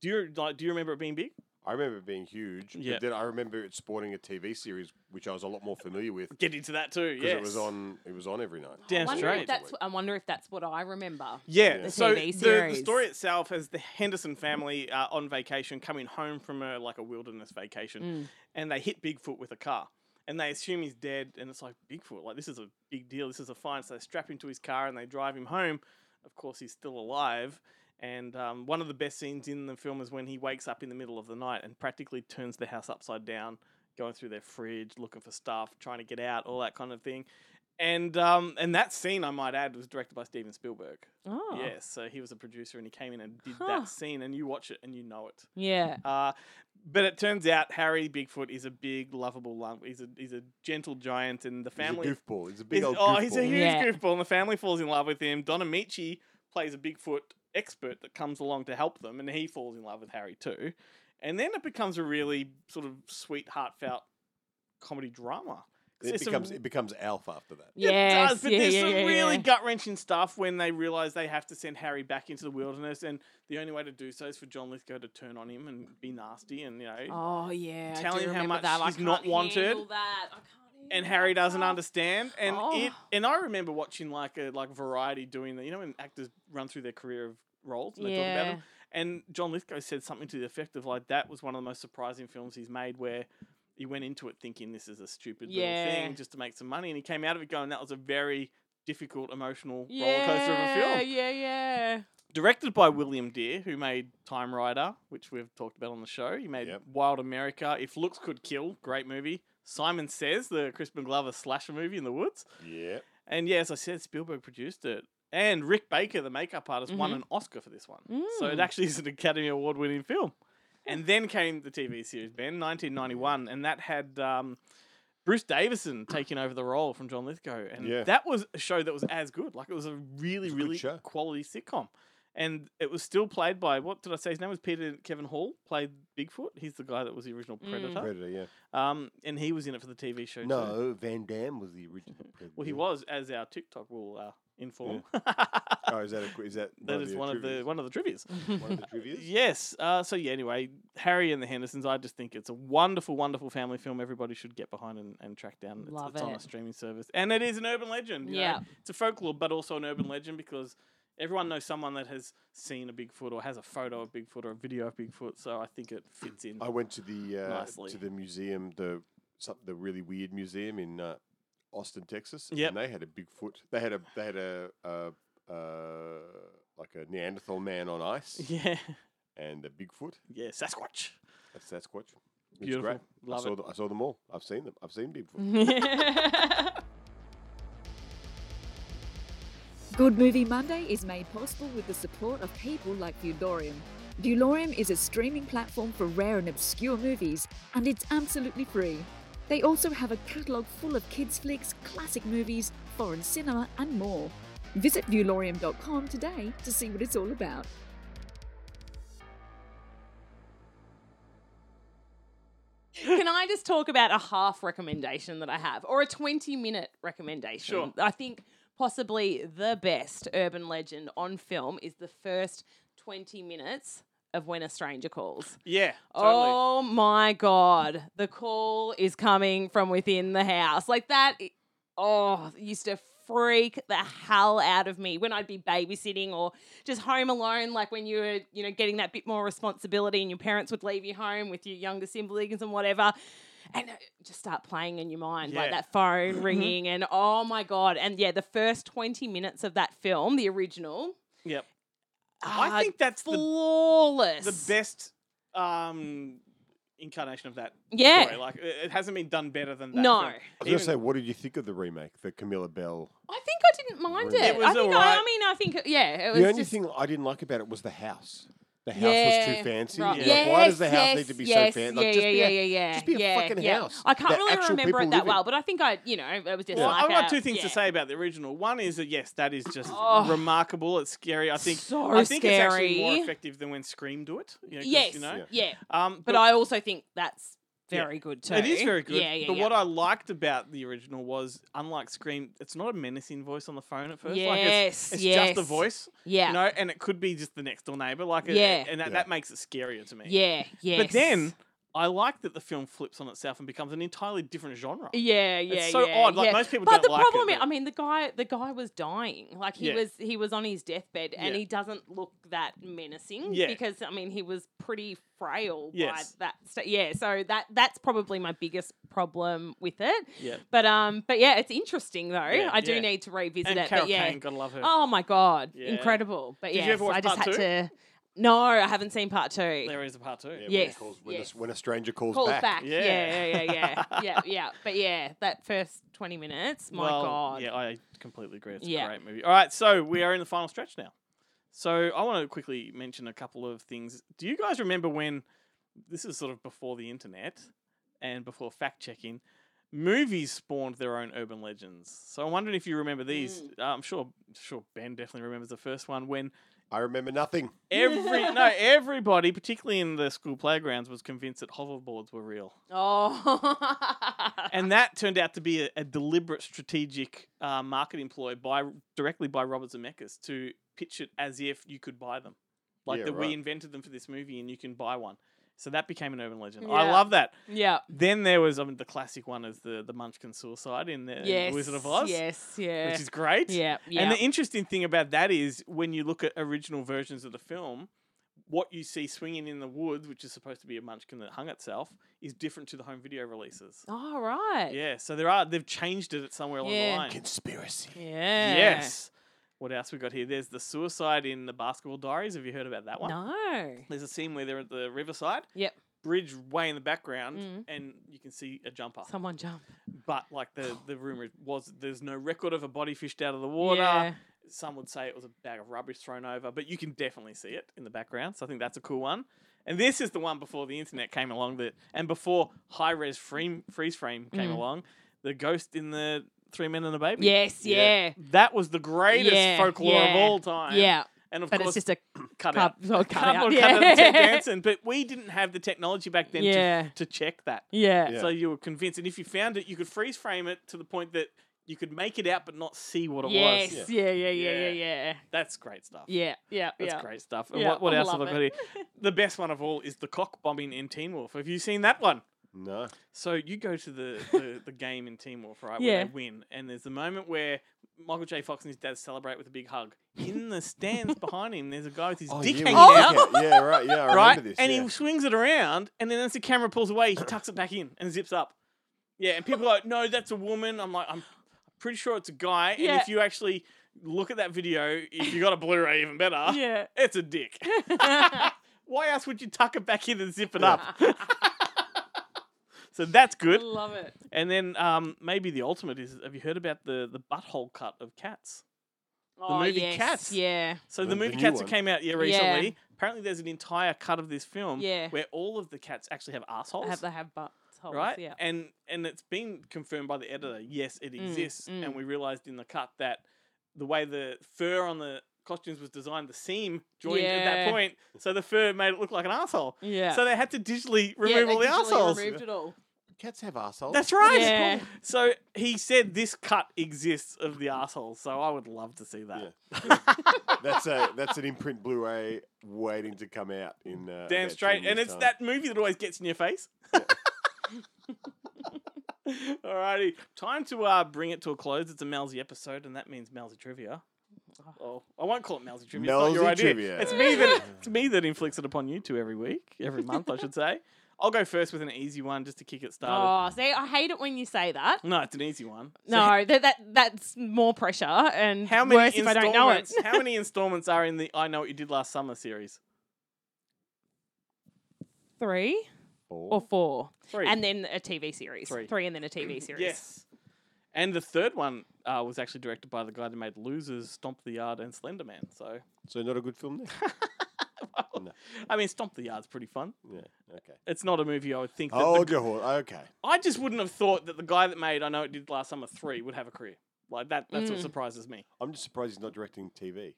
Speaker 5: Do you like? Do you remember it being big?
Speaker 7: I remember it being huge.
Speaker 5: Yeah.
Speaker 7: But then I remember it sporting a TV series which I was a lot more familiar with.
Speaker 5: Get into that too.
Speaker 7: Because
Speaker 5: Yes,
Speaker 7: it was on. It was on every night.
Speaker 5: Damn
Speaker 6: I wonder
Speaker 5: straight.
Speaker 6: If that's, I wonder if that's what I remember.
Speaker 5: Yeah.
Speaker 6: The TV
Speaker 5: So the, the
Speaker 6: series.
Speaker 5: story itself is the Henderson family uh, on vacation, coming home from a like a wilderness vacation,
Speaker 6: Mm.
Speaker 5: and they hit Bigfoot with a car, and they assume he's dead, and it's like Bigfoot, like this is a big deal, this is a find. So they strap him to his car and they drive him home. Of course, he's still alive. And um, one of the best scenes in the film is when he wakes up in the middle of the night and practically turns the house upside down, going through their fridge, looking for stuff, trying to get out, all that kind of thing. And um, and that scene, I might add, was directed by Steven Spielberg.
Speaker 6: Oh.
Speaker 5: Yes, so he was a producer and he came in and did
Speaker 6: Huh.
Speaker 5: that scene, and you watch it and you know it.
Speaker 6: Yeah.
Speaker 5: Uh, but it turns out Harry Bigfoot is a big, lovable lump. He's a he's a gentle giant, and the
Speaker 7: He's a
Speaker 5: family
Speaker 7: goofball. He's a big
Speaker 5: is-
Speaker 7: old.
Speaker 5: oh, he's a
Speaker 7: goofball.
Speaker 5: huge goofball, and the family falls in love with him. Don Amici plays a Bigfoot expert that comes along to help them, and he falls in love with Harry too. And then it becomes a really sort of sweet, heartfelt comedy drama. 'Cause
Speaker 7: It
Speaker 5: it's a
Speaker 7: becomes. It becomes Alf after that.
Speaker 5: it
Speaker 6: Yes,
Speaker 5: does, but
Speaker 6: yeah,
Speaker 5: there's
Speaker 6: yeah,
Speaker 5: some
Speaker 6: yeah,
Speaker 5: really
Speaker 6: yeah.
Speaker 5: gut wrenching stuff when they realize they have to send Harry back into the wilderness, and the only way to do so is for John Lithgow to turn on him and be nasty, and you know,
Speaker 6: Oh yeah. I
Speaker 5: tell
Speaker 6: do
Speaker 5: him how
Speaker 6: remember
Speaker 5: much
Speaker 6: that. I
Speaker 5: he's not
Speaker 6: can't
Speaker 5: wanted.
Speaker 6: handle That. I
Speaker 5: And Harry doesn't understand, and
Speaker 6: Oh.
Speaker 5: it and I remember watching like a like Variety doing the you know when actors run through their career of roles and they talk about them, and John Lithgow said something to the effect of like that was one of the most surprising films he's made where he went into it thinking this is a stupid little
Speaker 6: Yeah.
Speaker 5: thing just to make some money, and he came out of it going, "That was a very difficult emotional rollercoaster of a
Speaker 6: Yeah,
Speaker 5: film."
Speaker 6: yeah, yeah.
Speaker 5: Directed by William Dear, who made Time Rider, which we've talked about on the show. He made Wild America, If Looks Could Kill, great movie. Simon Says, the Crispin Glover slasher movie in the woods.
Speaker 7: Yeah.
Speaker 5: And yeah, as I said, Spielberg produced it. And Rick Baker, the makeup artist, won
Speaker 16: Mhm.
Speaker 5: an Oscar for this one. So
Speaker 2: Hmm.
Speaker 16: Mm.
Speaker 5: it actually is an Academy Award winning film. And then came the TV series, Ben, 1991. And that had um, Bruce Davison taking over the role from John Lithgow. And
Speaker 16: Yeah.
Speaker 5: that was a show that was as good. Like it was a really,
Speaker 16: It's a good
Speaker 5: really
Speaker 16: show.
Speaker 5: quality sitcom. And it was still played by, what did I say? His name was Peter Kevin Hall, played Bigfoot. He's the guy that was the original
Speaker 7: Mm.
Speaker 5: Predator.
Speaker 7: Predator, yeah.
Speaker 5: Um, and he was in it for the TV show. too.
Speaker 7: No, Van Damme was the original. Predator.
Speaker 5: Well, he was, as our TikTok will uh, inform.
Speaker 7: Oh, is that a, qu- is that
Speaker 5: That is one of the one of the trivia's.
Speaker 7: One of the trivias?
Speaker 5: yes. Uh, so yeah. Anyway, Harry and the Hendersons. I just think it's a wonderful, wonderful family film. Everybody should get behind and, and track down. It's,
Speaker 6: Love
Speaker 5: it's on a
Speaker 6: it.
Speaker 5: streaming service, and it is an urban legend. you know.
Speaker 6: Yeah.
Speaker 5: It's a folklore, but also an urban legend because everyone knows someone that has seen a Bigfoot or has a photo of Bigfoot or a video of Bigfoot. So I think it fits in.
Speaker 7: I went to the uh,
Speaker 5: Nicely.
Speaker 7: to the museum, the some, the really weird museum in uh, Austin, Texas.
Speaker 5: Yep.
Speaker 7: and they had a Bigfoot. They had a they had a, a, uh like a Neanderthal man on ice.
Speaker 5: Yeah,
Speaker 7: and a Bigfoot.
Speaker 5: Yeah, Sasquatch.
Speaker 7: That's Sasquatch. It's
Speaker 5: Beautiful.
Speaker 7: great.
Speaker 5: Love
Speaker 7: I saw
Speaker 5: it.
Speaker 7: The, I saw them all. I've seen them. I've seen Bigfoot.
Speaker 17: Good Movie Monday is made possible with the support of people like Viewlorium. Viewlorium is a streaming platform for rare and obscure movies, and it's absolutely free. They also have a catalogue full of kids' flicks, classic movies, foreign cinema, and more. Visit viewlorium.com today to see what it's all about.
Speaker 6: Can I just talk about a half recommendation that I have, or a 20 minute recommendation?
Speaker 5: Sure.
Speaker 6: I think possibly the best urban legend on film is the first 20 minutes of When a Stranger Calls.
Speaker 5: Yeah. Totally.
Speaker 6: Oh my God. The call is coming from within the house. Like that, i- oh, it used to freak the hell out of me when I'd be babysitting or just home alone. Like when you were, you know, getting that bit more responsibility and your parents would leave you home with your younger siblings and whatever. And it just start playing in your mind, like
Speaker 17: Yeah.
Speaker 6: that phone
Speaker 17: Mhm.
Speaker 6: ringing, and oh my God. And yeah, the first 20 minutes of that film, the original,
Speaker 5: Yep.
Speaker 6: are
Speaker 5: I think that's the-
Speaker 6: flawless.
Speaker 5: the best um, incarnation of that.
Speaker 6: Yeah.
Speaker 5: story. like it it hasn't been done better than that.
Speaker 6: No.
Speaker 5: film.
Speaker 6: I was
Speaker 7: I was
Speaker 5: Even-
Speaker 7: going to say, what did you think of the remake, the Camilla Bell?
Speaker 6: I think I didn't mind it.
Speaker 7: It was
Speaker 6: I think I, I
Speaker 7: alright.
Speaker 6: mean I think it- yeah, it was
Speaker 7: the only
Speaker 6: just
Speaker 7: thing I didn't like about it was the house. The house was
Speaker 6: Yeah,
Speaker 7: too fancy.
Speaker 6: right.
Speaker 7: Like, why does
Speaker 6: Yes,
Speaker 7: the house
Speaker 6: yes,
Speaker 7: need to be
Speaker 6: yes,
Speaker 7: so fancy?
Speaker 6: yeah,
Speaker 7: Like, just
Speaker 6: yeah,
Speaker 7: be
Speaker 6: yeah,
Speaker 7: a-
Speaker 6: yeah, yeah.
Speaker 7: Just be a
Speaker 6: yeah,
Speaker 7: fucking
Speaker 6: yeah.
Speaker 7: house.
Speaker 6: I can't
Speaker 7: that
Speaker 6: really
Speaker 7: actual
Speaker 6: remember it
Speaker 7: people
Speaker 6: that
Speaker 7: live in.
Speaker 6: well, but I think I, you know, it was just.
Speaker 5: Well,
Speaker 6: like
Speaker 5: I've got
Speaker 6: a-
Speaker 5: two things to
Speaker 6: yeah.
Speaker 5: say about the original. One is that yes, that is just
Speaker 6: Oh.
Speaker 5: remarkable. It's scary. I think.
Speaker 6: So
Speaker 5: I think it's actually more
Speaker 6: scary.
Speaker 5: effective than when Scream do it. You know, 'cause,
Speaker 6: Yes,
Speaker 5: You know?
Speaker 6: yeah.
Speaker 5: Um,
Speaker 6: but, I also think that's
Speaker 5: Yeah.
Speaker 6: very good too.
Speaker 5: It is very good.
Speaker 6: Yeah, yeah.
Speaker 5: but
Speaker 6: yeah.
Speaker 5: what I liked about the original was, unlike Scream, it's not a menacing voice on the phone at first. like it's,
Speaker 6: Yes,
Speaker 5: it's just a
Speaker 6: yes.
Speaker 5: voice.
Speaker 6: Yeah.
Speaker 5: You know, and it could be just the next door neighbor. Like, it-
Speaker 6: Yeah.
Speaker 5: and that,
Speaker 6: Yeah.
Speaker 5: that makes it scarier to me.
Speaker 6: Yeah,
Speaker 5: But
Speaker 6: yes.
Speaker 5: then I like that the film flips on itself and becomes an entirely different genre.
Speaker 6: Yeah, yeah,
Speaker 5: It's so
Speaker 6: yeah,
Speaker 5: odd. Like
Speaker 6: yeah.
Speaker 5: most people
Speaker 6: but
Speaker 5: don't
Speaker 6: the
Speaker 5: like
Speaker 6: problem
Speaker 5: it.
Speaker 6: is, I mean, the guy, the guy was dying. Like he
Speaker 5: Yeah.
Speaker 6: was, he was on his deathbed, and
Speaker 5: Yeah.
Speaker 6: he doesn't look that menacing.
Speaker 5: Yeah.
Speaker 6: because I mean, he was pretty frail.
Speaker 5: Yes.
Speaker 6: by that. St- yeah, so that that's probably my biggest problem with it.
Speaker 5: Yeah.
Speaker 6: But um, but yeah, it's interesting though.
Speaker 5: Yeah,
Speaker 6: I do
Speaker 5: yeah.
Speaker 6: need to revisit
Speaker 5: And
Speaker 6: it.
Speaker 5: Carole
Speaker 6: but yeah,
Speaker 5: Kane, gotta love her.
Speaker 6: Oh my god,
Speaker 5: Yeah.
Speaker 6: incredible. But
Speaker 5: Did you
Speaker 6: yeah,
Speaker 5: ever watch
Speaker 6: I just
Speaker 5: part
Speaker 6: had
Speaker 5: two?
Speaker 6: to. No, I haven't seen part two.
Speaker 5: There is a part two.
Speaker 6: yes,
Speaker 7: when,
Speaker 6: yes.
Speaker 7: a, when a stranger calls,
Speaker 6: Calls
Speaker 7: back.
Speaker 6: back. Yeah, yeah, yeah, yeah, yeah, yeah, But yeah, that first twenty minutes, my
Speaker 5: Well,
Speaker 6: god.
Speaker 5: Yeah, I completely agree. It's
Speaker 6: Yeah.
Speaker 5: a great movie. All right, so we are in the final stretch now. So I want to quickly mention a couple of things. Do you guys remember when this is sort of before the internet and before fact checking? Movies spawned their own urban legends. So I'm wondering if you remember these.
Speaker 6: Mm.
Speaker 5: Uh, I'm sure, sure Ben definitely remembers the first one when
Speaker 7: I remember nothing.
Speaker 5: Every no, everybody, particularly in the school playgrounds, was convinced that hoverboards were real
Speaker 6: Oh,
Speaker 5: and that turned out to be a, a deliberate strategic uh, marketing ploy by directly by Robert Zemeckis to pitch it as if you could buy them, like
Speaker 16: Yeah,
Speaker 5: that
Speaker 16: right.
Speaker 5: we invented them for this movie and you can buy one. So that became an urban legend.
Speaker 16: Yeah.
Speaker 5: I love that.
Speaker 6: Yeah.
Speaker 5: Then there was I mean, the classic one is the the Munchkin suicide in the in
Speaker 6: Yes,
Speaker 5: Wizard of Oz.
Speaker 6: yes, yeah.
Speaker 5: Which is great.
Speaker 6: Yeah, yeah.
Speaker 5: And the interesting thing about that is when you look at original versions of the film, what you see swinging in the woods, which is supposed to be a munchkin that hung itself, is different to the home video releases.
Speaker 6: All right.
Speaker 5: Yeah, so there are they've changed it at somewhere along
Speaker 6: Yeah.
Speaker 5: the line.
Speaker 6: Conspiracy. Yeah.
Speaker 5: Yes. What else we got here? There's the suicide in the Basketball Diaries. Have you heard about that one?
Speaker 6: No.
Speaker 5: There's a scene where they're at the riverside.
Speaker 6: Yep.
Speaker 5: Bridge way in the background,
Speaker 6: Mm.
Speaker 5: and you can see a jumper.
Speaker 6: Someone jump.
Speaker 5: But like the the rumor was, there's no record of a body fished out of the water.
Speaker 6: Yeah.
Speaker 5: Some would say it was a bag of rubbish thrown over, but you can definitely see it in the background. So I think that's a cool one. And this is the one before the internet came along that, and before high res frame, freeze frame came
Speaker 6: Mm.
Speaker 5: along, the ghost in the Three Men and a Baby.
Speaker 6: Yes, yeah.
Speaker 5: That was the greatest
Speaker 6: Yeah,
Speaker 5: folklore of
Speaker 6: yeah,
Speaker 5: all time.
Speaker 6: yeah.
Speaker 5: And of
Speaker 6: But it's
Speaker 5: course,
Speaker 6: just a
Speaker 5: cut
Speaker 6: card-
Speaker 5: out.
Speaker 6: oh, cut out,
Speaker 5: Cardboard
Speaker 6: yeah.
Speaker 5: cutout of Ted Danson. But we didn't have the technology back then
Speaker 6: Yeah.
Speaker 5: to, to check that.
Speaker 6: Yeah. Yeah.
Speaker 5: So you were convinced. And if you found it, you could freeze frame it to the point that you could make it out but not see what it
Speaker 6: yes.
Speaker 5: was.
Speaker 6: Yeah. Yeah. Yeah. Yeah. Yeah.
Speaker 5: That's great stuff.
Speaker 6: Yeah. Yeah.
Speaker 5: That's
Speaker 6: yeah.
Speaker 5: great stuff. And
Speaker 6: Yeah,
Speaker 5: what, what
Speaker 6: I
Speaker 5: else have I
Speaker 6: love
Speaker 5: got here?
Speaker 6: it.
Speaker 5: The best one of all is the cock bombing in Teen Wolf. Have you seen that one?
Speaker 7: No.
Speaker 5: So you go to the, the, the game in Teen Wolf, right? Where
Speaker 6: Yeah.
Speaker 5: they win. And there's the moment where Michael J. Fox and his dad celebrate with a big hug. In the stands behind him, there's a guy with his
Speaker 7: Oh,
Speaker 5: dick
Speaker 7: yeah,
Speaker 5: hanging
Speaker 7: with the
Speaker 5: out.
Speaker 7: dick out. Yeah, right, yeah, I remember
Speaker 5: right?
Speaker 7: this,
Speaker 5: And
Speaker 7: yeah.
Speaker 5: he swings it around, and then as the camera pulls away, he tucks it back in and zips up. Yeah, and people are like, no, that's a woman. I'm like, I'm pretty sure it's a guy. And
Speaker 6: Yeah.
Speaker 5: if you actually look at that video, if you got a Blu-ray, even better.
Speaker 6: Yeah.
Speaker 5: It's a dick. Why else would you tuck it back in and zip it up? so that's good.
Speaker 6: Love it.
Speaker 5: And then um, maybe the ultimate is have you heard about the, the butthole cut of cats?
Speaker 6: Oh,
Speaker 5: the movie
Speaker 6: yes,
Speaker 5: Cats.
Speaker 6: yeah.
Speaker 5: So the,
Speaker 6: The- the
Speaker 5: movie
Speaker 6: new
Speaker 5: Cats
Speaker 6: one.
Speaker 5: that came out yeah
Speaker 6: Yeah.
Speaker 5: recently. Apparently there's an entire cut of this film
Speaker 6: Yeah.
Speaker 5: where all of the cats actually have assholes.
Speaker 6: Have they have butts? holes,
Speaker 5: right?
Speaker 6: Yeah.
Speaker 5: And and it's been confirmed by the editor, yes, it
Speaker 6: Mm,
Speaker 5: exists.
Speaker 6: mm.
Speaker 5: And we realized in the cut that the way the fur on the costumes was designed, the seam joined at that
Speaker 6: Yeah.
Speaker 5: point. So the fur made it look like an asshole.
Speaker 6: Yeah.
Speaker 5: So they had to digitally remove
Speaker 6: yeah, they
Speaker 5: all the
Speaker 6: digitally
Speaker 5: assholes.
Speaker 6: Removed it all.
Speaker 7: Cats have assholes.
Speaker 5: That's right.
Speaker 6: Yeah.
Speaker 5: So he said this cut exists of the asshole. So I would love to see that.
Speaker 7: That's a that's an imprint Blu-ray waiting to come out in uh,
Speaker 5: Damn
Speaker 7: about
Speaker 5: straight.
Speaker 7: 10
Speaker 5: And
Speaker 7: years'
Speaker 5: it's
Speaker 7: time.
Speaker 5: that movie that always gets in your face. Alrighty. Time to uh, bring it to a close. It's a Mousy episode, and that means Mousy trivia. Oh, I won't call it Mousy trivia. it's not your
Speaker 7: Mousy
Speaker 5: idea.
Speaker 7: trivia.
Speaker 5: It's me that it's me that inflicts it upon you two every week, every month, I should say. I'll go first with an easy one just to kick it started.
Speaker 6: Oh, see, I hate it when you say that.
Speaker 5: No, it's an easy one. So
Speaker 6: Oh. No, that, that that's more pressure and
Speaker 5: how many
Speaker 6: worse if I don't know it.
Speaker 5: installments- how many installments are in the I Know What You Did Last Summer series?
Speaker 6: Three or four?
Speaker 5: Three.
Speaker 6: And then a TV series.
Speaker 5: Three.
Speaker 6: and then a TV series.
Speaker 5: Yes. And the third one uh, was actually directed by the guy that made Losers, Stomp the Yard, and Slender Man. So,
Speaker 7: So not a good film there.
Speaker 5: I mean, Stomp the Yard's pretty fun.
Speaker 7: yeah. Okay. Oh,
Speaker 5: It's not a movie I would think. That the
Speaker 7: Hold
Speaker 5: g-
Speaker 7: your horse. Okay.
Speaker 5: I just wouldn't have thought that the guy that made I Know It Did Last Summer 3 would have a career. Like, that. that's what
Speaker 7: Mm.
Speaker 5: surprises me.
Speaker 7: I'm just surprised he's not directing TV.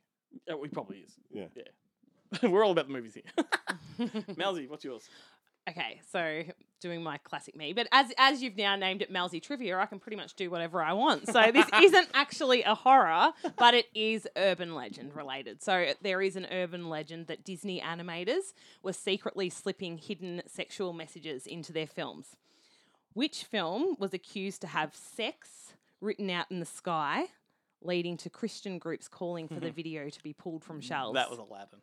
Speaker 5: Yeah, he probably is.
Speaker 7: Yeah.
Speaker 5: Yeah. We're all about the movies here. Mousy, what's yours?
Speaker 6: Okay, so doing my classic me, but as as you've now named it Mousy Trivia, I can pretty much do whatever I want. So this isn't actually a horror, but it is urban legend related. So there is an urban legend that Disney animators were secretly slipping hidden sexual messages into their films. Which film was accused to have sex written out in the sky, leading to Christian groups calling for the video to be pulled from shelves?
Speaker 5: Mm-hmm. That was Aladdin.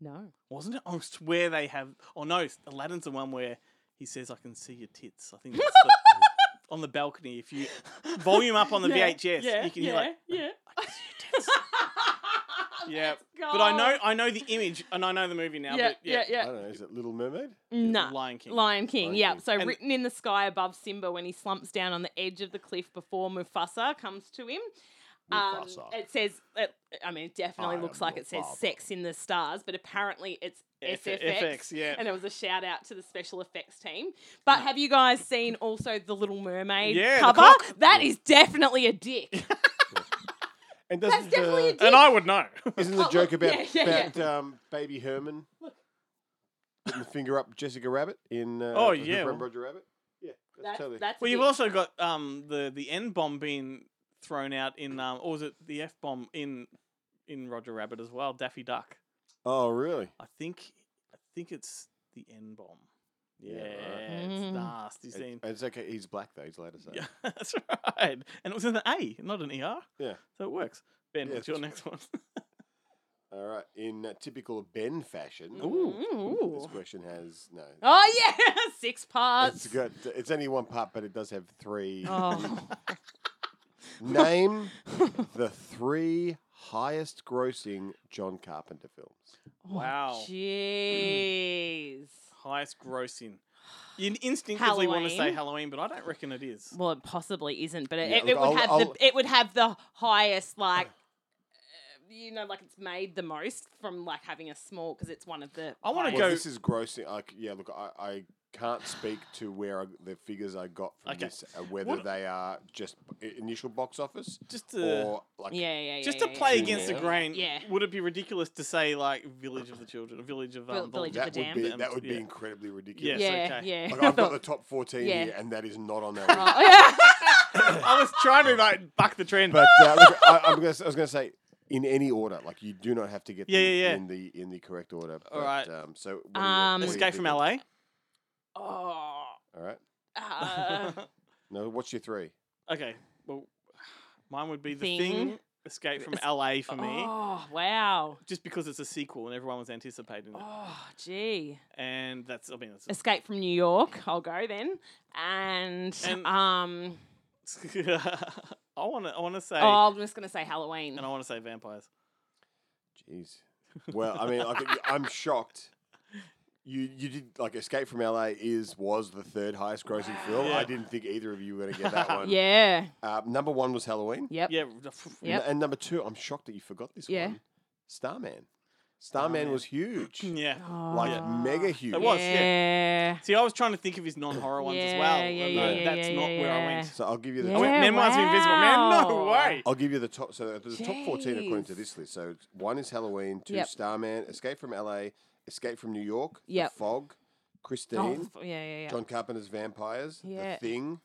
Speaker 6: No.
Speaker 5: Wasn't it? I swear they have. Oh no, Aladdin's the one where he says, "I can see your tits." I think that's the, on the balcony. If you volume up on the
Speaker 6: Yeah,
Speaker 5: VHS,
Speaker 6: yeah,
Speaker 5: you can hear
Speaker 6: yeah,
Speaker 5: like,
Speaker 6: yeah.
Speaker 5: yeah. But I know,
Speaker 6: go.
Speaker 5: I know the image, and I know the movie now.
Speaker 6: Oh, Yeah,
Speaker 5: but yeah,
Speaker 6: yeah, yeah. I
Speaker 7: don't know. Is it Little Mermaid?
Speaker 6: No.
Speaker 5: Lion King.
Speaker 6: Lion King,
Speaker 5: Lion
Speaker 6: yeah.
Speaker 5: King.
Speaker 6: So
Speaker 5: And-
Speaker 6: written in the sky above Simba when he slumps down on the edge of the cliff before Mufasa comes to him. Um,
Speaker 11: Mufasa.
Speaker 6: it says, it, I mean, it definitely
Speaker 11: I
Speaker 6: looks
Speaker 11: am
Speaker 6: like it says
Speaker 11: Mufasa.
Speaker 6: sex in the stars, but apparently it's
Speaker 11: F-
Speaker 6: SFX.
Speaker 11: FX, yeah.
Speaker 6: And it was a shout out to the special effects team. But have you guys seen also the Little Mermaid
Speaker 5: Yeah, the
Speaker 6: cover?
Speaker 5: cock.
Speaker 6: That is definitely a dick.
Speaker 7: And that's
Speaker 6: definitely a dick.
Speaker 5: and I would know.
Speaker 7: Isn't
Speaker 6: Oh,
Speaker 7: the
Speaker 6: look,
Speaker 7: joke about,
Speaker 6: yeah, yeah, yeah.
Speaker 7: about Um, Baby Herman putting the finger up Jessica Rabbit in uh,
Speaker 5: Oh,
Speaker 7: Who
Speaker 5: yeah.
Speaker 7: Framed Roger Rabbit? Yeah, that's,
Speaker 6: That's-
Speaker 7: totally.
Speaker 6: that's
Speaker 5: Well, you've also got um the the N bomb being thrown out in um or was it the F bomb in in Roger Rabbit as well? Daffy Duck.
Speaker 7: Oh, really?
Speaker 5: I think I think it's the N bomb. Yeah,
Speaker 7: right.
Speaker 5: it's
Speaker 6: Mm.
Speaker 5: nasty.
Speaker 7: It-
Speaker 5: Scene.
Speaker 7: It's okay. He's black though. He's allowed to say. it.
Speaker 5: That's right. And it was in the A, not an ER.
Speaker 7: Yeah.
Speaker 5: So it works. Ben,
Speaker 7: Yeah,
Speaker 5: what's your
Speaker 7: it's-
Speaker 5: next one?
Speaker 7: All right. In uh, typical Ben fashion,
Speaker 6: Mm, Ooh. Uh,
Speaker 7: this question has no.
Speaker 6: Oh yeah, six
Speaker 7: It's
Speaker 6: parts.
Speaker 7: good. It's only one part, but it does have three.
Speaker 6: Oh.
Speaker 7: Name the three highest grossing John Carpenter films.
Speaker 5: Wow.
Speaker 6: Oh, Jeez.
Speaker 5: Highest grossing. You instinctively want to say
Speaker 6: Halloween.
Speaker 5: Halloween, but I don't reckon it is.
Speaker 6: Well, it possibly isn't, but it,
Speaker 5: Yeah,
Speaker 6: it,
Speaker 5: look,
Speaker 6: it would
Speaker 5: I'll-
Speaker 6: have
Speaker 5: I'll-
Speaker 6: the it would have the highest like. uh, You know, like it's made the most from like having a small because it's one of the.
Speaker 5: I
Speaker 7: Well,
Speaker 5: wanna
Speaker 6: highest.
Speaker 7: This is grossing. I c yeah, look, I, I can't speak to where I, the figures I got from
Speaker 5: Okay.
Speaker 7: this, uh, whether
Speaker 5: What-
Speaker 7: they are just i- initial box office,
Speaker 5: Just
Speaker 6: uh,
Speaker 5: to,
Speaker 7: or like
Speaker 5: just to play
Speaker 7: yeah,
Speaker 5: against
Speaker 7: yeah.
Speaker 5: the grain.
Speaker 6: Yeah.
Speaker 5: Would it be ridiculous to say like Village of the Children, or Village of
Speaker 6: Vill-
Speaker 5: um,
Speaker 6: Village
Speaker 7: That would be
Speaker 5: Damned?
Speaker 7: that would be
Speaker 5: Yeah.
Speaker 7: incredibly ridiculous.
Speaker 5: Yes, Yeah, okay.
Speaker 6: yeah.
Speaker 7: Like, I've got the top fourteen
Speaker 6: Yeah.
Speaker 7: here, and that is not on that.
Speaker 6: Oh,
Speaker 7: list.
Speaker 6: yeah.
Speaker 5: I was trying to like buck the trend,
Speaker 7: But uh, look, I, I'm gonna, si was going to say in any order. Like you do not have to get
Speaker 5: Yeah,
Speaker 7: them
Speaker 5: yeah, yeah.
Speaker 7: in the in the correct order.
Speaker 5: All
Speaker 7: but,
Speaker 5: right.
Speaker 7: Um, so what are your-
Speaker 6: Um,
Speaker 7: what are your
Speaker 5: Escape from
Speaker 7: figures?
Speaker 5: LA.
Speaker 6: Oh.
Speaker 7: All right.
Speaker 6: Uh,
Speaker 7: No, what's your three?
Speaker 5: Okay, well, mine would be the
Speaker 6: Thing.
Speaker 5: thing, Escape from
Speaker 6: Es-
Speaker 5: LA for me.
Speaker 6: oh wow.
Speaker 5: Just because it's a sequel and everyone was anticipating it,
Speaker 6: Oh gee.
Speaker 5: and that's I mean that's
Speaker 6: Escape from New York. I'll go then. And,
Speaker 5: And-
Speaker 6: um.
Speaker 5: I want to I want to say
Speaker 6: Oh, I'm just gonna say Halloween.
Speaker 5: and I want to say vampires.
Speaker 7: Jeez. Well, I mean, like, I'm shocked. You you did like Escape from LA is was the third highest grossing film.
Speaker 5: Yeah.
Speaker 7: I didn't think either of you were going to get that one.
Speaker 6: Yeah.
Speaker 7: Uh, number one was Halloween.
Speaker 6: Yep.
Speaker 5: Yeah.
Speaker 7: N-
Speaker 6: Yep.
Speaker 7: And number two, I'm shocked that you forgot this
Speaker 6: Yeah.
Speaker 7: one. Starman. Starman was huge.
Speaker 5: Yeah.
Speaker 7: Like mega huge.
Speaker 5: It was,
Speaker 6: yeah.
Speaker 5: See, I was trying to think of his non-horror ones as well.
Speaker 6: Yeah, yeah,
Speaker 5: and
Speaker 6: yeah,
Speaker 5: that-
Speaker 6: yeah,
Speaker 5: that's
Speaker 6: yeah,
Speaker 5: not
Speaker 6: yeah,
Speaker 5: where I
Speaker 6: yeah.
Speaker 5: went.
Speaker 7: So I'll give you the.
Speaker 5: I went Memoirs of Invisible Man. No
Speaker 6: wow.
Speaker 5: way.
Speaker 7: I'll give you the top. So the the top fourteen according to
Speaker 6: Jeez.
Speaker 7: this list. So it's- one is Halloween, two
Speaker 6: Yep.
Speaker 7: Starman, Escape from LA, Escape from New York, The
Speaker 6: Yep. Oh,
Speaker 7: Fog, Christine,
Speaker 6: f- yeah, yeah, yeah.
Speaker 7: John Carpenter's Vampires,
Speaker 6: Yeah.
Speaker 7: The Thing,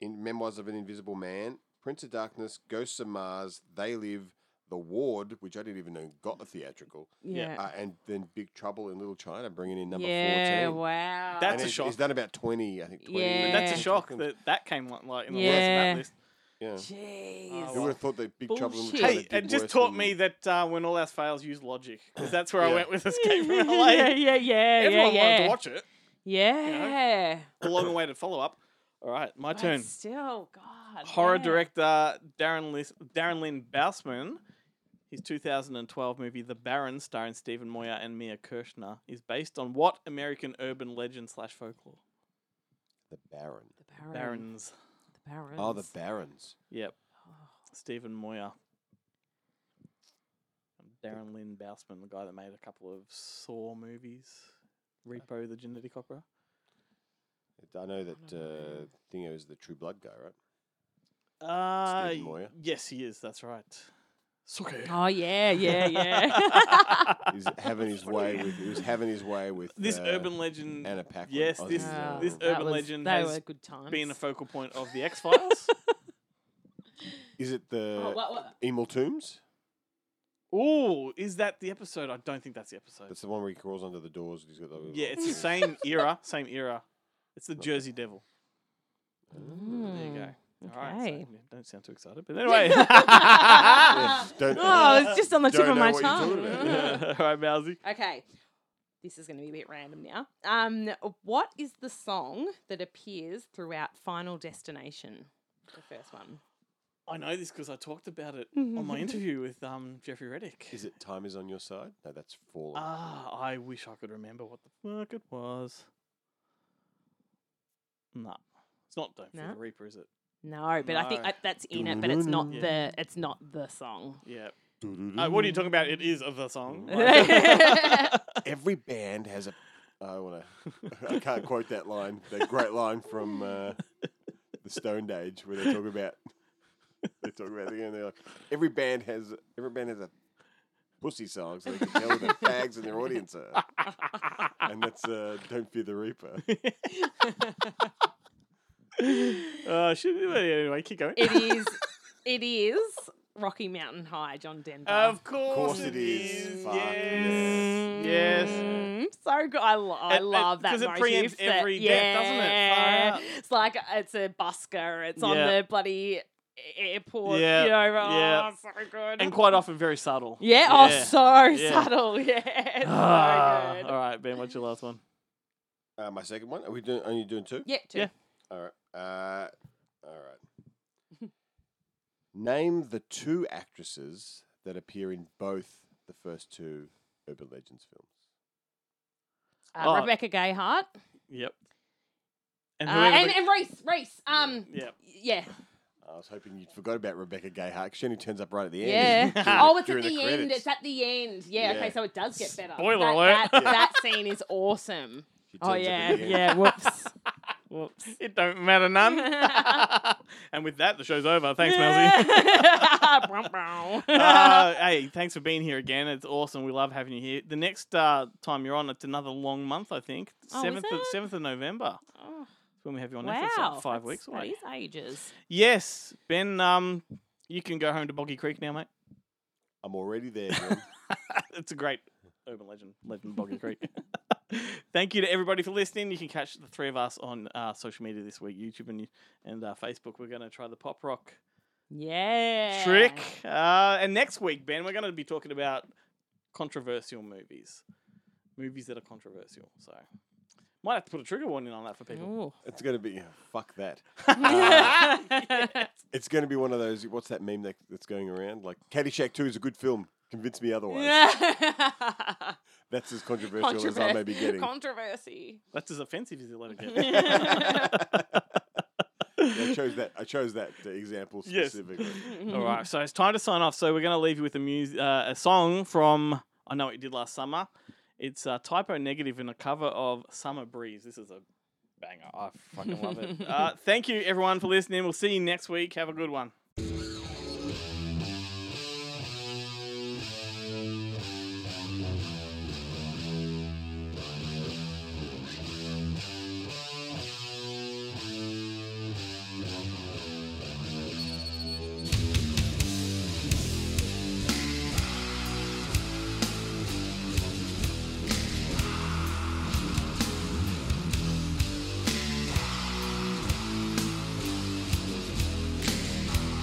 Speaker 7: in Memoirs of an Invisible Man, Prince of Darkness, Ghosts of Mars, They Live, The Ward, which I didn't even know got a theatrical.
Speaker 6: Yeah.
Speaker 7: Uh, and then Big Trouble in Little China, bringing in number
Speaker 6: yeah.
Speaker 7: fourteen.
Speaker 6: Wow.
Speaker 5: That's
Speaker 7: And
Speaker 5: a
Speaker 7: he's-
Speaker 5: shock.
Speaker 7: He's done about twenty, I think. 20
Speaker 5: But that's
Speaker 6: Yeah.
Speaker 5: a shock that that came like- like in the
Speaker 6: Yeah.
Speaker 5: worst
Speaker 7: Yeah.
Speaker 5: of that
Speaker 6: Jeez.
Speaker 5: list.
Speaker 7: Who would have thought that Big Trouble in Little China?
Speaker 5: Hey,
Speaker 7: did
Speaker 5: it just
Speaker 7: worse
Speaker 5: taught
Speaker 7: than-
Speaker 5: me that uh, when all else fails, use logic. Because that's where I
Speaker 7: Yeah.
Speaker 5: went with Escape from LA.
Speaker 6: yeah, yeah, yeah,
Speaker 5: Everyone
Speaker 6: yeah,
Speaker 5: wanted
Speaker 6: yeah.
Speaker 5: to watch it.
Speaker 6: Yeah.
Speaker 5: The long-awaited follow-up. All right, my
Speaker 6: But
Speaker 5: turn.
Speaker 6: Still, God.
Speaker 5: Horror
Speaker 6: yeah.
Speaker 5: director Darren, Lis- Darren Lynn Bousman. His 2012 movie The Baron, starring Stephen Moyer and Mia Kirshner, is based on what American urban legend slash folklore?
Speaker 7: The Baron.
Speaker 6: The Baron.
Speaker 5: Barons.
Speaker 6: The Barons. Oh.
Speaker 7: Oh, the Barons.
Speaker 5: Yep. Stephen Moyer. Darren Lynn Bousman, the guy that made a couple of Saw movies. Repo the Genetic Opera.
Speaker 7: I know that uh, Thingo is the True Blood guy, right?
Speaker 5: Uh,
Speaker 7: Stephen Moyer.
Speaker 5: Yes, he is. That's right. Sucker.
Speaker 6: Oh yeah, yeah, yeah.
Speaker 7: He's having his way with. He was having his way with
Speaker 5: This
Speaker 7: uh,
Speaker 5: urban legend.
Speaker 7: Anna Paquin. Oh,
Speaker 5: Yes,
Speaker 7: Ozzy
Speaker 5: this
Speaker 7: Osbourne.
Speaker 5: this
Speaker 6: That
Speaker 5: urban
Speaker 6: was-
Speaker 5: legend
Speaker 6: they
Speaker 5: has
Speaker 6: were good times.
Speaker 5: been a focal point of the X Files.
Speaker 7: Is it the
Speaker 6: Oh, what- what-
Speaker 7: Emil Tombs?
Speaker 5: Ooh, is that the episode? I don't think that's the episode.
Speaker 7: That's the one where he crawls under the doors. And he's got the Mm.
Speaker 5: yeah, it's the same era, same era. It's the Jersey Devil. There you go. All right, so,
Speaker 6: Mm, okay.
Speaker 5: yeah, don't sound too excited, but anyway.
Speaker 7: don't-
Speaker 6: oh, it's just on the tip
Speaker 7: don't
Speaker 6: of
Speaker 7: know
Speaker 6: my
Speaker 7: what you're talking
Speaker 6: tongue.
Speaker 7: about.
Speaker 5: All right, Mousy.
Speaker 6: Okay. This is going to be a bit random now. Um, what is the song that appears throughout Final Destination? The first one.
Speaker 5: I know this because I talked about it
Speaker 6: Mm-hmm.
Speaker 5: on my interview with um, Jeffrey Reddick.
Speaker 7: Is it Time is on your side? No, that's Fallen.
Speaker 5: Ah, I wish I could remember what the fuck it was. Nah, it's not "Don't Fear
Speaker 6: No?
Speaker 5: the Reaper," is it?
Speaker 6: No, but I think
Speaker 5: No.
Speaker 6: I, that's in it, but it's not the it's not the song.
Speaker 5: Yeah. Uh, what are you talking about? It is of the song.
Speaker 7: Every band has a. I want to. I can't quote that line. That great line from uh, the Stone Age where they talk about. They talk about the and they're like, every band has every band has a pussy song, so they can tell who the fags in their audience are. And that's uh, "Don't Fear the Reaper." Mm.
Speaker 5: uh, should we, anyway, keep going.
Speaker 6: It is it is Rocky Mountain High, John Denver.
Speaker 5: Of course,
Speaker 7: course
Speaker 5: it
Speaker 7: it
Speaker 5: is.
Speaker 7: is. Fuck,
Speaker 5: Yes. Yes.
Speaker 6: Mm, so good. I, lo- I
Speaker 5: It- it-
Speaker 6: love that
Speaker 5: 'cause it
Speaker 6: motif
Speaker 5: preempts
Speaker 6: that-
Speaker 5: every death, doesn't it? Far
Speaker 6: yeah.
Speaker 5: out.
Speaker 6: It's like it's a busker. It's on
Speaker 5: Yeah.
Speaker 6: the bloody airport.
Speaker 5: Yeah,
Speaker 6: You know, oh,
Speaker 5: yeah.
Speaker 6: so good.
Speaker 5: and quite often very subtle.
Speaker 6: Yeah, oh, so
Speaker 5: yeah.
Speaker 6: subtle. Yeah. it's
Speaker 5: Ah,
Speaker 6: so good.
Speaker 5: All right, Ben, what's your last one?
Speaker 7: Uh, my second one. Are we doing? Are you doing two?
Speaker 6: Yeah, two. Yeah.
Speaker 7: All right. Uh, all right. Name the two actresses that appear in both the first two Urban Legends films.
Speaker 6: Uh,
Speaker 7: Oh.
Speaker 6: Rebecca Gayheart.
Speaker 5: Yep.
Speaker 6: And,
Speaker 7: And
Speaker 6: uh,
Speaker 7: whoever
Speaker 6: and,
Speaker 7: the-
Speaker 6: and Reese, Reese. Um,
Speaker 5: Yep.
Speaker 6: Yeah.
Speaker 7: I was hoping you forgot about Rebecca Gayheart. 'cause She only turns up right at the
Speaker 6: Yeah.
Speaker 7: end.
Speaker 6: oh, it's at
Speaker 7: during
Speaker 6: the, end.
Speaker 7: credits.
Speaker 6: It's at the end. Yeah,
Speaker 7: Yeah.
Speaker 6: Okay, so it does get better.
Speaker 7: Spoiler
Speaker 6: that,
Speaker 7: alert.
Speaker 6: That,
Speaker 7: Yeah.
Speaker 6: that scene is awesome. Oh
Speaker 5: turns up
Speaker 6: yeah,
Speaker 5: at the end.
Speaker 6: yeah. Whoops.
Speaker 5: Whoops. It don't matter none. and with that, the show's over. Thanks, Melzi. uh, hey, thanks for being here again. It's awesome. We love having you here. The next uh, time you're on, it's another long month, I think.
Speaker 6: Oh, is
Speaker 5: Seventh, of,
Speaker 6: it?
Speaker 5: seventh of November.
Speaker 6: Oh.
Speaker 5: That's when we have you on
Speaker 6: wow.
Speaker 5: next. It's like five
Speaker 6: that's-
Speaker 5: weeks
Speaker 6: that
Speaker 5: away.
Speaker 6: is ages.
Speaker 5: Yes, Ben. Um, you can go home to Boggy Creek now, mate.
Speaker 7: I'm already there. John.
Speaker 5: it's a great urban legend, legend of Boggy Creek. Thank you to everybody for listening. You can catch the three of us on uh, social media this week, YouTube and and uh, Facebook. We're going to try the pop rock
Speaker 6: Yeah.
Speaker 5: trick. Uh, and next week, Ben, we're going to be talking about controversial movies, movies that are controversial. So might have to put a trigger warning on that for people.
Speaker 7: It's gonna be fuck that.
Speaker 5: Yes.
Speaker 7: It's gonna be one of those. What's that meme that, that's going around? Like Caddyshack Two is a good film. Convince me otherwise. That's as controversial as I may be getting.
Speaker 6: Controversy.
Speaker 5: That's as offensive as you'll ever get.
Speaker 7: Yeah, I chose that. I chose that uh, example specifically.
Speaker 5: All right, so it's time to sign off. So we're going to leave you with a mus- uh, a song from I know what you did last summer. It's uh, typo negative in a cover of Summer Breeze. This is a banger. I fucking love it. Uh, thank you everyone for listening. We'll see you next week. Have a good one.
Speaker 18: Thank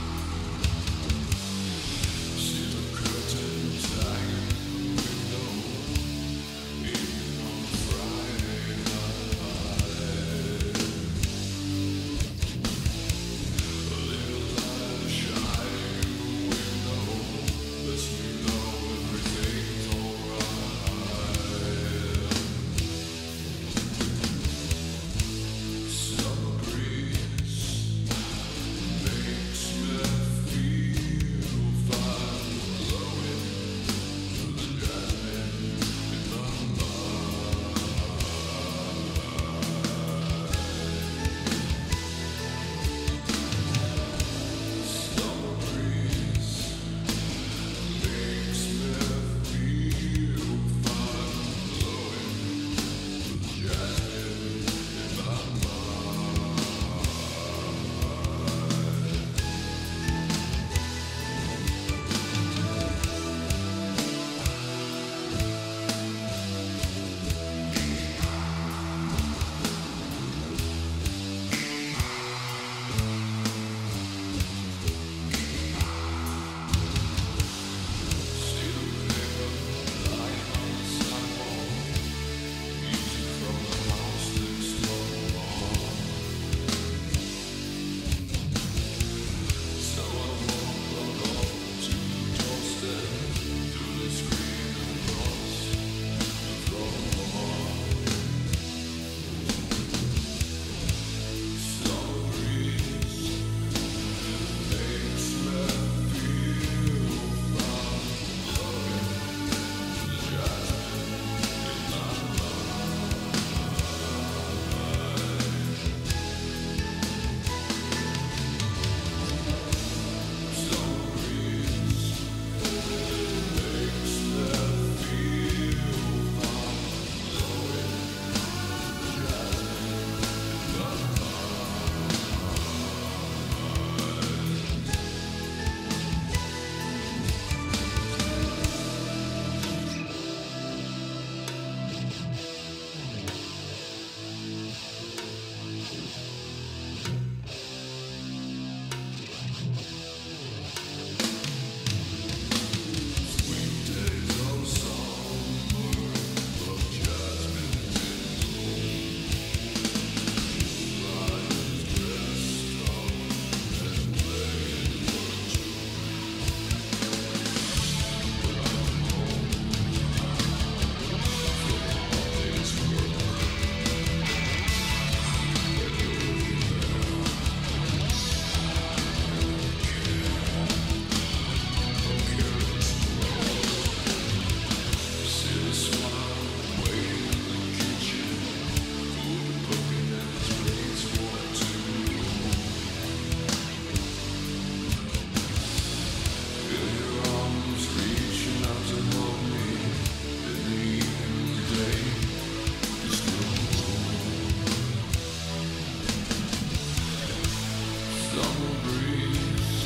Speaker 18: summer breeze.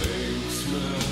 Speaker 18: Makes me